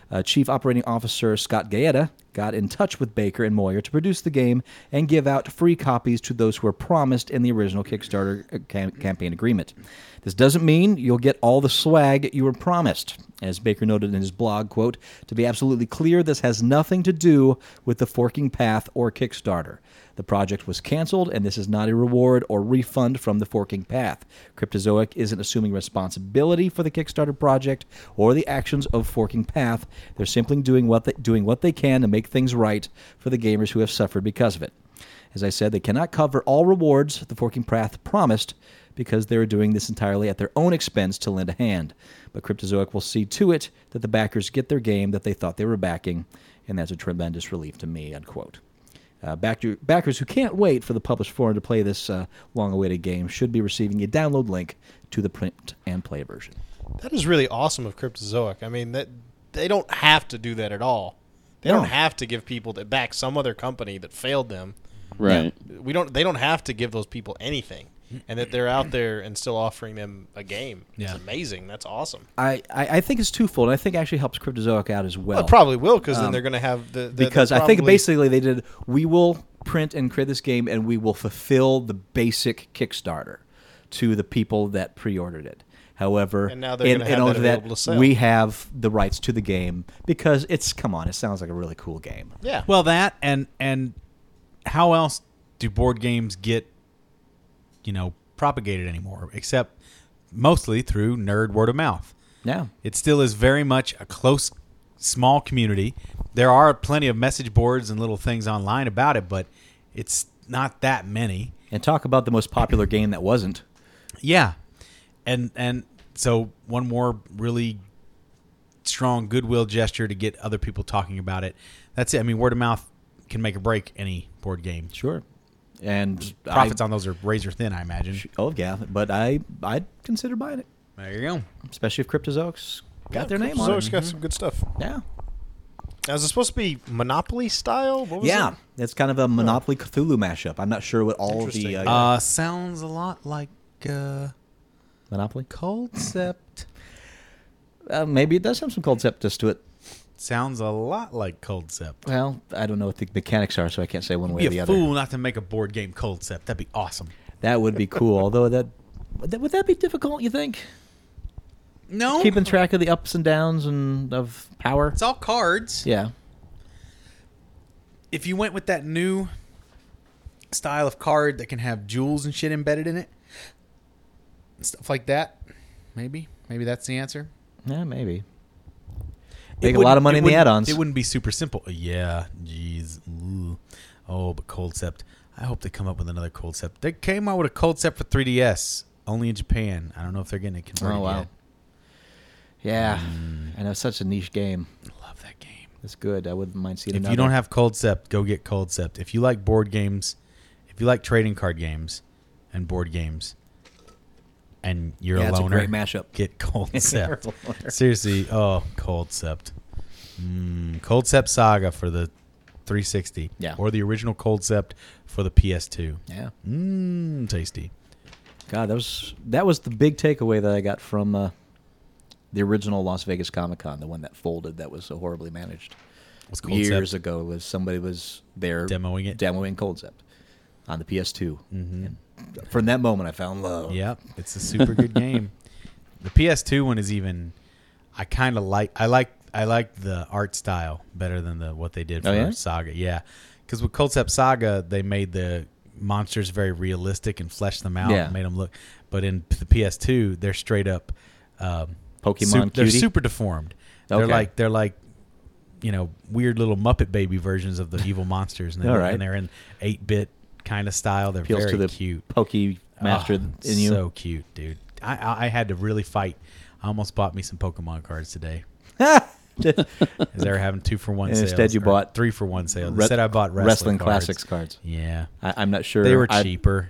S4: uh, Chief Operating Officer Scott Gaeta got in touch with Baker and Moyer to produce the game and give out free copies to those who were promised in the original Kickstarter uh, cam- campaign agreement. This doesn't mean you'll get all the swag you were promised. As Baker noted in his blog, quote, to be absolutely clear, this has nothing to do with the forking path or Kickstarter. The project was canceled, and this is not a reward or refund from the forking path. Cryptozoic isn't assuming responsibility for the Kickstarter project or the actions of Forking Path. They're simply doing what they, doing what they can to make things right for the gamers who have suffered because of it. As I said, they cannot cover all rewards the Forking Path promised because they are doing this entirely at their own expense to lend a hand. But Cryptozoic will see to it that the backers get their game that they thought they were backing, and that's a tremendous relief to me. Unquote. Uh, backer, backers who can't wait for the published forum to play this uh, long-awaited game should be receiving a download link to the print and play version.
S7: That is really awesome of Cryptozoic. I mean, that they don't have to do that at all. They
S4: No.
S7: don't have to give people that back some other company that failed them.
S6: Right.
S7: We don't. They don't have to give those people anything, and that they're out there and still offering them a game.
S5: Yeah.
S7: It's amazing. That's awesome.
S4: I, I, I think it's twofold. I think it actually helps Cryptozoic out as well. um,
S7: Well, it probably will because then they're going to have the, the
S4: because
S7: they're
S4: I think
S7: probably-
S4: basically they did we will print and create this game and we will fulfill the basic Kickstarter to the people that pre-ordered it. However,
S7: And now they're
S4: in,
S7: gonna
S4: in
S7: have that
S4: order to
S7: available to sell.
S4: we have the rights to the game because it's come on, it sounds like a really cool game.
S7: yeah.
S5: Well, that and and how else do board games get you know propagated anymore? Except mostly through nerd word of mouth.
S4: Yeah.
S5: It still is very much a close, small community. There are plenty of message boards and little things online about it, but it's not that many.
S4: And talk about the most popular game that wasn't.
S5: Yeah, and and so one more really strong goodwill gesture to get other people talking about it. That's it. I mean, word of mouth can make or break any board game.
S4: Sure. And
S5: Profits
S4: I,
S5: on those are razor thin, I imagine.
S4: Oh yeah, but I I'd consider buying it,
S5: There you go.
S4: especially if Cryptozoic's got
S7: Yeah,
S4: their name on
S7: Cryptozoic's
S4: it.
S7: got some good stuff.
S4: Yeah.
S7: Now, is it supposed to be Monopoly style? What was
S4: Yeah,
S7: it?
S4: it's kind of a Monopoly Cthulhu mashup. I'm not sure what all of the
S7: Interesting.
S4: uh,
S5: Uh, sounds a lot like uh,
S4: Monopoly.
S5: Concept.
S4: Uh, maybe it does have some conceptus to it.
S5: sounds a lot like Concept.
S4: Well, I don't know what the mechanics are, so I can't say one way
S5: Be
S4: or the
S5: a
S4: other.
S5: fool not to make a board game Concept. That'd be awesome.
S4: That would be cool. Although that, would that would that be difficult? You think
S5: No,
S4: keeping track of the ups and downs and of power?
S5: it's all cards.
S4: Yeah,
S5: if you went with that new style of card that can have jewels and shit embedded in it, stuff like that, maybe, maybe that's the answer.
S4: yeah, maybe.
S5: It
S4: Make a
S5: wouldn't-
S4: lot of money
S5: it
S4: in the
S5: wouldn't-
S4: add-ons.
S5: It wouldn't be super simple. Uh, Yeah, jeez. Ooh. Oh, but concept. I hope they come up with another concept. They came out with a concept for 3DS only in Japan. I don't know if they're getting it converted
S4: Oh wow.
S5: yet.
S4: Yeah,
S5: Hmm.
S4: I know such a niche game.
S5: I love that game.
S4: It's good. I wouldn't mind seeing.
S5: If
S4: another.
S5: you don't have Concept, go get Concept. If you like board games, if you like trading card games and board games, and and you're
S4: Yeah,
S5: a
S4: it's a
S5: loner,
S4: great mashup.
S5: (laughs) get cold sept.
S4: You're a loner.
S5: Seriously, oh, cold sept. Mm, cold sept saga for the 360.
S4: Yeah.
S5: Or the original cold sept for the PS2.
S4: Yeah.
S5: Mmm, tasty.
S4: God, that was that was the big takeaway that I got from uh, the original Las Vegas Comic Con, the one that folded, that was so horribly managed
S5: What's cold
S4: years
S5: sept?
S4: ago. Was somebody was there
S5: Demoing it?
S4: demoing Coldzept on the PS2. Mm-hmm. And from that moment, I found love.
S5: Yep, it's a super
S4: (laughs)
S5: good game. The PS2 one is even. I kind of like. I like. I like the art style better than the what they did for
S4: Oh, yeah?
S5: Saga. Yeah, because with Concept Saga, they made the monsters very realistic and fleshed them out.
S4: Yeah.
S5: and made them look. But in the PS2, they're straight up. Um,
S4: Pokemon
S5: they're
S4: cutie?
S5: super deformed. They're
S4: Okay.
S5: like they're like you know weird little Muppet baby versions of the evil monsters, and they're,
S4: All right.
S5: and they're in eight bit kind of style. They're
S4: Appeals
S5: very
S4: to the
S5: cute.
S4: pokey master
S5: Oh,
S4: in you.
S5: So cute, dude. I, I I had to really fight. I almost bought me some Pokemon cards (laughs) today. Because they were having two for one
S4: And
S5: sales.
S4: instead you
S5: or
S4: bought
S5: three for one sales.
S4: Re-
S5: Instead, I bought wrestling,
S4: Wrestling
S5: cards.
S4: Classics cards.
S5: Yeah,
S4: I, I'm not sure.
S5: they were
S4: I-
S5: cheaper.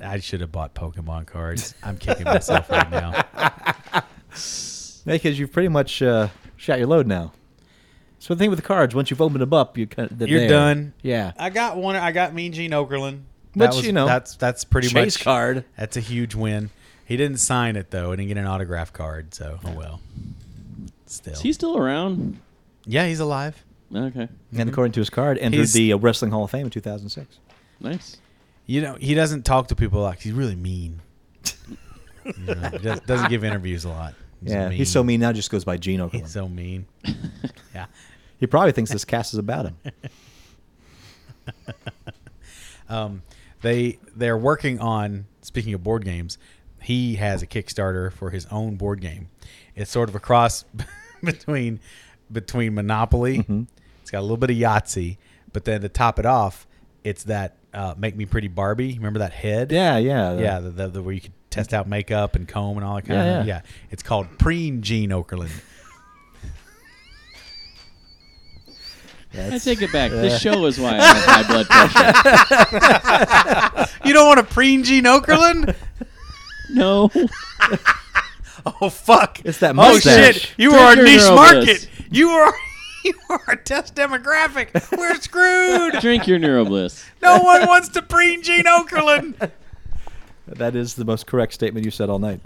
S5: I should have bought Pokemon cards. I'm kicking myself right now.
S4: Because you've pretty much uh, shot your load now. So the thing with the cards, once you've opened them up, you kind of,
S5: You're done.
S4: Yeah.
S5: (laughs) I got one. I got Mean Gene Okerlund.
S4: Which, you know,
S5: that's that's pretty
S4: Chase
S5: much
S4: card.
S5: That's a huge win. He didn't sign it though. I didn't get an autograph card. So oh well. Still,
S6: Is he still around?
S5: yeah, he's alive.
S6: Okay,
S4: And according to his card, entered
S5: He's-
S4: the uh, Wrestling Hall of Fame in 2006.
S6: nice.
S5: You know, he doesn't talk to people like he's really mean. You know, he does, doesn't give interviews a lot.
S4: yeah, he's so mean now, just goes by Gene Okerlund.
S5: He's so mean. yeah.
S4: he probably thinks (laughs) this cast is about him.
S5: Um, they they're working on speaking of board games. He has a Kickstarter for his own board game. It's sort of a cross (laughs) between between Monopoly.
S4: Mm-hmm.
S5: It's got a little bit of Yahtzee, but then to top it off, it's that uh, Make Me Pretty Barbie. Remember that head?
S4: Yeah, yeah,
S5: yeah, the, the, the where you could test out makeup and comb and all that kind
S4: Yeah,
S5: of
S4: yeah.
S5: yeah. It's called Preen Gene Okerlund.
S6: I take it back. This show is why I have high blood pressure.
S5: (laughs) you don't want a Preen Gene Okerlund?
S6: (laughs) No,
S5: Oh fuck!
S4: It's that
S5: Oh
S4: mustache.
S5: shit! You are our
S6: Take your
S5: niche
S6: girl
S5: market.
S6: bliss.
S5: You are (laughs) you are our test demographic. We're screwed.
S6: drink your NeuroBliss.
S5: No one wants to preen Gene Okerlund.
S4: That is the most correct statement you said all night. (laughs)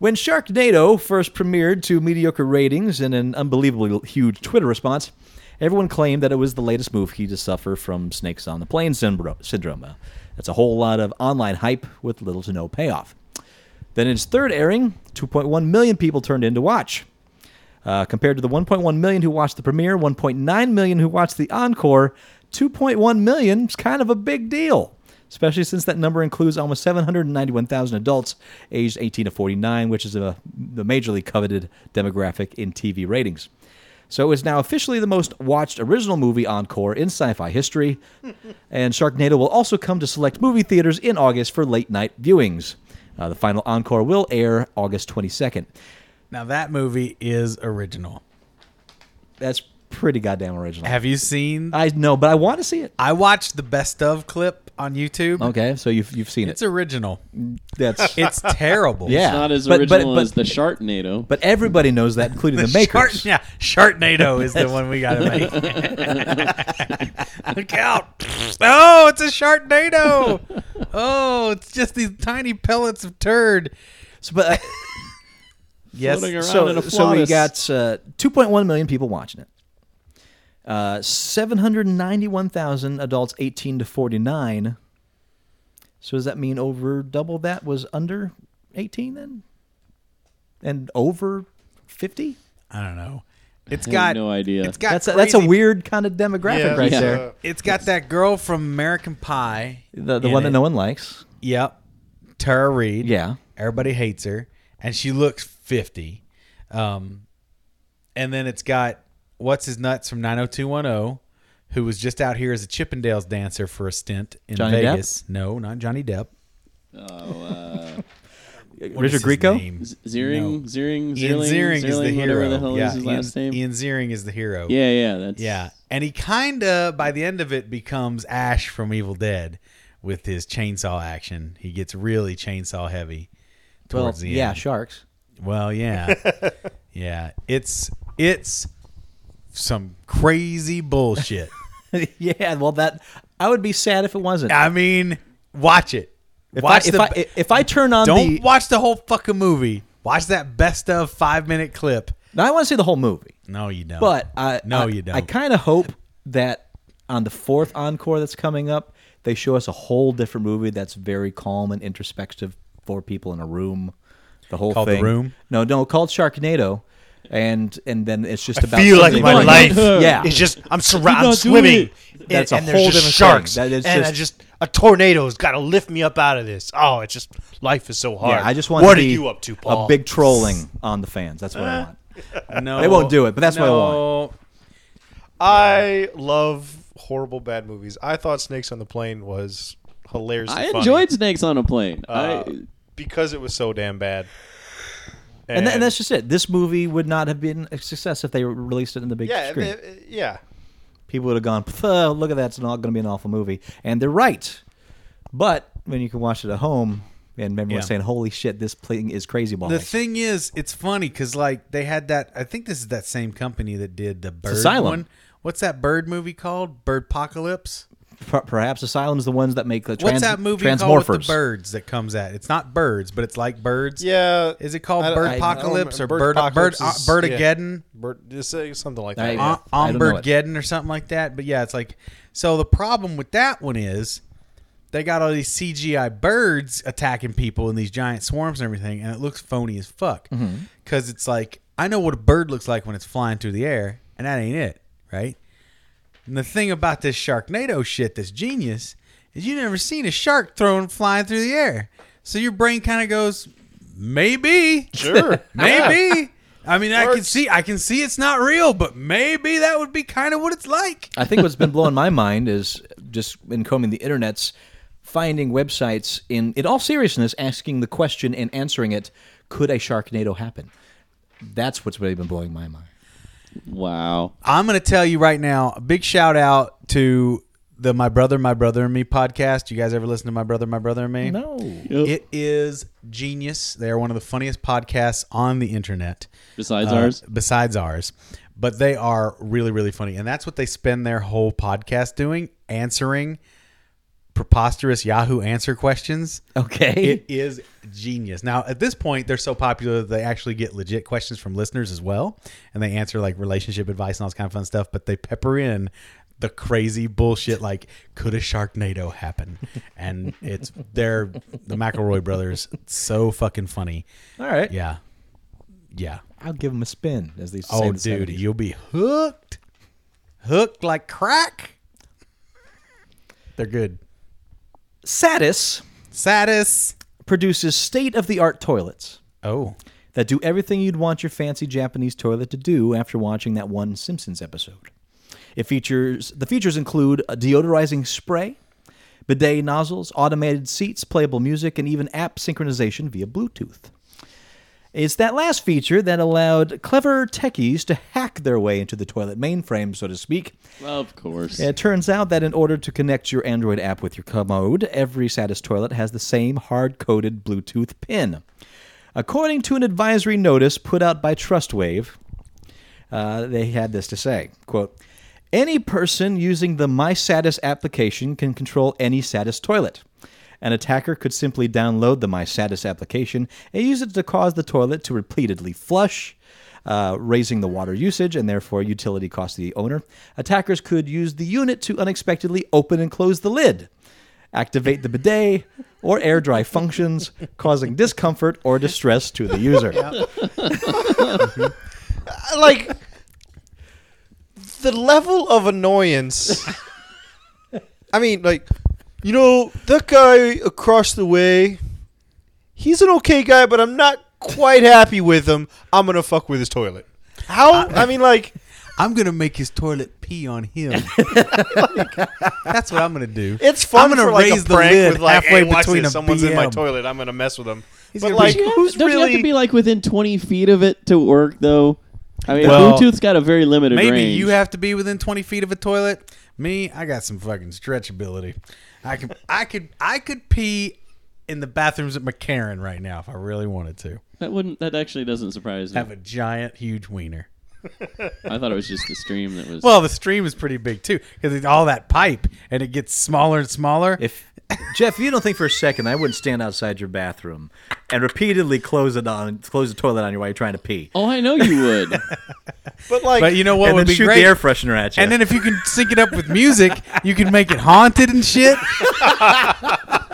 S4: when Sharknado first premiered to mediocre ratings and an unbelievably huge Twitter response, everyone claimed that it was the latest movie to suffer from Snakes on the Plane syndro- syndrome. Uh, That's a whole lot of online hype with little to no payoff. Then, in its third airing, 2.1 million people turned in to watch. Uh, compared to the 1.1 million who watched the premiere, 1.9 million who watched the encore, 2.1 million is kind of a big deal, especially since that number includes almost 791,000 adults aged 18 to 49, which is a, the majorly coveted demographic in TV ratings. So it's now officially the most watched original movie encore in sci-fi history, and Sharknado will also come to select movie theaters in August for late-night viewings. Uh, the final encore will air August 22nd.
S5: Now that movie is original.
S4: That's pretty goddamn original.
S5: Have you seen?
S4: I know, but I want to see it.
S5: I watched the best of clip on YouTube.
S4: Okay, so you've you've seen
S5: It's
S4: it.
S5: original.
S4: That's
S5: It's terrible. (laughs)
S4: yeah,
S6: Not as
S4: But- but-
S6: original
S4: but-
S6: as the Sharknado.
S4: But everybody knows that, including
S6: (laughs)
S4: the, makers.
S5: Shart, yeah, Sharknado is
S4: (laughs)
S5: the one we gotta make. (laughs) Look out! Oh, it's a Sharknado! Oh, it's just these tiny pellets of turd.
S4: So, but, uh,
S5: Yes,
S6: (laughs) Floating around
S4: so,
S6: in a
S4: so we
S6: flawless-
S4: got uh, 2.1 million people watching it. Uh, 791,000 adults 18 to 49. So does that mean over double that was under 18 then? And over 50?
S5: I don't know. It's
S6: I have
S5: got
S6: no idea.
S5: It's got
S4: That's a, that's a
S5: crazy-
S4: weird kind of demographic right
S6: that's,
S4: there.
S6: uh,
S5: It's got that girl from American Pie.
S4: The, the
S5: in
S4: one that
S5: it.
S4: no one likes.
S5: Yep. Tara Reid.
S4: Yeah.
S5: Everybody hates her, and she looks fifty. Um, and then it's got what's his nuts from nine hundred two one zero, who was just out here as a Chippendales dancer for a stint in
S4: Johnny Depp?
S5: Vegas. No, not Johnny Depp. What is
S4: Richard
S5: his
S4: Grieco?
S5: name?
S6: Ziering, Ziering,
S5: Ian
S6: Zierling,
S5: Ziering is the
S6: Zierling, whatever
S5: hero.
S6: the hell
S5: yeah,
S6: is his
S5: Ian-
S6: last name.
S5: Ian Ziering is the hero.
S6: Yeah, yeah, that's
S5: Yeah, and he kind of by the end of it becomes Ash from Evil Dead, with his chainsaw action. He gets really chainsaw heavy
S4: Well,
S5: towards the
S4: yeah,
S5: end.
S4: sharks. (laughs)
S5: Well, yeah, yeah. It's it's some crazy bullshit. (laughs)
S4: yeah, well, that I would be sad if it wasn't.
S5: I mean, watch it.
S4: if
S5: Ah, watch
S4: I, if,
S5: the
S4: I, if I turn on
S5: don't
S4: the,
S5: watch the whole fucking movie. Watch that best of five minute clip.
S4: now I want to see the whole movie,
S5: No, you don't.
S4: but I
S5: no,
S4: I-
S5: you don't.
S4: I kind of hope that on the fourth encore that's coming up, they show us a whole different movie that's very calm and introspective. Four people in a room, the whole
S5: Called The
S4: thing.
S5: Room?
S4: No, no, called Sharknado, and and then it's just about
S7: feel like
S4: something
S7: my
S4: going on. (laughs)
S7: life (laughs)
S4: Yeah,
S7: is just I'm surrounded, I'm
S6: not do
S7: swimming,
S6: it.
S7: and,
S4: That's a
S7: and there's
S4: whole
S7: just
S4: different thing.
S7: sharks,
S4: That is
S7: and I
S4: just-
S7: just a tornado's got to lift me up out of this. Oh, it's just life is so hard.
S4: Yeah, I just want
S7: What
S4: to
S7: are
S4: be
S7: you up to, Paul?
S4: a big trolling on the fans. That's what
S5: Eh?
S4: I want.
S5: no,
S4: They won't do it, but that's what I
S5: want.
S7: I love horrible bad movies. I thought Snakes on the Plane was hilarious.
S6: I enjoyed Snakes on a Plane.
S5: Uh,
S6: I,
S7: because it was so damn bad.
S4: And, th- and that's just it. This movie would not have been a success if they released it in the big
S7: yeah,
S4: screen.
S7: it- it- yeah.
S4: People would have gone, "Pho, look at that, it's not going to be an awful movie. And they're right. But when you can watch it at home and everyone's
S5: Yeah.
S4: saying, holy shit, this thing is crazy balls.
S5: The thing is, it's funny because like they had that. I think this is that same company that did the bird
S4: Asylum.
S5: one. What's that bird movie called? Bird Apocalypse.
S4: Per- perhaps Asylum's the ones that make the trans-
S5: What's that movie called with
S4: Transmorphers.
S5: the birds that comes at? It's not birds, but it's like birds.
S7: Yeah.
S5: Is it called
S7: I-
S5: Bird
S7: I-
S5: Apocalypse
S7: I
S5: or
S7: don't remember.
S5: Bird Bird
S7: Apocalypse is-
S5: Birdageddon?
S7: yeah. Bird, just say something like
S4: I-
S7: that.
S4: yeah.
S5: on,
S4: I don't know it.
S5: Ombergeddon or something like that. But yeah, it's like so. The problem with that one is they got all these CGI birds attacking people in these giant swarms and everything, and it looks phony as fuck. Because
S4: Mm-hmm.
S5: it's like I know what a bird looks like when it's flying through the air, and that ain't it, right? And the thing about this Sharknado shit that's genius is you never seen a shark thrown flying through the air, so your brain kind of goes maybe
S7: Sure.
S5: (laughs) maybe. I mean, I can
S7: Works.
S5: see, I can see it's not real, but maybe that would be kind of what it's like.
S4: I think what's been blowing
S5: (laughs)
S4: my mind is just in combing the internets, finding websites in in all seriousness asking the question and answering it: Could a Sharknado happen? That's what's really been blowing my mind.
S6: wow.
S5: I'm going to tell you right now. A big shout out to the My Brother, My Brother and Me podcast. You guys ever listen to My Brother, My Brother and Me? It is genius. They are one of the funniest podcasts on the internet.
S6: Besides
S5: uh,
S6: ours?
S5: Besides ours. But they are really, really funny. And that's what they spend their whole podcast doing, answering preposterous Yahoo answer questions.
S4: Okay.
S5: It is genius. Now, at this point, they're so popular that they actually get legit questions from listeners as well, and they answer like relationship advice and all this kind of fun stuff. But they pepper in the crazy bullshit like, "Could a Sharknado happen?" And it's they're the McElroy brothers. so fucking funny.
S4: (laughs) all right.
S5: Yeah, yeah.
S4: I'll give him a spin, as these.
S5: Oh, dude, you'll be hooked, hooked like crack. They're good.
S4: Satis
S5: Satis.
S4: produces state-of-the-art toilets
S5: Oh,
S4: that do everything you'd want your fancy Japanese toilet to do after watching that one Simpsons episode. It features the features include a deodorizing spray, bidet nozzles, automated seats, playable music, and even app synchronization via Bluetooth. It's that last feature that allowed clever techies to hack their way into the toilet mainframe, so to speak.
S6: Of course.
S4: It turns out that in order to connect your Android app with your commode, every Satis toilet has the same hard coded Bluetooth pin. According to an advisory notice put out by TrustWave, uh, they had this to say quote, Any person using the My Satis application can control any Satis toilet. An attacker could simply download the My Satis application and use it to cause the toilet to repeatedly flush, uh, raising the water usage and therefore utility cost to the owner. Attackers could use the unit to unexpectedly open and close the lid, activate the bidet, or air dry functions, causing discomfort or distress to the user.
S7: like the level of annoyance. I mean, like you know that guy across the way. He's an okay guy, but I'm not quite happy with him. I'm gonna fuck with his toilet. How? I mean, like
S5: I'm gonna make his toilet pee on him. (laughs) that's what I'm gonna do.
S7: it's fun
S5: I'm gonna
S7: for like
S5: raise
S7: a
S5: the
S7: prank
S5: lid
S7: with like,
S5: halfway
S7: hey, watch
S5: between
S7: this.
S5: a
S7: someone's in my
S5: BM.
S7: toilet. I'm gonna mess with him. but
S5: gonna be-
S7: like,
S5: Don't you
S7: who's
S6: Don't
S7: really?
S6: you have to be like within 20 feet of it to work, though? I mean,
S5: Well,
S6: Bluetooth's got a very
S5: (laughs)
S6: limited
S5: Maybe
S6: range.
S5: you have to be within 20 feet of a toilet, Me, I got some fucking stretchability. I could, I could, I could pee in the bathrooms at McCarran right now if I really wanted to.
S6: That wouldn't. That actually doesn't surprise me.
S5: Have a giant, huge wiener.
S6: I thought it was just the stream that was.
S5: Well, the stream is pretty big too because it's all that pipe and it gets smaller and smaller.
S4: If Jeff, you don't think for a second I wouldn't stand outside your bathroom and repeatedly close it on close the toilet on you while you're trying to pee.
S6: oh, I know you
S5: (laughs)
S6: would.
S7: But like,
S5: but you know what
S4: and
S5: would
S4: then
S5: be
S4: shoot
S5: great?
S4: the air freshener at you.
S5: And then if you can sync it up with music, you can make it haunted and
S6: (laughs)
S5: shit. (laughs)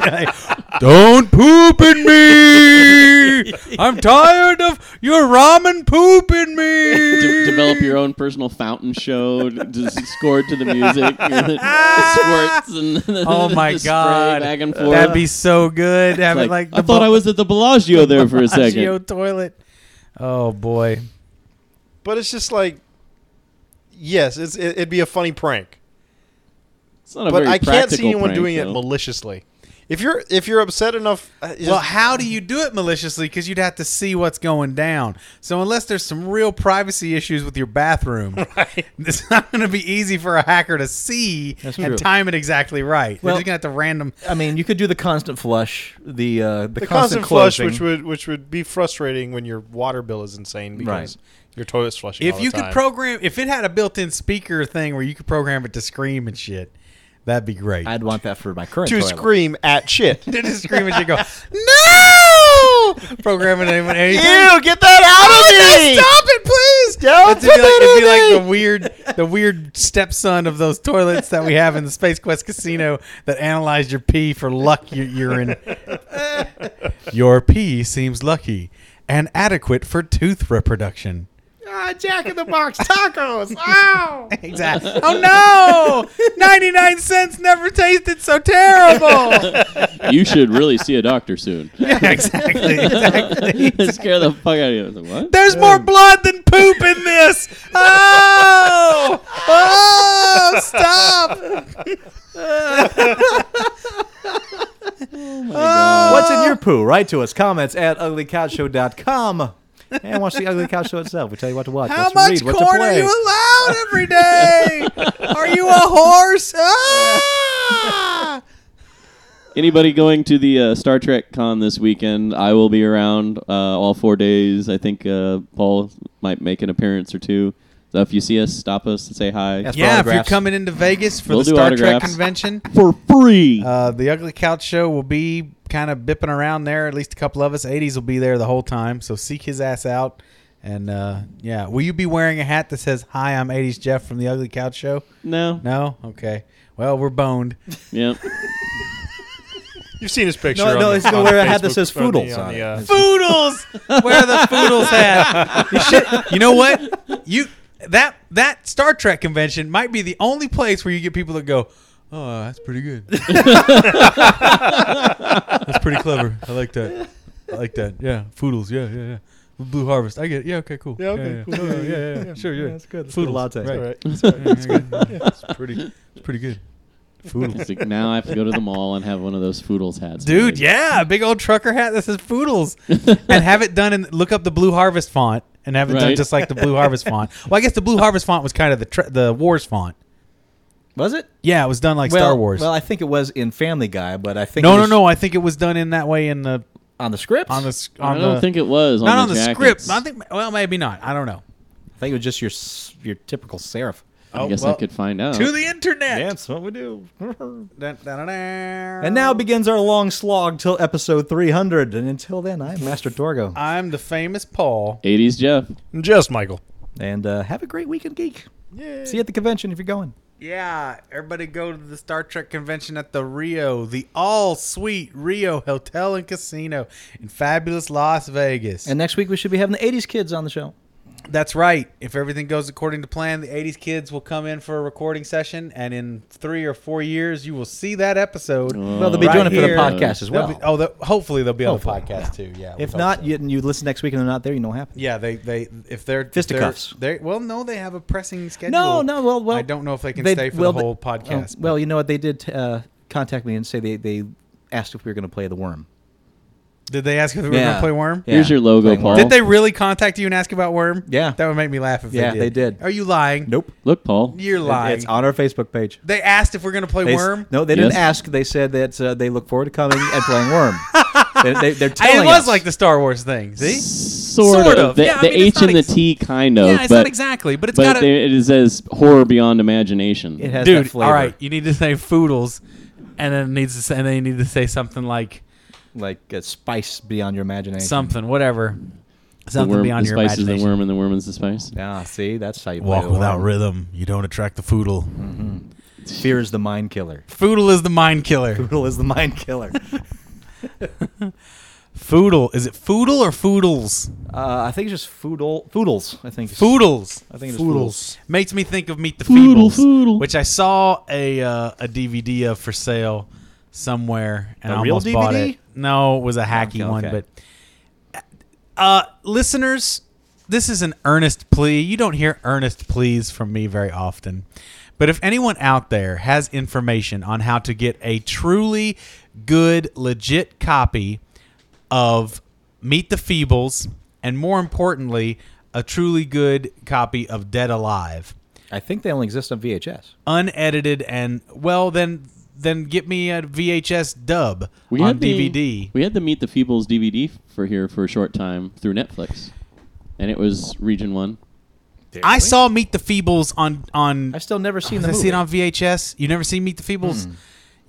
S1: Don't poop
S6: (laughs)
S1: in me. I'm tired of your ramen poop in
S6: (laughs)
S1: me.
S6: De- develop your own personal fountain show, d- just scored to the music, (laughs) squirts, and (laughs)
S5: (laughs) Oh my
S6: the spray
S5: god,
S6: back and forth.
S5: that'd be so good. Have
S6: like,
S5: it like
S6: I thought I was at the Bellagio there for a
S5: (laughs) Bellagio
S6: second.
S5: toilet. Oh boy,
S7: but it's just like, yes, it's, it, it'd be a funny prank.
S6: It's not a
S7: but
S6: very
S7: I can't see
S6: practical
S7: anyone
S6: prank,
S7: doing it
S6: though.
S7: maliciously. If you're if you're upset enough, uh,
S5: Well,
S7: just-
S5: how do you do it maliciously? Because you'd have to see what's going down. So unless there's some real privacy issues with your bathroom,
S7: (laughs)
S5: it's not going to be easy for a hacker to see and
S4: true.
S5: time it exactly right. They're
S4: Well-
S5: just going to have to random.
S4: I mean, you could do the constant flush, the uh, the,
S7: the
S4: constant,
S7: constant flush,
S4: closing.
S7: which would which would be frustrating when your water bill is insane because your toilet's flushing. all
S5: If
S7: the
S5: you could
S7: time.
S5: program, if it had a built-in speaker thing where you could program it to scream and shit, that'd be great. (laughs)
S4: I'd want that for my current
S7: to
S4: toilet.
S7: scream at shit.
S5: They're just scream and shit
S7: (laughs)
S5: go, no! Programming anyone anything.
S7: get
S5: Oh,
S7: that out of me!
S5: Stop it, please!
S7: Don't
S5: It'd be,
S7: put
S5: like,
S7: that
S5: it'd be
S7: in
S5: like
S7: me.
S5: the weird, the weird stepson of those toilets that we have in the Space Quest Casino that analyzed your pee for luck u- urine. your pee seems lucky and adequate for tooth reproduction.
S7: Ah, Jack in the Box tacos. Wow.
S5: (laughs) Exactly. Oh no!
S7: (laughs)
S5: Ninety nine cents never tasted so
S7: (laughs)
S5: terrible.
S6: You should really see a
S5: (laughs)
S6: doctor soon.
S5: exactly. Exactly.
S6: (laughs) Scare the fuck out of you. I was like, what?
S5: There's more blood than poop in (laughs) this. Oh, oh, stop.
S4: What's in your poo? Write to us. Comments at uglycouchshow.com. And watch the Ugly Couch Show itself. We tell you what to watch,
S5: How
S4: what to
S5: much
S4: read, what to
S5: corn are
S4: play.
S5: you
S4: (laughs)
S5: allowed every day? are you a horse? Ah!
S6: Anybody going to the uh, Star Trek con this weekend? I will be around uh, all four days. I think uh, Paul might make an appearance or two. So if you see us, stop us and say hi.
S4: That's
S5: Yeah, if you're
S4: autographs.
S5: coming into Vegas for
S6: We'll
S5: the
S6: do
S5: Star Trek
S6: autographs.
S5: convention,
S6: for free.
S5: uh, the Ugly Couch Show will be kind of bipping around there. At least a couple of us. 80s will be there the whole time. So seek his ass out. And uh, yeah, will you be wearing a hat that says "Hi, I'm 80s Jeff from the Ugly Couch Show"?
S6: no.
S5: No. Okay. Well, we're boned.
S6: Yep.
S7: (laughs) You've seen his picture.
S4: No,
S7: on
S4: no,
S7: the,
S4: it's gonna
S7: on
S4: wear
S7: the
S4: a hat that
S7: Facebook-
S4: says
S7: on the-
S4: Foodles
S7: on
S4: on
S7: the,
S4: it.
S5: (laughs)
S7: uh,
S5: Foodles. Wear the Foodles hat. You, should- you know what? You that that Star Trek convention might be the only place where you get people that go, "Oh, that's pretty good. that's pretty clever. I like that. I like that. Yeah, Foodles. Yeah, yeah, yeah." Blue Harvest. I get it. Yeah, okay, cool.
S7: Yeah, okay,
S5: yeah,
S7: cool.
S5: Yeah, yeah, yeah, yeah, Sure, yeah. That's
S4: good. Let's get a latte.
S5: Right.
S7: All right. (laughs)
S5: That's good. It's pretty it's pretty good.
S6: It's like, now I have to go to the mall and have one of those Foodles hats.
S5: Dude,
S6: made.
S5: yeah, a big old trucker hat that says (laughs) Foodles, and have it done in look up the Blue Harvest font and have it done
S6: Right.
S5: just like the Blue Harvest font. (laughs) Well, I guess the Blue Harvest font was kind of the tr the Wars font.
S4: Was it?
S5: Yeah, it was done like
S4: well,
S5: Star Wars.
S4: Well, I think it was in Family Guy, but I think it
S5: no, no,
S4: was
S5: no. I think it was done in that way in the
S4: On the script,
S5: on the s- on
S6: I don't
S5: the,
S6: think it was.
S5: not on
S6: the
S5: the
S6: jackets.
S5: script. I think well, maybe not. I don't know.
S4: I think it was just your s- your typical serif.
S6: I guess I
S5: oh, well,
S6: could find out.
S5: To the internet.
S4: That's what we do.
S5: Da- da- da- da.
S4: and now begins our long slog till episode 300. And until then, I'm Master Dorgo.
S5: I'm the famous Paul.
S6: 80s Jeff.
S7: Just Michael.
S4: And uh, have a great weekend, geek. See you at the convention if you're going.
S5: Yeah, everybody go to the Star Trek convention at the Rio, the all suite Rio Hotel and Casino in fabulous Las Vegas.
S4: And
S5: And
S4: next week we should be having the 80s kids on the show.
S5: that's right. If everything goes according to plan, the 80s kids will come in for a recording session, and in three or four years, you will see that episode.
S6: Oh.
S4: Well, they'll be
S5: right
S4: doing it for
S5: here.
S4: the podcast as
S5: They'll
S4: well.
S5: be- oh, they'll- hopefully they'll be
S4: Hopefully,
S5: on the podcast too. Yeah. we
S4: if
S5: hope
S4: not,
S5: so.
S4: you, you listen next week and they're not there, you know what happened.
S5: yeah, they they if they're if
S4: Fisticuffs.
S5: They're, they well, no, they have a pressing schedule.
S4: No, no, well, well,
S5: I don't know if they can
S4: they-
S5: stay for
S4: well,
S5: the
S4: they-
S5: whole
S4: oh,
S5: podcast.
S4: well, you know what? They did uh, contact me and say they, they asked if we were going to play The Worm.
S5: Did they ask if we were going
S4: Yeah.
S5: to play Worm?
S4: Yeah.
S6: Here's your logo,
S4: Playing
S6: Paul.
S4: Worm.
S5: Did they really contact you and ask about Worm?
S4: Yeah.
S5: That would make me laugh if
S4: Yeah,
S5: they did.
S4: they did.
S5: Are you lying?
S4: Nope.
S6: Look, Paul.
S5: You're
S4: It-
S5: lying.
S4: It's on our Facebook page.
S5: they asked if we're going to play
S4: They s-
S5: Worm.
S4: No, they didn't
S6: Yes.
S4: ask. They said that uh, they look forward to coming and playing
S5: (laughs)
S4: Worm. they, they, they're
S5: I-
S4: telling
S5: it was
S4: us.
S5: like the Star Wars thing. See?
S6: Sort,
S5: Sort
S6: of.
S5: of.
S6: The,
S5: Yeah, I
S6: the
S5: mean, it's
S6: H
S5: not
S6: and the
S5: ex-
S6: T, kind of.
S5: yeah, it's
S6: but,
S5: not exactly, but it's
S6: but
S5: got a
S6: they- it is as horror beyond imagination.
S4: It has that
S5: dude.
S4: flavor.
S5: All right, you need to say Foodles, and then it needs to say, and then you need to say something like
S4: Like a spice beyond your imagination.
S5: something, whatever,
S6: the
S5: something
S6: worm,
S5: beyond
S6: the
S5: your
S6: spice is the
S5: imagination.
S6: worm, and the worm is the spice.
S4: Ah, see, that's how you play
S1: Walk
S4: the
S1: without
S4: Worm.
S1: rhythm. You don't attract the foodle.
S4: Fear is the mind killer.
S5: Foodle is the mind killer.
S4: Poodle is the mind killer.
S5: Foodle is it Foodle or Foodles?
S4: (laughs) Uh, I think it's just foodle, foodles. I think it's-
S5: Foodles.
S4: I think it's foodles.
S5: makes me think of Meet the
S6: Foodle,
S5: Feebles,
S6: foodle.
S5: which I saw a uh, a DVD of for sale somewhere, and
S4: A
S5: I
S4: real
S5: almost bought
S4: DVD?
S5: it. No, it was a hacky
S4: Okay,
S5: one.
S4: okay.
S5: But uh, listeners, this is an earnest plea. You don't hear earnest pleas from me very often, but if anyone out there has information on how to get a truly good, legit copy of Meet the Feebles, and more importantly, a truly good copy of Dead Alive,
S4: I think they only exist on VHS.
S5: unedited, and well, then then get me a VHS dub on
S6: the-
S5: DVD.
S6: We had the Meet the Feebles DVD for here for a short time through Netflix, and it was Region One.
S5: I saw Meet the Feebles on on.
S4: I've still never
S5: (sighs)
S4: seen
S5: Did
S4: the
S5: I
S4: movie. Hmm.
S5: see it on VHS? You never seen Meet the Feebles?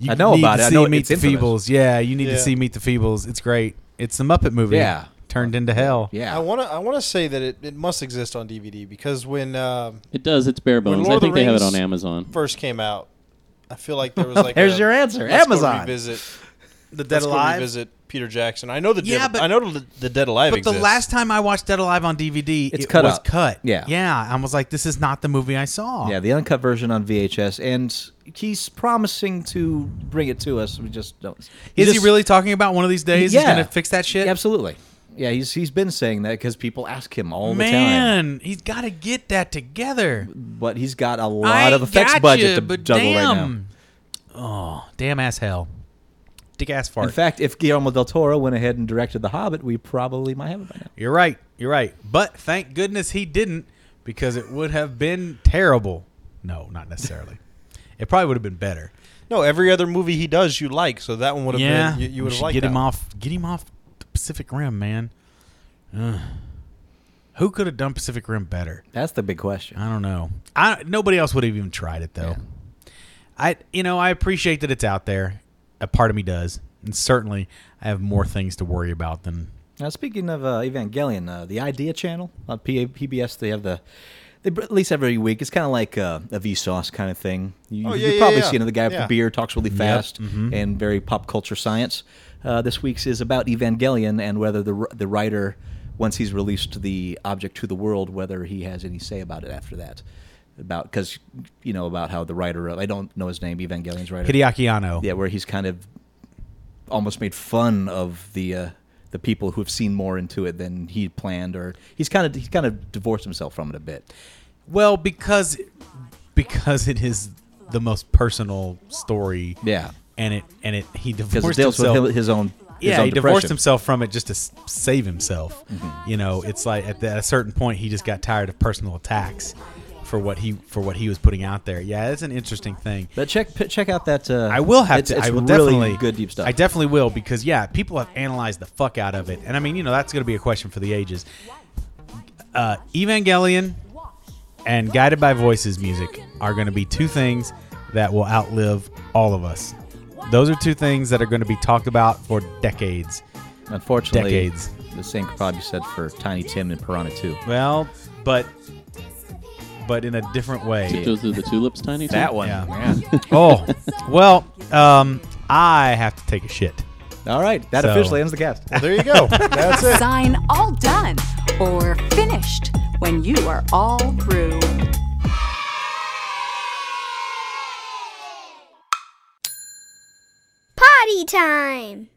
S5: You
S4: I know
S5: need
S4: about
S5: to
S4: it. I
S5: see
S4: know
S5: Meet
S4: it's
S5: the
S4: infamous.
S5: Feebles. Yeah, you need
S7: Yeah.
S5: to see Meet the Feebles. It's great. It's the Muppet movie.
S4: Yeah.
S5: turned into hell.
S4: yeah,
S7: I want to I want to say that it, it must exist on DVD because when um
S6: It does. It's bare
S7: When
S6: bones.
S7: Lord
S6: I
S7: of the
S6: think they have it on
S7: Rings-
S6: Amazon.
S7: first came out, I feel
S5: (laughs)
S7: like there was like
S4: There's
S7: a,
S4: your answer,
S7: let's go
S4: Amazon.
S7: revisit
S5: The Dead
S7: let's go
S5: Alive.
S7: revisit Peter Jackson. I know the
S5: Yeah,
S7: dead,
S5: but-
S7: I know the, the Dead Alive.
S5: But the
S7: exists.
S5: last time I watched Dead Alive on DVD,
S4: It's
S5: it
S4: cut
S5: was
S4: up.
S5: cut.
S4: Yeah.
S5: yeah. I was like, this is not the movie I saw.
S4: yeah, the uncut version on VHS, and he's promising to bring it to us. We just don't.
S5: is
S4: just-
S5: he really talking about one of these days? He's gonna fix that shit.
S4: Absolutely. Yeah, he's he's been saying that because people ask him all the time.
S5: Man, he's got to get that together.
S4: But he's got a
S5: I
S4: lot of effects
S5: gotcha,
S4: budget to
S5: but
S4: juggle right now.
S5: damn. Oh, damn ass hell. Dick ass fart.
S4: In fact, if Guillermo del Toro went ahead and directed The Hobbit, we probably might have it by now.
S5: You're right. You're right. But thank goodness he didn't because it would have been terrible. No, not necessarily. it probably would have been better.
S7: no, every other movie he does, you like. So that one would have
S5: yeah,
S7: been you, you
S5: we
S7: would have
S5: should
S7: liked
S5: get
S7: that
S5: him
S7: one.
S5: off. Get him off the Pacific Rim, man. Ugh. Who could have done Pacific Rim better?
S4: That's the big question.
S5: I don't know. I nobody else would have even tried it though. I you know I appreciate that it's out there. A part of me does, and certainly I have more things to worry about than
S4: Now, speaking of uh, Evangelion, uh, the Idea Channel on P- PBS, they have the they br- at least every week. It's kind of like uh, a Vsauce kind of thing. You,
S7: Oh,
S4: have
S7: yeah, yeah,
S4: probably
S7: yeah.
S4: seen it. The guy with
S7: Yeah.
S4: the beer talks really fast and very pop culture science. Uh, this week's is about Evangelion and whether the r- the writer, once he's released the object to the world, whether he has any say about it after that. About because you know about how the writer of I don't know his name Evangelion's writer
S5: Hideaki Anno.
S4: yeah, where he's kind of almost made fun of the uh, the people who have seen more into it than he planned, or he's kind of he's kind of divorced himself from it a bit.
S5: Well, because because it is the most personal story.
S4: Yeah.
S5: and it and it he
S4: Because it
S5: divorced
S4: deals
S5: himself.
S4: with his- his own his
S5: yeah,
S4: own
S5: he divorced
S4: depression. Mm-hmm.
S5: himself from it just to s- save himself. You know, it's like at, the, at a certain point he just got tired of personal attacks for what he for what he was putting out there. Yeah, it's an interesting thing.
S4: But check p- check out that. Uh,
S5: I will have
S4: it's,
S5: to.
S4: It's
S5: I will
S4: really
S5: definitely
S4: good deep stuff.
S5: I definitely will because yeah, people have analyzed the fuck out of it, and I mean, you know, that's going to be a question for the ages. Uh, Evangelion and Guided by Voices music are going to be two things that will outlive all of us. Those are two things that are going to be talked about for decades.
S4: Unfortunately,
S5: decades.
S4: The same could probably be said for Tiny Tim and Piranha too.
S5: Well, but but in a
S4: (laughs)
S5: different way.
S6: Those are the tulips, tiny.
S4: That
S6: Tim?
S4: one.
S5: Yeah.
S4: man.
S5: oh, well, um, I have to take a shit.
S4: (laughs) All right, that
S5: So-
S4: officially ends the cast.
S7: Well, there you go. That's it.
S3: Sign all done or finished when you are all through.
S8: Potty time!